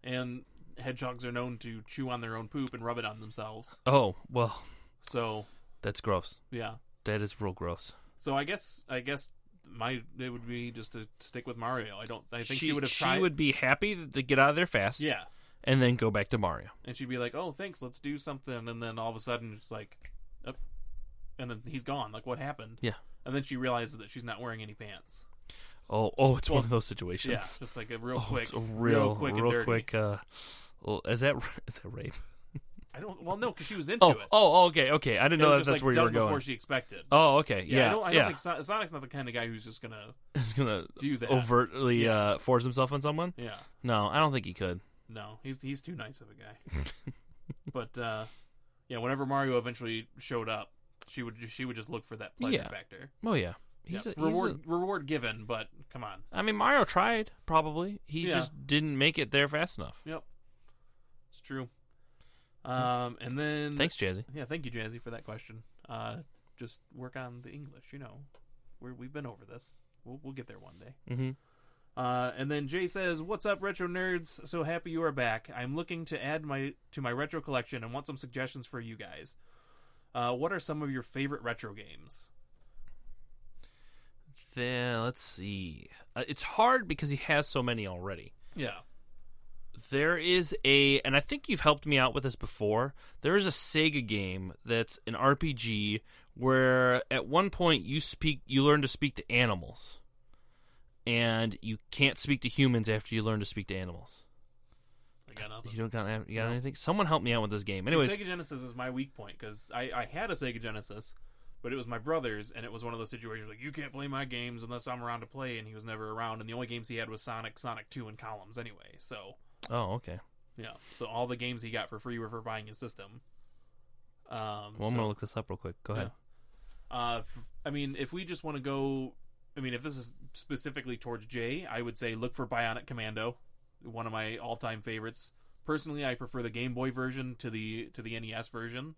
Speaker 2: And hedgehogs are known to chew on their own poop and rub it on themselves.
Speaker 1: Oh, well,
Speaker 2: So,
Speaker 1: that's gross.
Speaker 2: yeah.
Speaker 1: That is real gross.
Speaker 2: So I guess I guess my it would be just to stick with Mario. I don't I think she, would have
Speaker 1: she
Speaker 2: tried
Speaker 1: would be happy to get out of there fast.
Speaker 2: Yeah.
Speaker 1: and then go back to Mario.
Speaker 2: and she'd be like, "Oh, thanks, let's do something," and then all of a sudden it's like, up, and then he's gone. Like, what happened?
Speaker 1: Yeah.
Speaker 2: And then she realizes that she's not wearing any pants.
Speaker 1: Oh, oh, it's
Speaker 2: Well,
Speaker 1: one of those
Speaker 2: Yeah,
Speaker 1: situations.
Speaker 2: just like a real
Speaker 1: oh,
Speaker 2: quick,
Speaker 1: it's a real,
Speaker 2: quick, and
Speaker 1: real
Speaker 2: dirty.
Speaker 1: quick. Uh, well, is that [laughs] is that rape?
Speaker 2: I don't. Well, no, because she was into
Speaker 1: Oh,
Speaker 2: it.
Speaker 1: oh, okay, okay. I didn't
Speaker 2: It
Speaker 1: know
Speaker 2: was
Speaker 1: that,
Speaker 2: just,
Speaker 1: that's
Speaker 2: like,
Speaker 1: where you
Speaker 2: done
Speaker 1: were going.
Speaker 2: before she expected.
Speaker 1: Oh, okay, yeah,
Speaker 2: I don't, I don't
Speaker 1: yeah.
Speaker 2: think Son- Sonic's not the kind of guy who's just gonna.
Speaker 1: [laughs] He's gonna
Speaker 2: do that.
Speaker 1: overtly uh, force himself on someone.
Speaker 2: Yeah.
Speaker 1: No, I don't think he could.
Speaker 2: No, he's he's too nice of a guy. [laughs] but uh, yeah, whenever Mario eventually showed up, she would she would just look for that pleasure
Speaker 1: Yeah.
Speaker 2: factor.
Speaker 1: Oh yeah, he's
Speaker 2: Yeah.
Speaker 1: a, he's
Speaker 2: reward
Speaker 1: a-
Speaker 2: reward given, but come on.
Speaker 1: I mean, Mario tried probably. He
Speaker 2: Yeah.
Speaker 1: just didn't make it there fast enough.
Speaker 2: Yep, it's true. Um, and then
Speaker 1: Thanks, Jazzy.
Speaker 2: Yeah, thank you, Jazzy, for that question. Uh, just work on the English. You know, We're, we've been over this. We'll, we'll get there one day.
Speaker 1: Mm-hmm.
Speaker 2: Uh, and then Jay says, "What's up, retro nerds? So happy you are back. I'm looking to add my to my retro collection and want some suggestions for you guys. Uh, what are some of your favorite retro games?
Speaker 1: Then let's see. Uh, it's hard because he has so many already.
Speaker 2: Yeah,
Speaker 1: There is a, and I think you've helped me out with this before. There is a Sega game that's an RPG where at one point you speak, you learn to speak to animals, and you can't speak to humans after you learn to speak to animals.
Speaker 2: I got nothing.
Speaker 1: You don't got, you got anything? Someone help me out with this game. Anyways,
Speaker 2: See, Sega Genesis is my weak point because I, I had a Sega Genesis, but it was my brother's, and it was one of those situations like you can't play my games unless I'm around to play, and he was never around, and the only games he had was Sonic, Sonic Two, and Columns anyway. So
Speaker 1: oh okay.
Speaker 2: yeah, so all the games he got for free were for buying his system. Um,
Speaker 1: Well, I'm
Speaker 2: so-
Speaker 1: gonna look this up real quick. Go ahead.
Speaker 2: Uh, f- I mean, if we just want to go, I mean, if this is specifically towards Jay, I would say look for Bionic Commando, one of my all-time favorites. Personally, I prefer the Game Boy version to the to the NES version,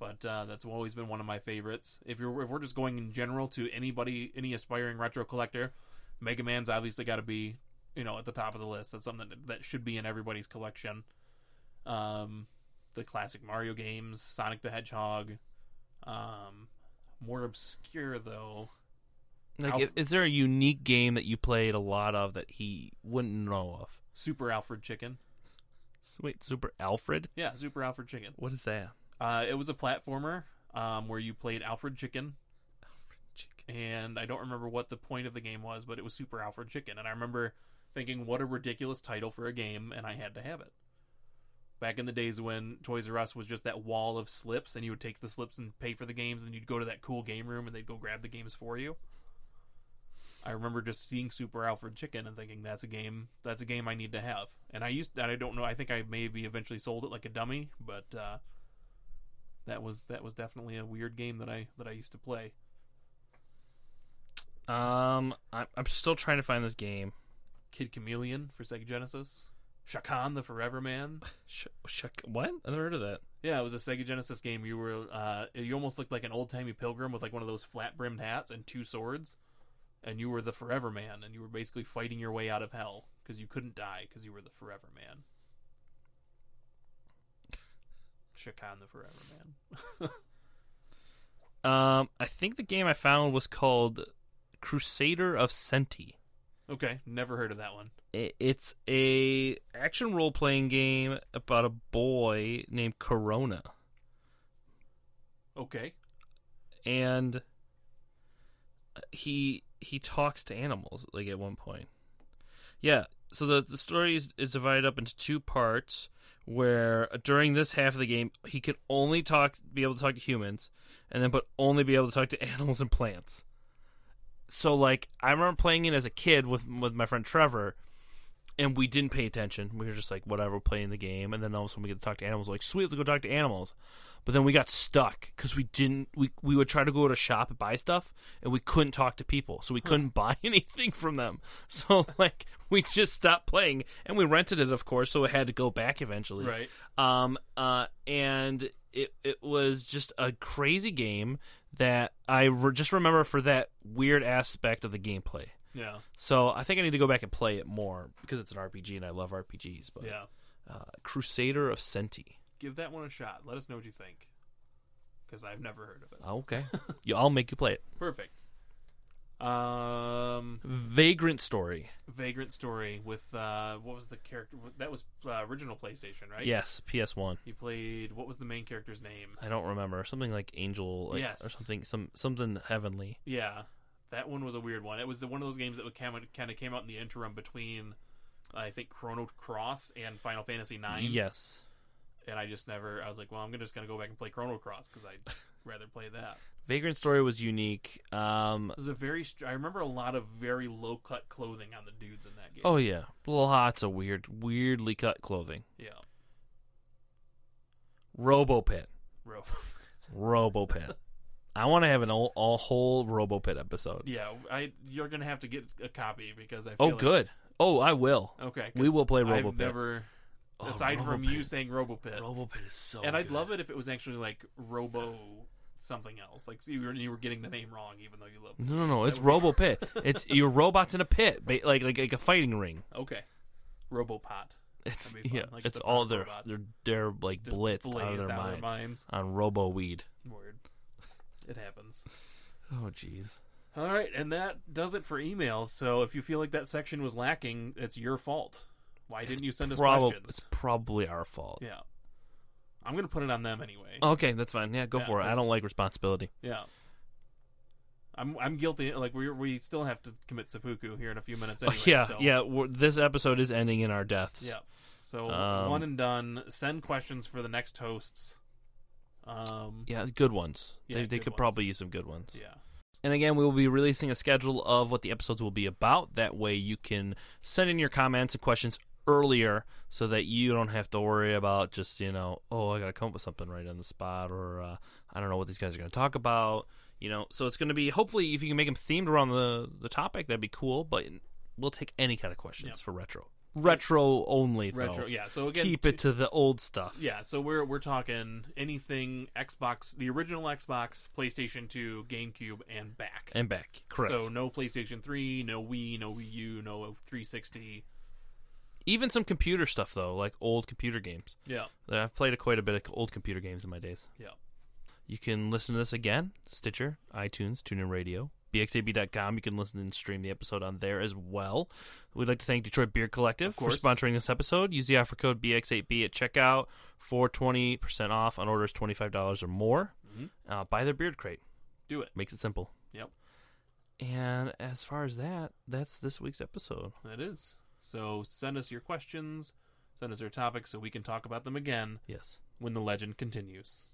Speaker 2: but uh, that's always been one of my favorites. If you're if we're just going in general to anybody, any aspiring retro collector, Mega Man's obviously got to be you know at the top of the list. That's something that, that should be in everybody's collection. Um, the classic Mario games, Sonic the Hedgehog. Um, more obscure though.
Speaker 1: Like,
Speaker 2: Alf-
Speaker 1: i- is there a unique game that you played a lot of that he wouldn't know of?
Speaker 2: Super Alfred Chicken.
Speaker 1: Wait, Super Alfred?
Speaker 2: Yeah, Super Alfred Chicken.
Speaker 1: What is that?
Speaker 2: Uh, it was a platformer um, where you played Alfred Chicken, and I don't remember what the point of the game was, but it was Super Alfred Chicken, and I remember thinking, what a ridiculous title for a game, and I had to have it. Back in the days when Toys R Us was just that wall of slips, and you would take the slips and pay for the games, and you'd go to that cool game room, and they'd go grab the games for you. I remember just seeing Super Alfred Chicken and thinking that's a game that's a game I need to have. And I used and I don't know I think I maybe eventually sold it like a dummy, but uh, that was that was definitely a weird game that I that I used to play.
Speaker 1: Um, I'm, I'm still trying to find this game.
Speaker 2: Kid Chameleon for Sega Genesis, Shakan the Forever Man.
Speaker 1: Sh- shuck- what? I never heard of that.
Speaker 2: Yeah, it was a Sega Genesis game. You were uh, you almost looked like an old timey pilgrim with like one of those flat brimmed hats and two swords, and you were the Forever Man, and you were basically fighting your way out of hell because you couldn't die because you were the Forever Man. Shakan the Forever Man.
Speaker 1: Um, I think the game I found was called Crusader of Senti.
Speaker 2: Okay, never heard of that one.
Speaker 1: I- It's a action role playing game about a boy named Corona,
Speaker 2: Okay,
Speaker 1: and he he talks to animals like at one point. Yeah. So the the story is, is divided up into two parts where uh, during this half of the game he could only talk be able to talk to humans and then but only be able to talk to [laughs] animals and plants. So like I remember playing it as a kid with with my friend Trevor and we didn't pay attention. We were just like whatever we're playing the game and then all of a sudden we get to talk to animals like sweet let's go talk to animals. But then we got stuck cuz we didn't we we would try to go to a shop and buy stuff and we couldn't talk to people. So we couldn't [laughs] buy anything from them. So [laughs] like we just stopped playing and we rented it of course so it had to go back eventually
Speaker 2: right.
Speaker 1: um, uh, and it it was just a crazy game that I re- just remember for that weird aspect of the gameplay.
Speaker 2: Yeah,
Speaker 1: So I think I need to go back and play it more because it's an RPG and I love RPGs. But
Speaker 2: yeah.
Speaker 1: uh, Crusader of Senti.
Speaker 2: Give that one a shot. Let us know what you think, because I've never heard of it.
Speaker 1: Okay, [laughs] yeah, I'll make you play it.
Speaker 2: Perfect. Um,
Speaker 1: Vagrant Story.
Speaker 2: Vagrant Story with uh, what was the character? That was uh, original PlayStation, right?
Speaker 1: Yes, PS One.
Speaker 2: You played. What was the main character's name?
Speaker 1: I don't remember something like Angel, like,
Speaker 2: Yes.
Speaker 1: or something, some something heavenly.
Speaker 2: Yeah, that one was a weird one. It was the, one of those games that kind of kind of came out in the interim between, I think, Chrono Cross and Final Fantasy Nine.
Speaker 1: Yes,
Speaker 2: And I just never. I was like, well, I'm just gonna go back and play Chrono Cross because I'd rather play that.
Speaker 1: Vagrant Story was unique. Um,
Speaker 2: It was a very. str- I remember a lot of very low cut clothing on the dudes in that game.
Speaker 1: oh yeah, lots of weird, weirdly cut clothing.
Speaker 2: yeah,
Speaker 1: RoboPit.
Speaker 2: Ro-
Speaker 1: RoboPit. I want to have an all, all whole RoboPit episode.
Speaker 2: [laughs] yeah. I you're gonna have to get a copy because I. Feel
Speaker 1: oh,
Speaker 2: like-
Speaker 1: good. Oh, I will.
Speaker 2: Okay,
Speaker 1: We
Speaker 2: 'cause
Speaker 1: will play
Speaker 2: I've
Speaker 1: RoboPit.
Speaker 2: never,
Speaker 1: Oh,
Speaker 2: aside from you
Speaker 1: RoboPit.
Speaker 2: saying RoboPit,
Speaker 1: RoboPit oh, is so.
Speaker 2: and I'd love it if it was actually like Robo something else. Like so you were you were getting the name wrong, even though you love.
Speaker 1: No, no, no. It's
Speaker 2: That would-
Speaker 1: RoboPit. [laughs] it's your robots in a pit, ba- like like like a fighting ring.
Speaker 2: Okay, RoboPot.
Speaker 1: It's
Speaker 2: That'd be fun,
Speaker 1: yeah.
Speaker 2: like
Speaker 1: it's
Speaker 2: the
Speaker 1: all
Speaker 2: punk
Speaker 1: their
Speaker 2: robots.
Speaker 1: their their like
Speaker 2: Just
Speaker 1: blitzed out of
Speaker 2: blazed
Speaker 1: their
Speaker 2: out
Speaker 1: mind
Speaker 2: of their minds.
Speaker 1: on RoboWeed.
Speaker 2: Word. It happens.
Speaker 1: Oh, jeez.
Speaker 2: All right, and that does it for emails. So if you feel like that section was lacking, it's your fault. Why didn't you send us
Speaker 1: Prob-
Speaker 2: questions?
Speaker 1: it's probably our fault.
Speaker 2: Yeah. I'm gonna put it on them anyway.
Speaker 1: Okay, that's fine. Yeah, go
Speaker 2: Yeah,
Speaker 1: for it. I
Speaker 2: that's-
Speaker 1: don't like responsibility. [laughs]
Speaker 2: Yeah. I'm I'm guilty. Like we we still have to commit seppuku here in a few minutes anyway.
Speaker 1: Oh, yeah,
Speaker 2: so,
Speaker 1: yeah. We're, this episode is ending in our deaths.
Speaker 2: yeah. So
Speaker 1: Um,
Speaker 2: one and done. Send questions for the next hosts. Um.
Speaker 1: Yeah, good ones.
Speaker 2: Yeah,
Speaker 1: they they
Speaker 2: good
Speaker 1: could
Speaker 2: ones.
Speaker 1: probably use some good ones.
Speaker 2: Yeah.
Speaker 1: And again, we will be releasing a schedule of what the episodes will be about. That way, you can send in your comments and questions earlier, so that you don't have to worry about just you know, oh, I got to come up with something right on the spot, or uh, I don't know what these guys are going to talk about. You know, so it's going to be hopefully if you can make them themed around the the topic, that'd be cool. But we'll take any kind of questions
Speaker 2: Yep.
Speaker 1: for retro, retro only. Though.
Speaker 2: Retro. Yeah. So again,
Speaker 1: keep
Speaker 2: t-
Speaker 1: it to the old stuff.
Speaker 2: Yeah, so we're we're talking anything Xbox, the original Xbox, PlayStation 2, GameCube, and back.
Speaker 1: and back. Correct.
Speaker 2: So no PlayStation 3, no Wii, no Wii U, no 360.
Speaker 1: Even some computer stuff though, like old computer games.
Speaker 2: Yeah,
Speaker 1: Uh, I've played quite a bit of old computer games in my days.
Speaker 2: yeah.
Speaker 1: You can listen to this again, Stitcher, iTunes, TuneIn Radio, bxab.com. You can listen and stream the episode on there as well. We'd like to thank Detroit Beer Collective
Speaker 2: Of
Speaker 1: for
Speaker 2: course.
Speaker 1: sponsoring this episode. Use the offer code BX8B at checkout for 20% off on orders $25 or more.
Speaker 2: Mm-hmm.
Speaker 1: Uh, buy their beard crate.
Speaker 2: Do it.
Speaker 1: Makes it simple.
Speaker 2: Yep,
Speaker 1: And as far as that, that's this week's episode.
Speaker 2: that is. So send us your questions, send us your topics, so we can talk about them again
Speaker 1: Yes.
Speaker 2: when the legend continues.